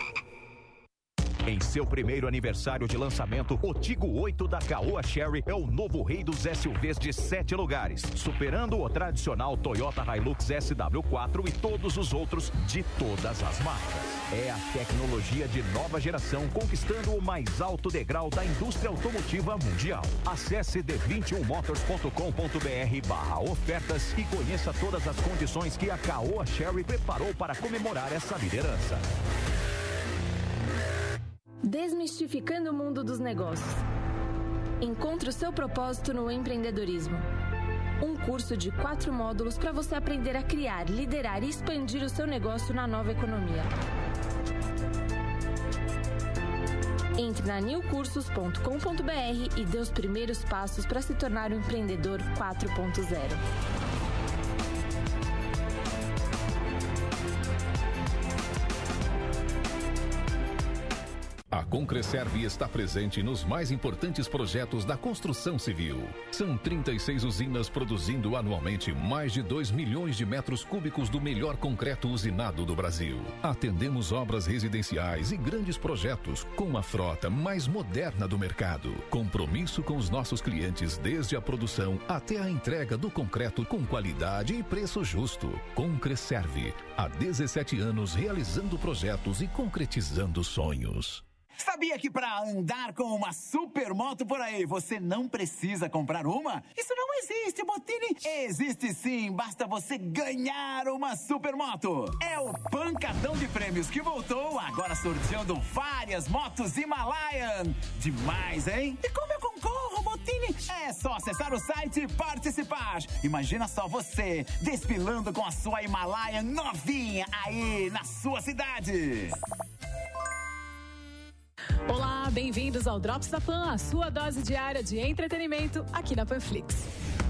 Speaker 24: Em seu primeiro aniversário de lançamento, o Tigo 8 da Caoa Sherry é o novo rei dos SUVs de sete lugares, superando o tradicional Toyota Hilux SW4 e todos os outros de todas as marcas. É a tecnologia de nova geração conquistando o mais alto degrau da indústria automotiva mundial. Acesse d21motors.com.br barra ofertas e conheça todas as condições que a Caoa Sherry preparou para comemorar essa liderança.
Speaker 25: Desmistificando o mundo dos negócios. Encontre o seu propósito no empreendedorismo. Um curso de quatro módulos para você aprender a criar, liderar e expandir o seu negócio na nova economia. Entre na newcursos.com.br e dê os primeiros passos para se tornar um empreendedor 4.0.
Speaker 9: A Concreserve está presente nos mais importantes projetos da construção civil. São 36 usinas produzindo anualmente mais de 2 milhões de metros cúbicos do melhor concreto usinado do Brasil. Atendemos obras residenciais e grandes projetos com a frota mais moderna do mercado. Compromisso com os nossos clientes desde a produção até a entrega do concreto com qualidade e preço justo. Concreserve, há 17 anos realizando projetos e concretizando sonhos.
Speaker 3: Sabia que para andar com uma super moto por aí você não precisa comprar uma? Isso não existe, Botini! Existe sim, basta você ganhar uma super moto! É o pancadão de prêmios que voltou, agora sorteando várias motos Himalayan! Demais, hein? E como eu concorro, Botini? É só acessar o site e participar! Imagina só você desfilando com a sua Himalayan novinha aí na sua cidade!
Speaker 26: Olá, bem-vindos ao Drops da Pan, a sua dose diária de entretenimento aqui na Panflix.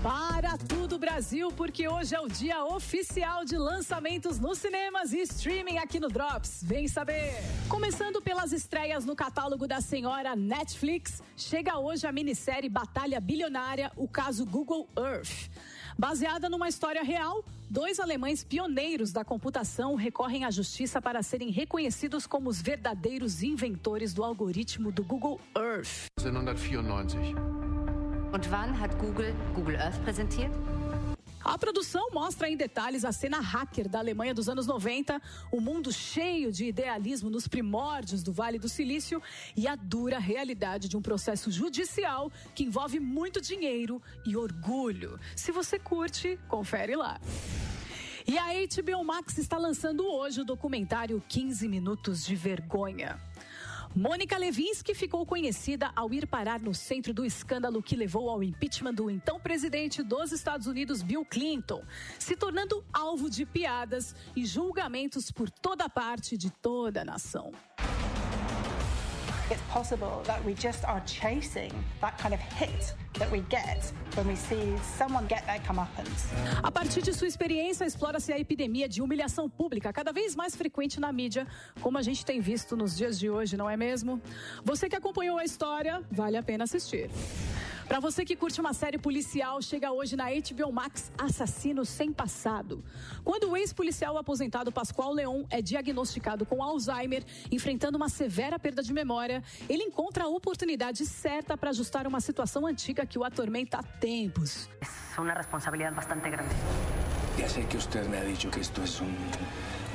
Speaker 26: Para tudo Brasil, porque hoje é o dia oficial de lançamentos nos cinemas e streaming aqui no Drops. Vem saber! Começando pelas estreias no catálogo da senhora Netflix, chega hoje a minissérie Batalha Bilionária, o caso Google Earth. Baseada numa história real, dois alemães pioneiros da computação recorrem à justiça para serem reconhecidos como os verdadeiros inventores do algoritmo do Google Earth.
Speaker 6: 1994.
Speaker 26: Und wann hat Google Google Earth präsentiert? A produção mostra em detalhes a cena hacker da Alemanha dos anos 90, o mundo cheio de idealismo nos primórdios do Vale do Silício e a dura realidade de um processo judicial que envolve muito dinheiro e orgulho. Se você curte, confere lá. E a HBO Max está lançando hoje o documentário 15 Minutos de Vergonha. Mônica Levinsky ficou conhecida ao ir parar no centro do escândalo que levou ao impeachment do então presidente dos Estados Unidos, Bill Clinton, se tornando alvo de piadas e julgamentos por toda parte de toda a nação.
Speaker 27: It's possible that we just are chasing that kind of hit that we get when we see someone get their comeuppance.
Speaker 26: A partir de sua experiência, explora-se a epidemia de humilhação pública, cada vez mais frequente na mídia, como a gente tem visto nos dias de hoje, não é mesmo? Você que acompanhou a história, vale a pena assistir. Para você que curte uma série policial, chega hoje na HBO Max Assassino Sem Passado. Quando o ex-policial aposentado Pascoal Leon é diagnosticado com Alzheimer, enfrentando uma severa perda de memória, ele encontra a oportunidade certa para ajustar uma situação antiga que o atormenta há tempos.
Speaker 28: Es una responsabilidad é bastante grande.
Speaker 19: Ya sé que usted me ha dicho que esto es un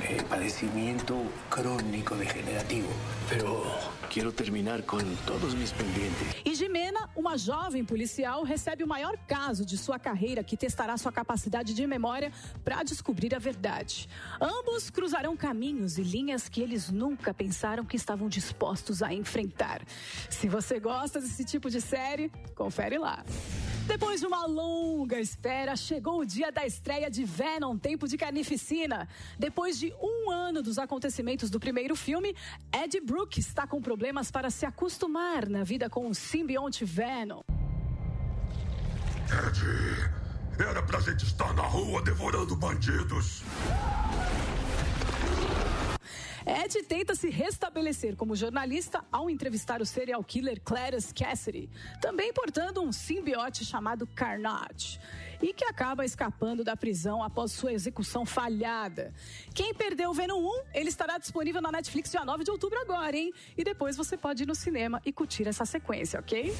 Speaker 19: eh, padecimiento crónico degenerativo, pero quiero terminar con todos mis pendientes.
Speaker 26: E Jimena, uma jovem policial, recebe o maior caso de sua carreira que testará sua capacidade de memória para descobrir a verdade. Ambos cruzarão caminhos e linhas que eles nunca pensaram que estavam dispostos a enfrentar. Se você gosta desse tipo de série, confere lá. Depois de uma longa espera, chegou o dia da estreia de Venom, Tempo de Carnificina. Depois de um ano dos acontecimentos do primeiro filme, Ed Brooke está com problemas para se acostumar na vida com o simbionte Venom.
Speaker 29: Ed, era pra gente estar na rua devorando bandidos.
Speaker 26: Ed tenta se restabelecer como jornalista ao entrevistar o serial killer Clarence Cassidy, também portando um simbiote chamado Carnage, e que acaba escapando da prisão após sua execução falhada. Quem perdeu o Venom 1, ele estará disponível na Netflix dia 9 de outubro agora, hein? E depois você pode ir no cinema e curtir essa sequência, ok?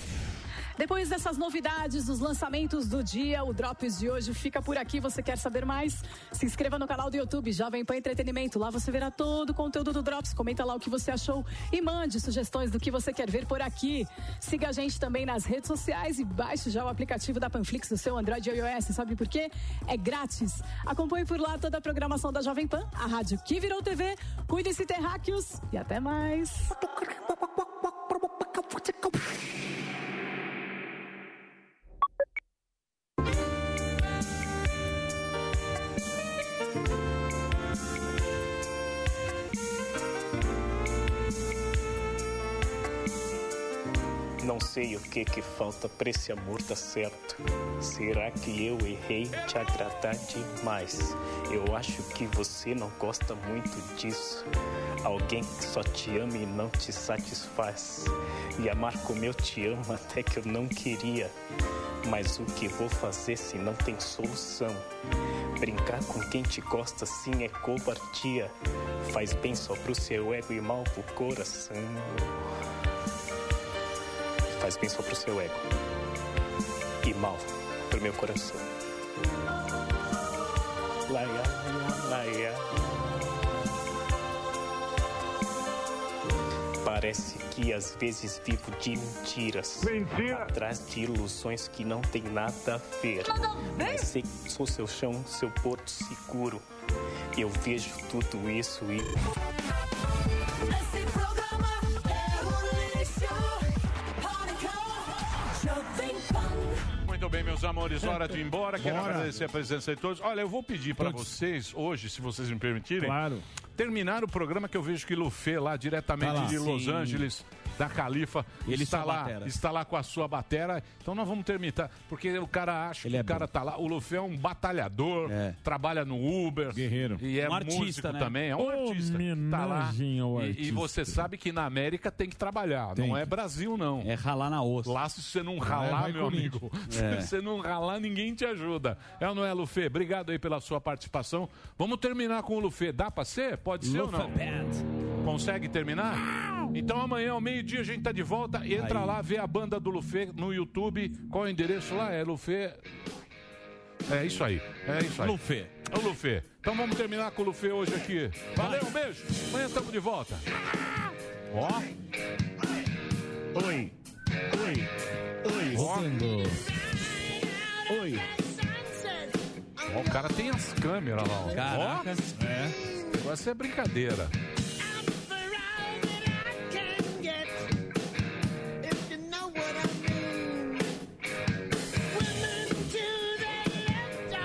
Speaker 26: Depois dessas novidades, dos lançamentos do dia, o Drops de hoje fica por aqui. Você quer saber mais? Se inscreva no canal do YouTube Jovem Pan Entretenimento. Lá você verá todo o conteúdo do Drops. Comenta lá o que você achou e mande sugestões do que você quer ver por aqui. Siga a gente também nas redes sociais e baixe já o aplicativo da Panflix no seu Android e iOS. Sabe por quê? É grátis. Acompanhe por lá toda a programação da Jovem Pan, a rádio que virou TV. Cuide-se, terráqueos, e até mais.
Speaker 30: Não
Speaker 19: sei o que que falta pra esse amor dar certo. Será que eu errei em te agradar demais? Eu acho que você não gosta muito disso. Alguém que só te ama e não te satisfaz. E amar como eu te amo até que eu não queria. Mas o que vou fazer se não tem solução? Brincar com quem te gosta sim é covardia. Faz bem só pro seu ego e mal pro coração. Faz bem só pro seu ego e mal pro meu coração. Laia, laia. Parece que às vezes vivo de mentiras. Atrás de ilusões que não tem nada a ver. Mas sei que sou seu chão, seu porto seguro. Eu vejo tudo isso e.
Speaker 3: Esse programa é um lixo. Pânico, Jovem Pan.
Speaker 9: Muito bem, meus amores, hora de ir embora. Quero
Speaker 8: Bora.
Speaker 9: agradecer a presença de todos. Olha, eu vou pedir para vocês hoje, se vocês me permitirem,
Speaker 8: Claro.
Speaker 9: terminar o programa que eu vejo que Lufê lá diretamente
Speaker 8: Tá lá.
Speaker 9: de Los
Speaker 8: Sim.
Speaker 9: Angeles, da Califa,
Speaker 8: Ele e
Speaker 9: está
Speaker 8: sua
Speaker 9: lá,
Speaker 8: batera.
Speaker 9: está lá com a sua batera. Então nós vamos terminar, porque o cara acha que o cara tá lá. O Lufê é um batalhador, trabalha no Uber, guerreiro. E é
Speaker 31: Um artista,
Speaker 9: músico
Speaker 31: né?
Speaker 9: também, é um artista. Tá lá.
Speaker 31: Homenagem ao
Speaker 9: E- E,
Speaker 31: artista.
Speaker 9: você sabe que na América tem que trabalhar,
Speaker 31: Tem
Speaker 9: não
Speaker 31: que.
Speaker 9: é Brasil não. É
Speaker 10: ralar na osso.
Speaker 9: Lá se você não
Speaker 8: Vai,
Speaker 9: ralar,
Speaker 8: vai,
Speaker 9: meu amigo.
Speaker 8: Corinthians.
Speaker 9: Se
Speaker 8: É.
Speaker 9: você não ralar, ninguém te ajuda. É ou não é, Lufê? Obrigado aí pela sua participação. Vamos terminar com o Lufê. Dá pra ser? Pode ser ou não? Consegue terminar? Então amanhã, ao meio-dia, a gente tá de volta. Entra lá, vê a banda do Lufê no YouTube. Qual é o endereço lá? É Lufê. É isso aí. É isso aí.
Speaker 10: Lufê.
Speaker 9: É o Lufê. Então vamos terminar com o Lufê hoje aqui. Valeu, um beijo. Amanhã estamos de volta. Ó.
Speaker 3: Oi, oi, oi. Oi.
Speaker 9: Ó, o cara tem as câmeras lá. ó.
Speaker 3: Caracas.
Speaker 9: Ó. É. Agora isso é brincadeira.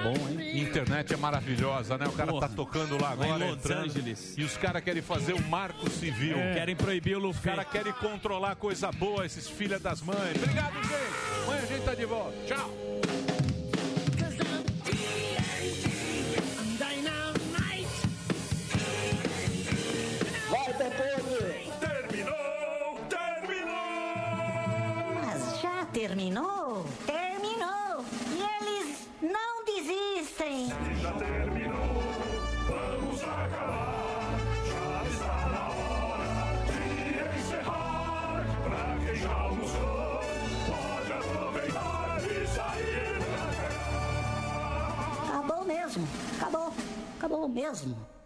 Speaker 9: Bom, hein? Internet é maravilhosa, né? O cara tá tocando lá
Speaker 10: Lá em
Speaker 9: agora,
Speaker 10: Los
Speaker 9: entrando.
Speaker 10: Angeles.
Speaker 9: E os caras querem fazer um o marco civil.
Speaker 10: É. Querem proibir o
Speaker 9: Os caras querem controlar coisa boa, esses filha das mães. Obrigado, gente. Amanhã a gente tá de volta. Tchau.
Speaker 3: Vai, Pepe! Terminou! Terminou!
Speaker 12: Mas já terminou? Terminou! E eles não desistem!
Speaker 3: Já terminou! Vamos acabar! Já está na hora de encerrar! Pra quem já almoçou, pode aproveitar e sair pra cá!
Speaker 12: Acabou mesmo! Acabou! Acabou mesmo!